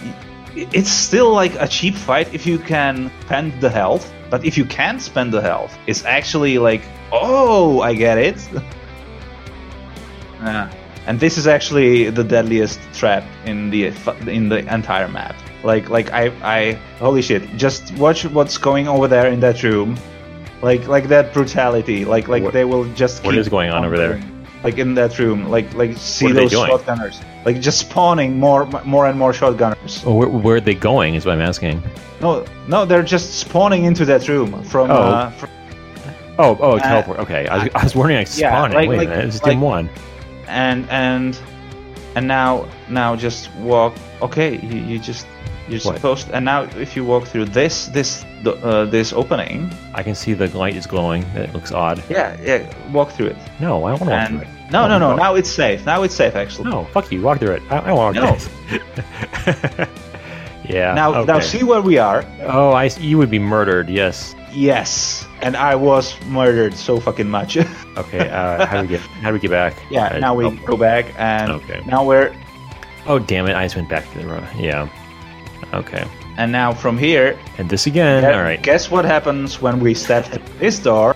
Speaker 1: i- it's still like a cheap fight if you can spend the health but if you can't spend the health it's actually like oh i get it yeah. Ah. and this is actually the deadliest trap in the fu- in the entire map like like i i holy shit just watch what's going over there in that room like like that brutality like like
Speaker 2: What-
Speaker 1: they will just
Speaker 2: what
Speaker 1: keep
Speaker 2: is going on over there?
Speaker 1: like in that room like like see
Speaker 2: What are they
Speaker 1: those
Speaker 2: doing?
Speaker 1: shotgunners like just spawning more more and more shotgunners
Speaker 2: Well, where, where are they going? Is what I'm asking.
Speaker 1: no no they're just spawning into that room from
Speaker 2: Oh.
Speaker 1: uh, fr-
Speaker 2: Oh, oh, teleport. Okay, I was, I was wondering. I
Speaker 1: Uh, yeah,
Speaker 2: spawned
Speaker 1: like-
Speaker 2: it. Wait
Speaker 1: like-
Speaker 2: a minute, it's
Speaker 1: like-
Speaker 2: dim one.
Speaker 1: and and and now now just walk okay you, you just you're
Speaker 2: What?
Speaker 1: supposed and now if you walk through this this the- uh, this opening
Speaker 2: I can see the light is glowing. It looks odd.
Speaker 1: yeah yeah walk through it
Speaker 2: No, I don't want to walk
Speaker 1: and
Speaker 2: through it. Oh,
Speaker 1: no no no
Speaker 2: Walk-
Speaker 1: now it's safe now it's safe actually
Speaker 2: No, fuck you. Walk through it. I, I want to walk through it. yeah.
Speaker 1: now
Speaker 2: okay.
Speaker 1: now see where we are
Speaker 2: Oh, I. s- You would be murdered. Yes.
Speaker 1: Yes, and I was murdered so fucking much. yeah,
Speaker 2: Okay. Uh, how do we get? How do we get back? Uh,
Speaker 1: now we
Speaker 2: oh,
Speaker 1: go back and
Speaker 2: Okay.
Speaker 1: now we're
Speaker 2: Oh damn it! I just went back to the room. Yeah. Okay.
Speaker 1: and now from here.
Speaker 2: And this again.
Speaker 1: gu-
Speaker 2: All right.
Speaker 1: Guess what happens when we step through this door?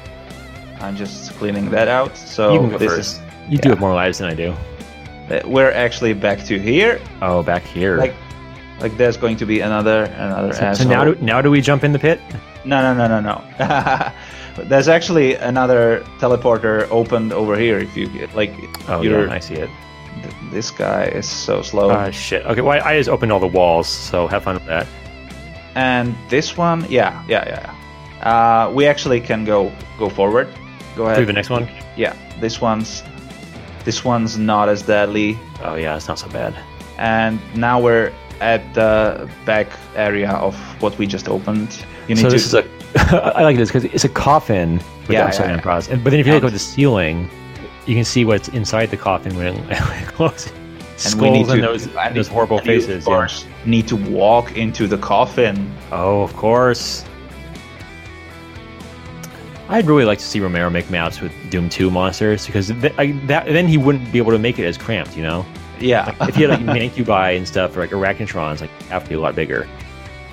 Speaker 1: I'm just cleaning that out. So
Speaker 2: you can go
Speaker 1: this
Speaker 2: first. you do have more lives than I do.
Speaker 1: is uh, we're actually back to here.
Speaker 2: Oh, back here. Uh,
Speaker 1: Like like there's going to be another another
Speaker 2: so, so
Speaker 1: asshole.
Speaker 2: now, do, now do we jump in the pit?
Speaker 1: no no no no no. there's actually another teleporter opened over here. If you like,
Speaker 2: Oh
Speaker 1: you're Oh.
Speaker 2: yeah, I see it.
Speaker 1: th- this guy is so slow.
Speaker 2: Ah shit. Okay. Well, I I just opened all the walls, so have fun with that.
Speaker 1: And this one, yeah, yeah, yeah. yeah. Uh, we actually can go go forward. Go ahead.
Speaker 2: Do we have the next one?
Speaker 1: Yeah, this one's this one's not as deadly.
Speaker 2: Oh yeah, it's not so bad.
Speaker 1: And now we're at the back area of what we just opened. You need
Speaker 2: So
Speaker 1: to.
Speaker 2: this is a. I like this because it's a coffin with
Speaker 1: Yeah,
Speaker 2: the upside
Speaker 1: yeah,
Speaker 2: down
Speaker 1: yeah.
Speaker 2: cross. And- But then if you look
Speaker 1: And-
Speaker 2: at the ceiling, you can see what's inside the coffin when it, when it closes.
Speaker 1: and we need
Speaker 2: Skulls and
Speaker 1: to-
Speaker 2: those,
Speaker 1: and
Speaker 2: those
Speaker 1: you-
Speaker 2: horrible
Speaker 1: and you,
Speaker 2: faces.
Speaker 1: Of
Speaker 2: yeah.
Speaker 1: course, need to walk into the coffin.
Speaker 2: Oh, of course. I'd really like to see Romero make maps with Doom 2 monsters because th- I, that, then he wouldn't be able to make it as cramped, you know?
Speaker 1: yeah.
Speaker 2: if you had like Mancubi and stuff, or like Arachnotrons, like have to be a lot bigger.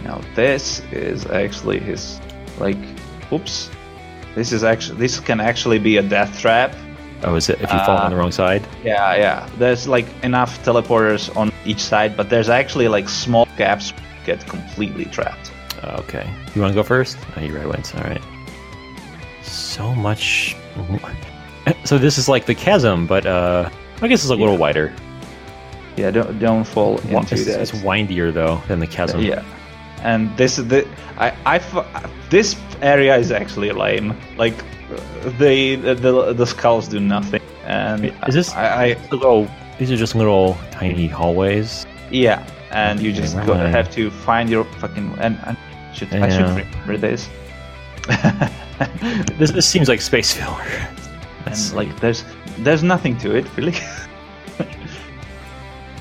Speaker 1: Now this is actually his, like, oops, this is actually this can actually be a death trap.
Speaker 2: Oh, is it if you fall
Speaker 1: Uh,
Speaker 2: on the wrong side?
Speaker 1: Yeah, yeah. There's like enough teleporters on each side, but there's actually like small gaps get completely trapped.
Speaker 2: Oh, okay. You want to go first? Oh, you right went. All right. So much. So this is like the chasm, but uh, I guess it's a little wider.
Speaker 1: Yeah, don't don't fall
Speaker 2: Wa-
Speaker 1: into
Speaker 2: It's,
Speaker 1: that.
Speaker 2: it's windier though than the chasm.
Speaker 1: Yeah, and this the I I fu- this area is actually lame. Like uh, the the the skulls do nothing. And
Speaker 2: Is this-
Speaker 1: I, I
Speaker 2: Little. These are just little tiny hallways.
Speaker 1: yeah, and you
Speaker 2: Okay,
Speaker 1: just
Speaker 2: where
Speaker 1: go,
Speaker 2: am I?
Speaker 1: have to find your fucking and, and should I
Speaker 2: Yeah.
Speaker 1: should remember this.
Speaker 2: This, this seems like space filler.
Speaker 1: and
Speaker 2: That's
Speaker 1: like there's there's nothing to it really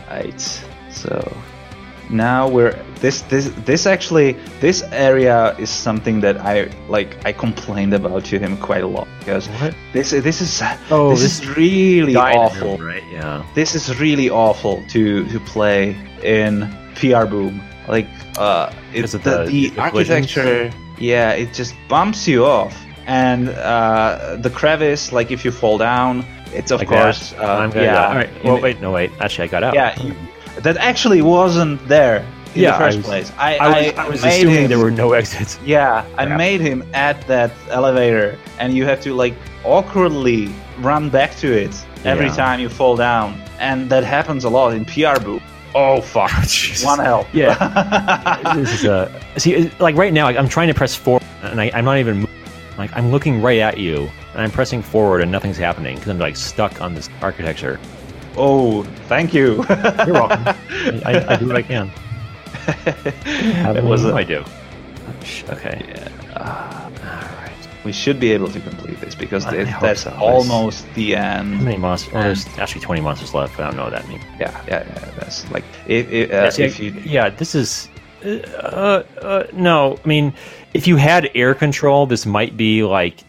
Speaker 1: right so now we're this this this actually this area is something that i like i complained about to him quite a lot because
Speaker 2: What?
Speaker 1: this this is
Speaker 2: Oh,
Speaker 1: this,
Speaker 2: this
Speaker 1: is really awful
Speaker 2: right? Yeah.
Speaker 1: this is really awful to to play in PR Boom. Like uh, it's
Speaker 2: Because
Speaker 1: the,
Speaker 2: of
Speaker 1: the,
Speaker 2: the- the
Speaker 1: architecture. Yeah, it just bumps you off, and uh, the crevice. Like if you fall down, it's of
Speaker 2: Like
Speaker 1: course.
Speaker 2: that.
Speaker 1: Uh,
Speaker 2: I'm gonna
Speaker 1: yeah,
Speaker 2: die. All right. Well, wait. No, wait. Actually, I got out.
Speaker 1: Yeah, you- that actually wasn't there in
Speaker 2: Yeah, I
Speaker 1: the first
Speaker 2: was-
Speaker 1: place. I
Speaker 2: I was, I was
Speaker 1: made
Speaker 2: assuming
Speaker 1: him-
Speaker 2: there were no exits.
Speaker 1: yeah, I
Speaker 2: Crap.
Speaker 1: made him at that elevator, and you have to like awkwardly run back to it every
Speaker 2: Yeah.
Speaker 1: time you fall down, and that happens a lot in PR boo. Oh fuck!
Speaker 2: Jesus.
Speaker 1: One help.
Speaker 2: Yeah. this is uh, see, it- like right now, like, I'm trying to press forward, and I, I'm not even moving. like I'm looking right at you, and I'm pressing forward, and nothing's happening because I'm like stuck on this architecture.
Speaker 1: Oh, thank you.
Speaker 2: You're welcome. I, I, I do what I can.
Speaker 1: It was a-
Speaker 2: I do. Sh- Okay. All right.
Speaker 1: we should be able to complete this because
Speaker 2: I
Speaker 1: it,
Speaker 2: hope
Speaker 1: that's
Speaker 2: so. It's-
Speaker 1: almost the
Speaker 2: How
Speaker 1: end.
Speaker 2: many monsters? Oh, there's actually 20 monsters left, but I don't know what that means.
Speaker 1: Yeah, yeah, yeah. That's like if, if, uh,
Speaker 2: Yeah, see,
Speaker 1: if you.
Speaker 2: yeah, this is. Uh, uh, no, I mean, if you had air control, this might be like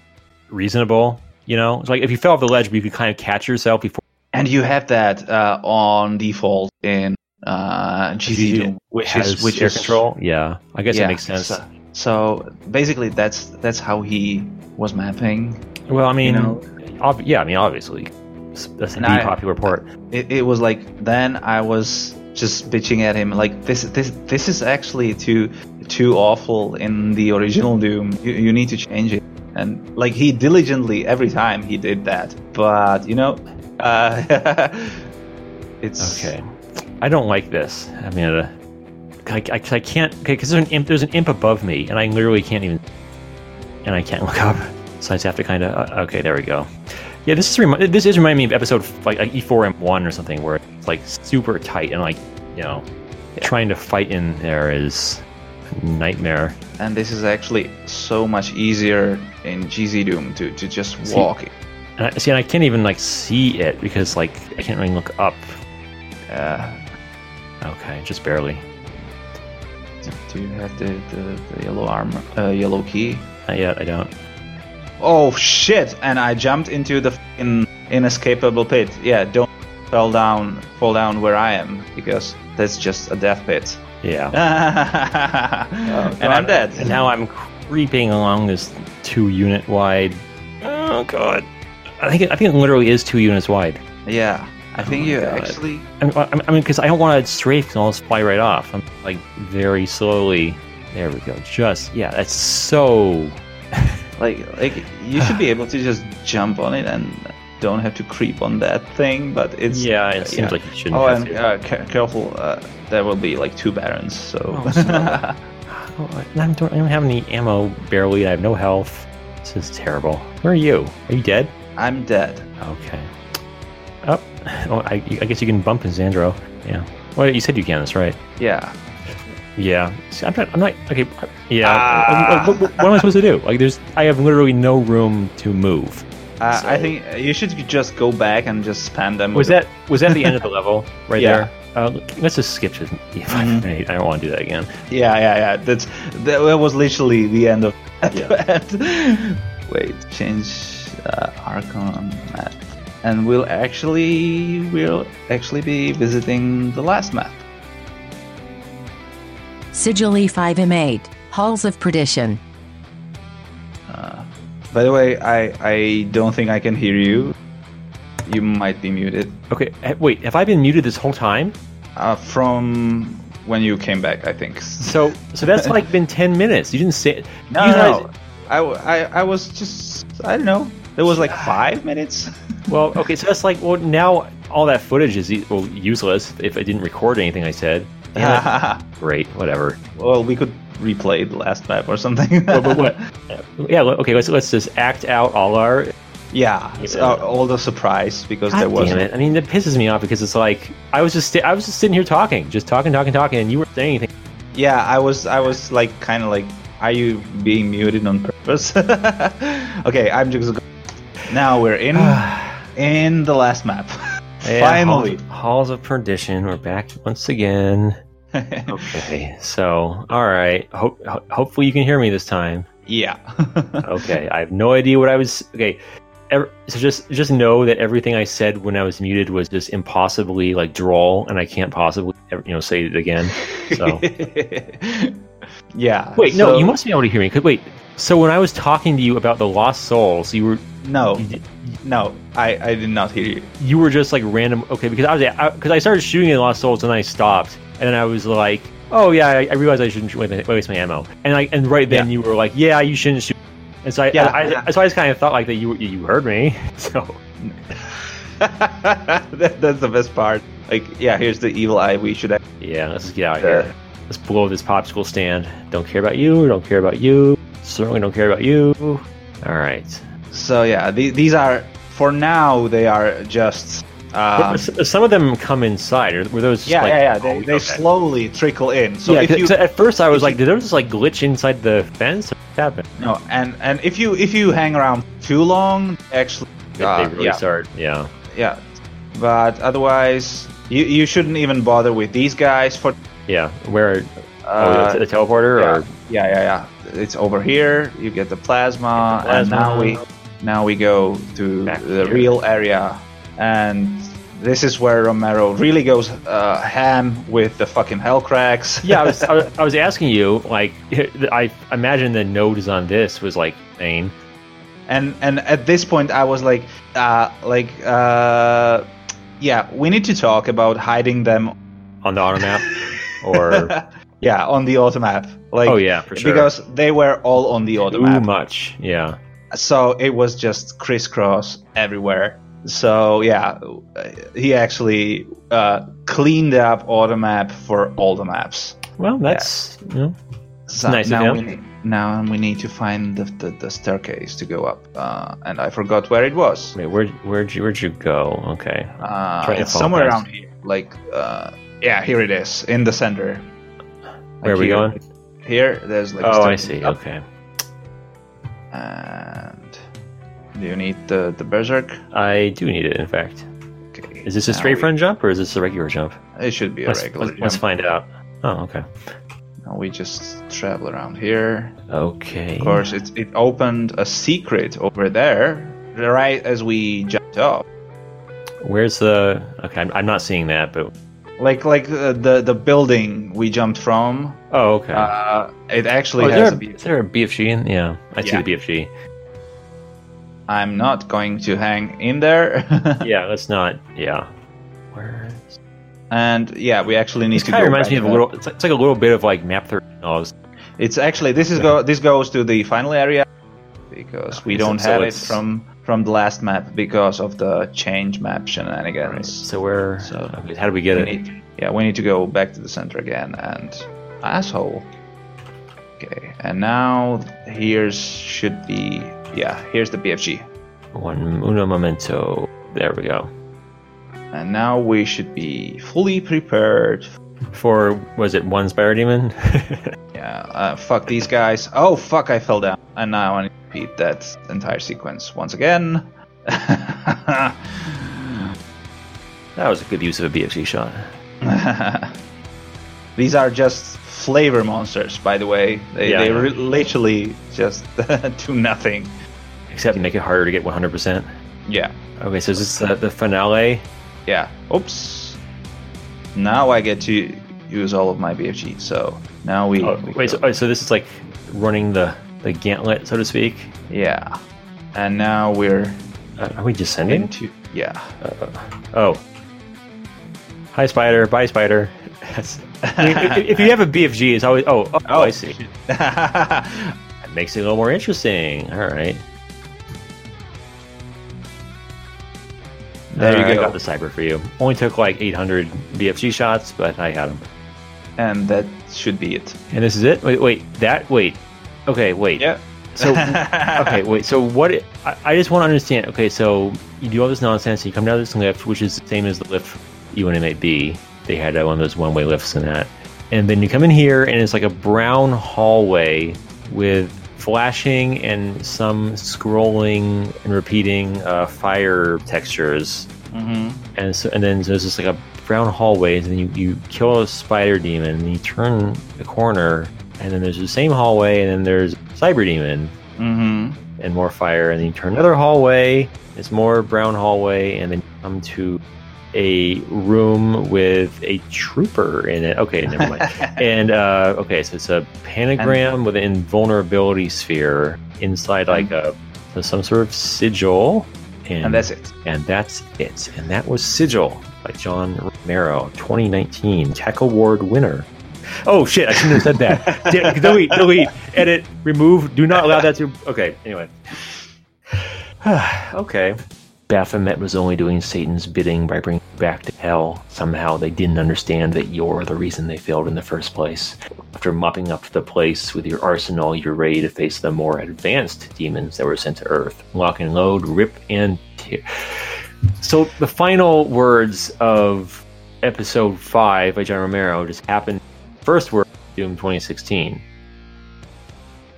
Speaker 2: reasonable. You know, it's like if you fell off the ledge, but you could kind of catch yourself before.
Speaker 1: And you have that uh, on default in uh, GZ Doom, which
Speaker 2: has
Speaker 1: is which
Speaker 2: air
Speaker 1: is
Speaker 2: control. Yeah, I guess that makes sense.
Speaker 1: So, so basically, that's that's how he was mapping.
Speaker 2: well, I mean,
Speaker 1: know.
Speaker 2: ob- yeah, I mean, obviously, s- that's a
Speaker 1: And I-
Speaker 2: popular part.
Speaker 1: It, it was like then I was just bitching at him like this this this is actually too too awful in the original Doom. You, you need to change it. And like he diligently every time he did that, but you know, uh, it's
Speaker 2: Okay, I don't like this. I mean, uh, I, I, I can't because there's an imp, there's an imp above me, and I literally can't even, and I can't look up, so I just have to kind of. Uh, okay, there we go. Yeah, this is remi- this is reminding me of episode f- like, E like E4 M1 or something where it's like super tight and like you know trying to fight in there is a nightmare.
Speaker 1: And this is actually so much easier in GZ Doom to, to just
Speaker 2: See-
Speaker 1: walk.
Speaker 2: And I, see, and I can't even like see it because like I can't really look up.
Speaker 1: Uh,
Speaker 2: Okay, just barely.
Speaker 1: Do you have the, the, the yellow armor, uh, yellow key?
Speaker 2: Not yet. I don't.
Speaker 1: Oh shit! And I jumped into the fucking inescapable pit. Yeah, don't fall down, fall down where I am because that's just a death pit.
Speaker 2: Yeah.
Speaker 1: and I'm dead.
Speaker 2: And now I'm creeping along this two unit wide. Oh god. I think it, I think it literally is two units wide.
Speaker 1: yeah, I think
Speaker 2: my
Speaker 1: you
Speaker 2: Oh, God.
Speaker 1: actually.
Speaker 2: I, I, I mean, because I don't want to strafe and I'll just fly right off. I'm like very slowly. There we go. Just yeah. That's so.
Speaker 1: Like, like you should be able to just jump on it and don't have to creep on that thing. But it's
Speaker 2: Yeah. It seems
Speaker 1: yeah.
Speaker 2: like you shouldn't.
Speaker 1: Oh,
Speaker 2: have
Speaker 1: and
Speaker 2: to.
Speaker 1: uh, ca- careful, uh, there will be like two barons. So,
Speaker 2: Oh, so- Oh, I, I don't, I don't have any ammo. Barely. I have no health. This is terrible. Where are you? Are you dead?
Speaker 1: I'm dead.
Speaker 2: Okay. Oh, oh I, I guess you can bump in Zandro. Yeah. Well, you said you can. That's right.
Speaker 1: Yeah.
Speaker 2: Yeah, See, I'm not. I'm not okay. Yeah,
Speaker 1: Ah.
Speaker 2: Like, what, what- what am I supposed to do? Like, there's, I have literally no room to move.
Speaker 1: Uh, I
Speaker 2: So-
Speaker 1: think you should just go back and just spam them.
Speaker 2: Was
Speaker 1: with-
Speaker 2: that was that the end of the level right
Speaker 1: Yeah.
Speaker 2: there? Uh, let's just skip to five
Speaker 1: Mhm.
Speaker 2: eight. I don't want to do that again.
Speaker 1: Yeah, yeah, yeah. That's that, that was literally the end of
Speaker 2: Yeah.
Speaker 1: that. Wait, change uh, Archon map. and we'll actually we'll actually be visiting the last map.
Speaker 3: Sigil E5M8, Halls of Perdition.
Speaker 1: By the way, I I don't think I can hear you. You might be muted
Speaker 2: Okay, eh, wait. Have I been muted this whole time?
Speaker 1: uh, from when you came back. I think.
Speaker 2: So, so that's like been ten minutes. You didn't say.
Speaker 1: No,
Speaker 2: you
Speaker 1: no,
Speaker 2: guys-
Speaker 1: no. I, w- I- I was just I don't know. There was like five minutes.
Speaker 2: Well, okay. So that's like. Well, now all that footage is e- well useless if I didn't record anything I said. Yeah. Great. Whatever.
Speaker 1: well, we could replay the last map or something.
Speaker 2: But, but what? Yeah. well, Okay. Let's let's just act out all our
Speaker 1: yeah, it's, uh, all the surprise because
Speaker 2: God
Speaker 1: there was
Speaker 2: damn it! I mean, that pisses me off because it's like I was just sti- I was just sitting here talking, just talking, talking, talking, and you weren't saying anything.
Speaker 1: Yeah, I was I was like kind of like, are you being muted on purpose? okay, I'm just. go- Now we're in in the last map.
Speaker 2: Yeah, Halls-
Speaker 1: Finally.
Speaker 2: halls, of perdition. We're back once again. Oh. Okay, so all right. Ho- ho- hopefully, you can hear me this time.
Speaker 1: yeah.
Speaker 2: Okay, I have no idea what I was. Okay, ev- so just just know that everything I said when I was muted was just impossibly like droll, and I can't possibly ever, you know say it again. So.
Speaker 1: yeah.
Speaker 2: Wait, no,
Speaker 1: so-
Speaker 2: you must be able to hear me. 'cause- Wait, so when I was talking to you about the lost souls, you were
Speaker 1: No, no, I I did not hear you.
Speaker 2: you were just like random okay because i was because I, started shooting at lost souls and i stopped and then i was like oh yeah i, I realized i shouldn't shoot- waste my- waste my ammo and i and right then you were like yeah you shouldn't shoot and so i,
Speaker 1: Yeah,
Speaker 2: I,
Speaker 1: yeah.
Speaker 2: I so i just kind of thought like that you you heard me so
Speaker 1: that, that's the best part. Like, yeah, here's the evil eye. We should. act-
Speaker 2: yeah let's just get out of
Speaker 1: Yeah.
Speaker 2: here let's blow this popsicle stand don't care about you don't care about you certainly don't care about you all right
Speaker 1: So yeah, the, these are for now. They are just. Um,
Speaker 2: S- some of them come inside or were those
Speaker 1: yeah,
Speaker 2: like,
Speaker 1: yeah, yeah. They,
Speaker 2: oh,
Speaker 1: they
Speaker 2: okay.
Speaker 1: slowly trickle in. So
Speaker 2: yeah,
Speaker 1: if
Speaker 2: 'cause-
Speaker 1: you
Speaker 2: 'cause at first i was like did there just like glitch inside the fence or what happened
Speaker 1: No, and and if you if you hang around too long, actually, uh,
Speaker 2: they really
Speaker 1: yeah,
Speaker 2: start Ah, yeah
Speaker 1: yeah. But otherwise, you you shouldn't even bother with these guys for.
Speaker 2: Yeah, where
Speaker 1: Uh,
Speaker 2: oh, the teleporter
Speaker 1: yeah.
Speaker 2: or
Speaker 1: yeah, yeah, yeah. It's over here. You get the plasma,
Speaker 2: Get the
Speaker 1: and now
Speaker 2: plasma.
Speaker 1: we now we go to
Speaker 2: Back
Speaker 1: the
Speaker 2: here.
Speaker 1: real area, and this is where Romero really goes uh, ham with the fucking hell cracks.
Speaker 2: yeah, I was, I was I was asking you like I imagine the nodes on this was like main.
Speaker 1: and and at this point i was like uh like uh yeah we need to talk about hiding them
Speaker 2: on the auto map or
Speaker 1: yeah on the auto map like
Speaker 2: oh yeah for sure
Speaker 1: because they were all on the auto
Speaker 2: too
Speaker 1: map
Speaker 2: much yeah
Speaker 1: so it was just crisscross everywhere so yeah uh, he actually uh cleaned up auto map for all the maps
Speaker 2: well that's you know,
Speaker 1: so
Speaker 2: nice of
Speaker 1: now
Speaker 2: him.
Speaker 1: we need, now we need to find the, the, the staircase to go up uh, and i forgot where it was
Speaker 2: wait where where'd you where'd you go okay
Speaker 1: Uh,
Speaker 2: Try to
Speaker 1: it's
Speaker 2: follow
Speaker 1: somewhere
Speaker 2: guys.
Speaker 1: around here. Like, uh, yeah, here it is in the center.
Speaker 2: where are
Speaker 1: Like
Speaker 2: we
Speaker 1: here-
Speaker 2: going
Speaker 1: Here, there's like. a
Speaker 2: oh I
Speaker 1: staircase
Speaker 2: see
Speaker 1: up,
Speaker 2: okay
Speaker 1: And do you need the the berserk?
Speaker 2: I do need it in fact
Speaker 1: Okay.
Speaker 2: is this a
Speaker 1: now
Speaker 2: straight
Speaker 1: we-
Speaker 2: front jump or is this a regular jump
Speaker 1: It should be a
Speaker 2: let's,
Speaker 1: regular.
Speaker 2: let's, let's
Speaker 1: jump.
Speaker 2: find out oh okay
Speaker 1: Now we just travel around here.
Speaker 2: okay
Speaker 1: Of course, it it opened a secret over there, right as we jumped up.
Speaker 2: where's the okay I'm, I'm not seeing that but
Speaker 1: Like like uh, the the building we jumped from.
Speaker 2: oh okay.
Speaker 1: Uh, it actually
Speaker 2: Oh, is,
Speaker 1: has
Speaker 2: there
Speaker 1: a
Speaker 2: a,
Speaker 1: beautiful.
Speaker 2: is there a BFG in? Yeah, I
Speaker 1: Yeah.
Speaker 2: see the BFG.
Speaker 1: I'm not going to hang in there.
Speaker 2: yeah, that's not. Yeah. Where is...
Speaker 1: And yeah, we actually need
Speaker 2: This
Speaker 1: to.
Speaker 2: kind
Speaker 1: go
Speaker 2: of reminds
Speaker 1: back
Speaker 2: me of a
Speaker 1: there.
Speaker 2: little. It's like, it's like a little bit of like map thirty. Oh, it's-
Speaker 1: It's actually this is go. This goes to the final area because we
Speaker 2: Okay, so-
Speaker 1: don't
Speaker 2: so
Speaker 1: have it
Speaker 2: it's-
Speaker 1: from from the last map because of the change map
Speaker 2: right.
Speaker 1: shenanigans.
Speaker 2: So where?
Speaker 1: So-
Speaker 2: okay, how do we get
Speaker 1: We
Speaker 2: it?
Speaker 1: need- yeah, we need to go back to the center again and asshole. Okay, and now here's should be yeah here's the BFG,
Speaker 2: One uno momento. There we go.
Speaker 1: and now we should be fully prepared.
Speaker 2: For was it one Spire Demon?
Speaker 1: Yeah, uh, fuck these guys. Oh fuck, I fell down, and now I need to repeat that entire sequence once again.
Speaker 2: that was a good use of a BFG shot.
Speaker 1: These are just flavor monsters, by the way. They,
Speaker 2: Yeah, I
Speaker 1: they
Speaker 2: know.
Speaker 1: re- literally just do nothing.
Speaker 2: Except make it harder to get 100. percent
Speaker 1: Yeah.
Speaker 2: Okay, so is this the, the finale?
Speaker 1: Yeah. Oops. Now I get to use all of my BFG. So now we.
Speaker 2: Oh,
Speaker 1: we
Speaker 2: wait,
Speaker 1: go-
Speaker 2: so, oh, so this is like running the, the gauntlet, so to speak.
Speaker 1: yeah. And now we're
Speaker 2: Uh, are we descending?
Speaker 1: into. Yeah.
Speaker 2: Oh. Hi, spider. Bye, spider. That's, I mean, if, if you have a BFG, it's always. Oh, oh, oh I see. That makes it a little more interesting. All right.
Speaker 1: There you
Speaker 2: All right,
Speaker 1: go.
Speaker 2: I got the cyber for you. Only took like 800 BFG shots, but I had them.
Speaker 1: and that should be it.
Speaker 2: And this is it. Wait, wait. That. Wait. Okay. Wait.
Speaker 1: Yeah.
Speaker 2: So. okay. Wait. So what? It, I, I just want to understand. Okay. So you do all this nonsense. You come down this lift, which is the same as the lift UNMAB. They had uh, one of those one-way lifts and that. And then you come in here, and it's like a brown hallway with flashing and some scrolling and repeating uh, fire textures
Speaker 1: hmm
Speaker 2: and so and then so there's just like a brown hallway and then you, you kill a spider demon and you turn the corner and then there's the same hallway and then there's cyber demon
Speaker 1: hmm
Speaker 2: and more fire and then you turn another hallway it's more brown hallway and then you come to a room with a trooper in it okay never mind and uh, okay so it's a pentagram with an invulnerability sphere inside like a some sort of sigil
Speaker 1: Mm-hmm. And that's it.
Speaker 2: and that's it. And that was Sigil by John Romero, 2019 Tech Award winner. Oh shit! I shouldn't have said that. Damn, delete, delete, edit, remove. Do not allow that to. Okay. Anyway. okay. Baphomet was only doing Satan's bidding by bringing you back to hell. Somehow they didn't understand that you're the reason they failed in the first place. After mopping up the place with your arsenal, you're ready to face the more advanced demons that were sent to Earth. Lock and load, rip and tear. So the final words of episode five by John Romero just happened. First word Doom 2016.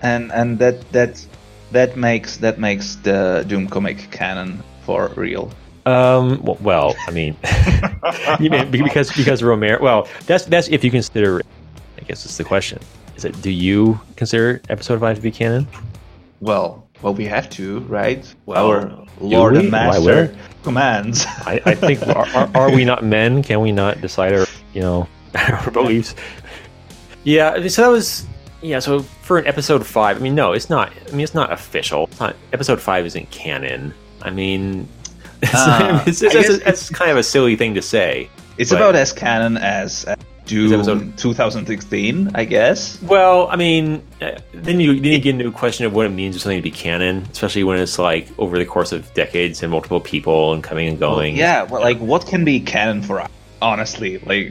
Speaker 1: and and that that that makes that makes the Doom comic canon for real.
Speaker 2: Um. w- Well, I mean, you mean be- because because Romero. Well, that's that's if you consider. I guess it's the question. Is it? Do you consider Episode Five to be canon?
Speaker 1: Well, well, we have to, right?
Speaker 2: Well,
Speaker 1: Our Lord
Speaker 2: Oh. we?
Speaker 1: and
Speaker 2: Why,
Speaker 1: Master
Speaker 2: where?
Speaker 1: commands.
Speaker 2: I, I think are, are, are we not men? Can we not decide our you know our beliefs? Yeah. So that was yeah. So for an episode five, I mean, no, it's not. I mean, it's not official. It's not episode five isn't canon. I mean, it's,
Speaker 1: Ah,
Speaker 2: it's,
Speaker 1: I
Speaker 2: it's,
Speaker 1: guess
Speaker 2: it's, it's kind of a silly thing to say.
Speaker 1: It's
Speaker 2: Right.
Speaker 1: about as canon as uh, Doom
Speaker 2: episode-
Speaker 1: 2016, I guess.
Speaker 2: Well, I mean, uh, then you then you get into a question of what it means for something to be canon, especially when it's like over the course of decades and multiple people and coming and going.
Speaker 1: Yeah, well, like what can be canon for us? Honestly, like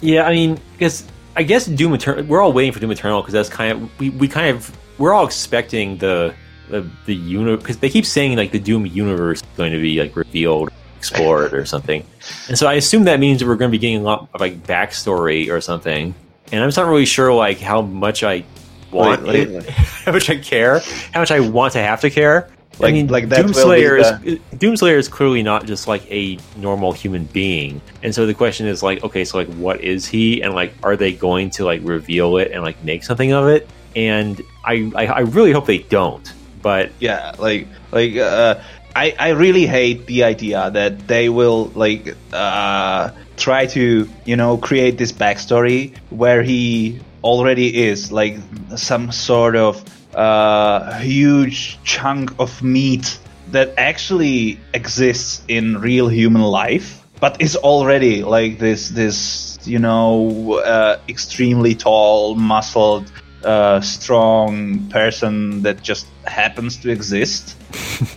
Speaker 2: yeah. I mean, because I guess Doom Eternal. We're all waiting for Doom Eternal because that's kind of we, we kind of we're all expecting the the the universe because they keep saying like the Doom universe is going to be like revealed, explored, or something. And so I assume that means that we're going to be getting a lot of like backstory or something. And I'm just not really sure like how much I want
Speaker 1: Like-
Speaker 2: it. how much I care, how much I want to have to care.
Speaker 1: Like-
Speaker 2: I mean,
Speaker 1: like that will be
Speaker 2: Doomslayer
Speaker 1: the-
Speaker 2: is Doomslayer is clearly not just like a normal human being, and so the question is like, okay, so like, what is he, and like, are they going to like reveal it and like make something of it? And I, I, I really hope they don't. But
Speaker 1: yeah, like like uh, I I really hate the idea that they will like uh, try to you know create this backstory where he already is like some sort of uh, huge chunk of meat that actually exists in real human life but is already like this this you know uh, extremely tall muscled uh, strong person that just happens to exist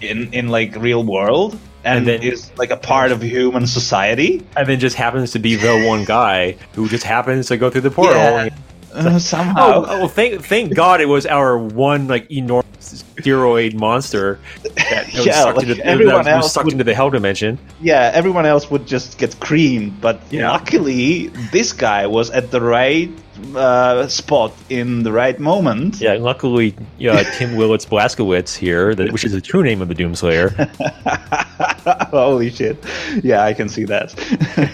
Speaker 1: in in like real world and,
Speaker 2: And then-
Speaker 1: is like a part of human society
Speaker 2: and then just happens to be the one guy who just happens to go through the portal.
Speaker 1: yeah. Uh,
Speaker 2: Oh,
Speaker 1: somehow
Speaker 2: oh, thank thank God it was our one like enormous steroid monster that, that was
Speaker 1: Yeah,
Speaker 2: sucked,
Speaker 1: like,
Speaker 2: into, that
Speaker 1: everyone
Speaker 2: was
Speaker 1: else
Speaker 2: sucked
Speaker 1: would-
Speaker 2: into the hell dimension.
Speaker 1: yeah everyone else would just get creamed but
Speaker 2: Yeah.
Speaker 1: luckily this guy was at the right uh, spot in the right moment
Speaker 2: Yeah, luckily, uh, Tim Willits Blaskowitz here, that, which is the true name of the Doomslayer.
Speaker 1: holy shit yeah i can see that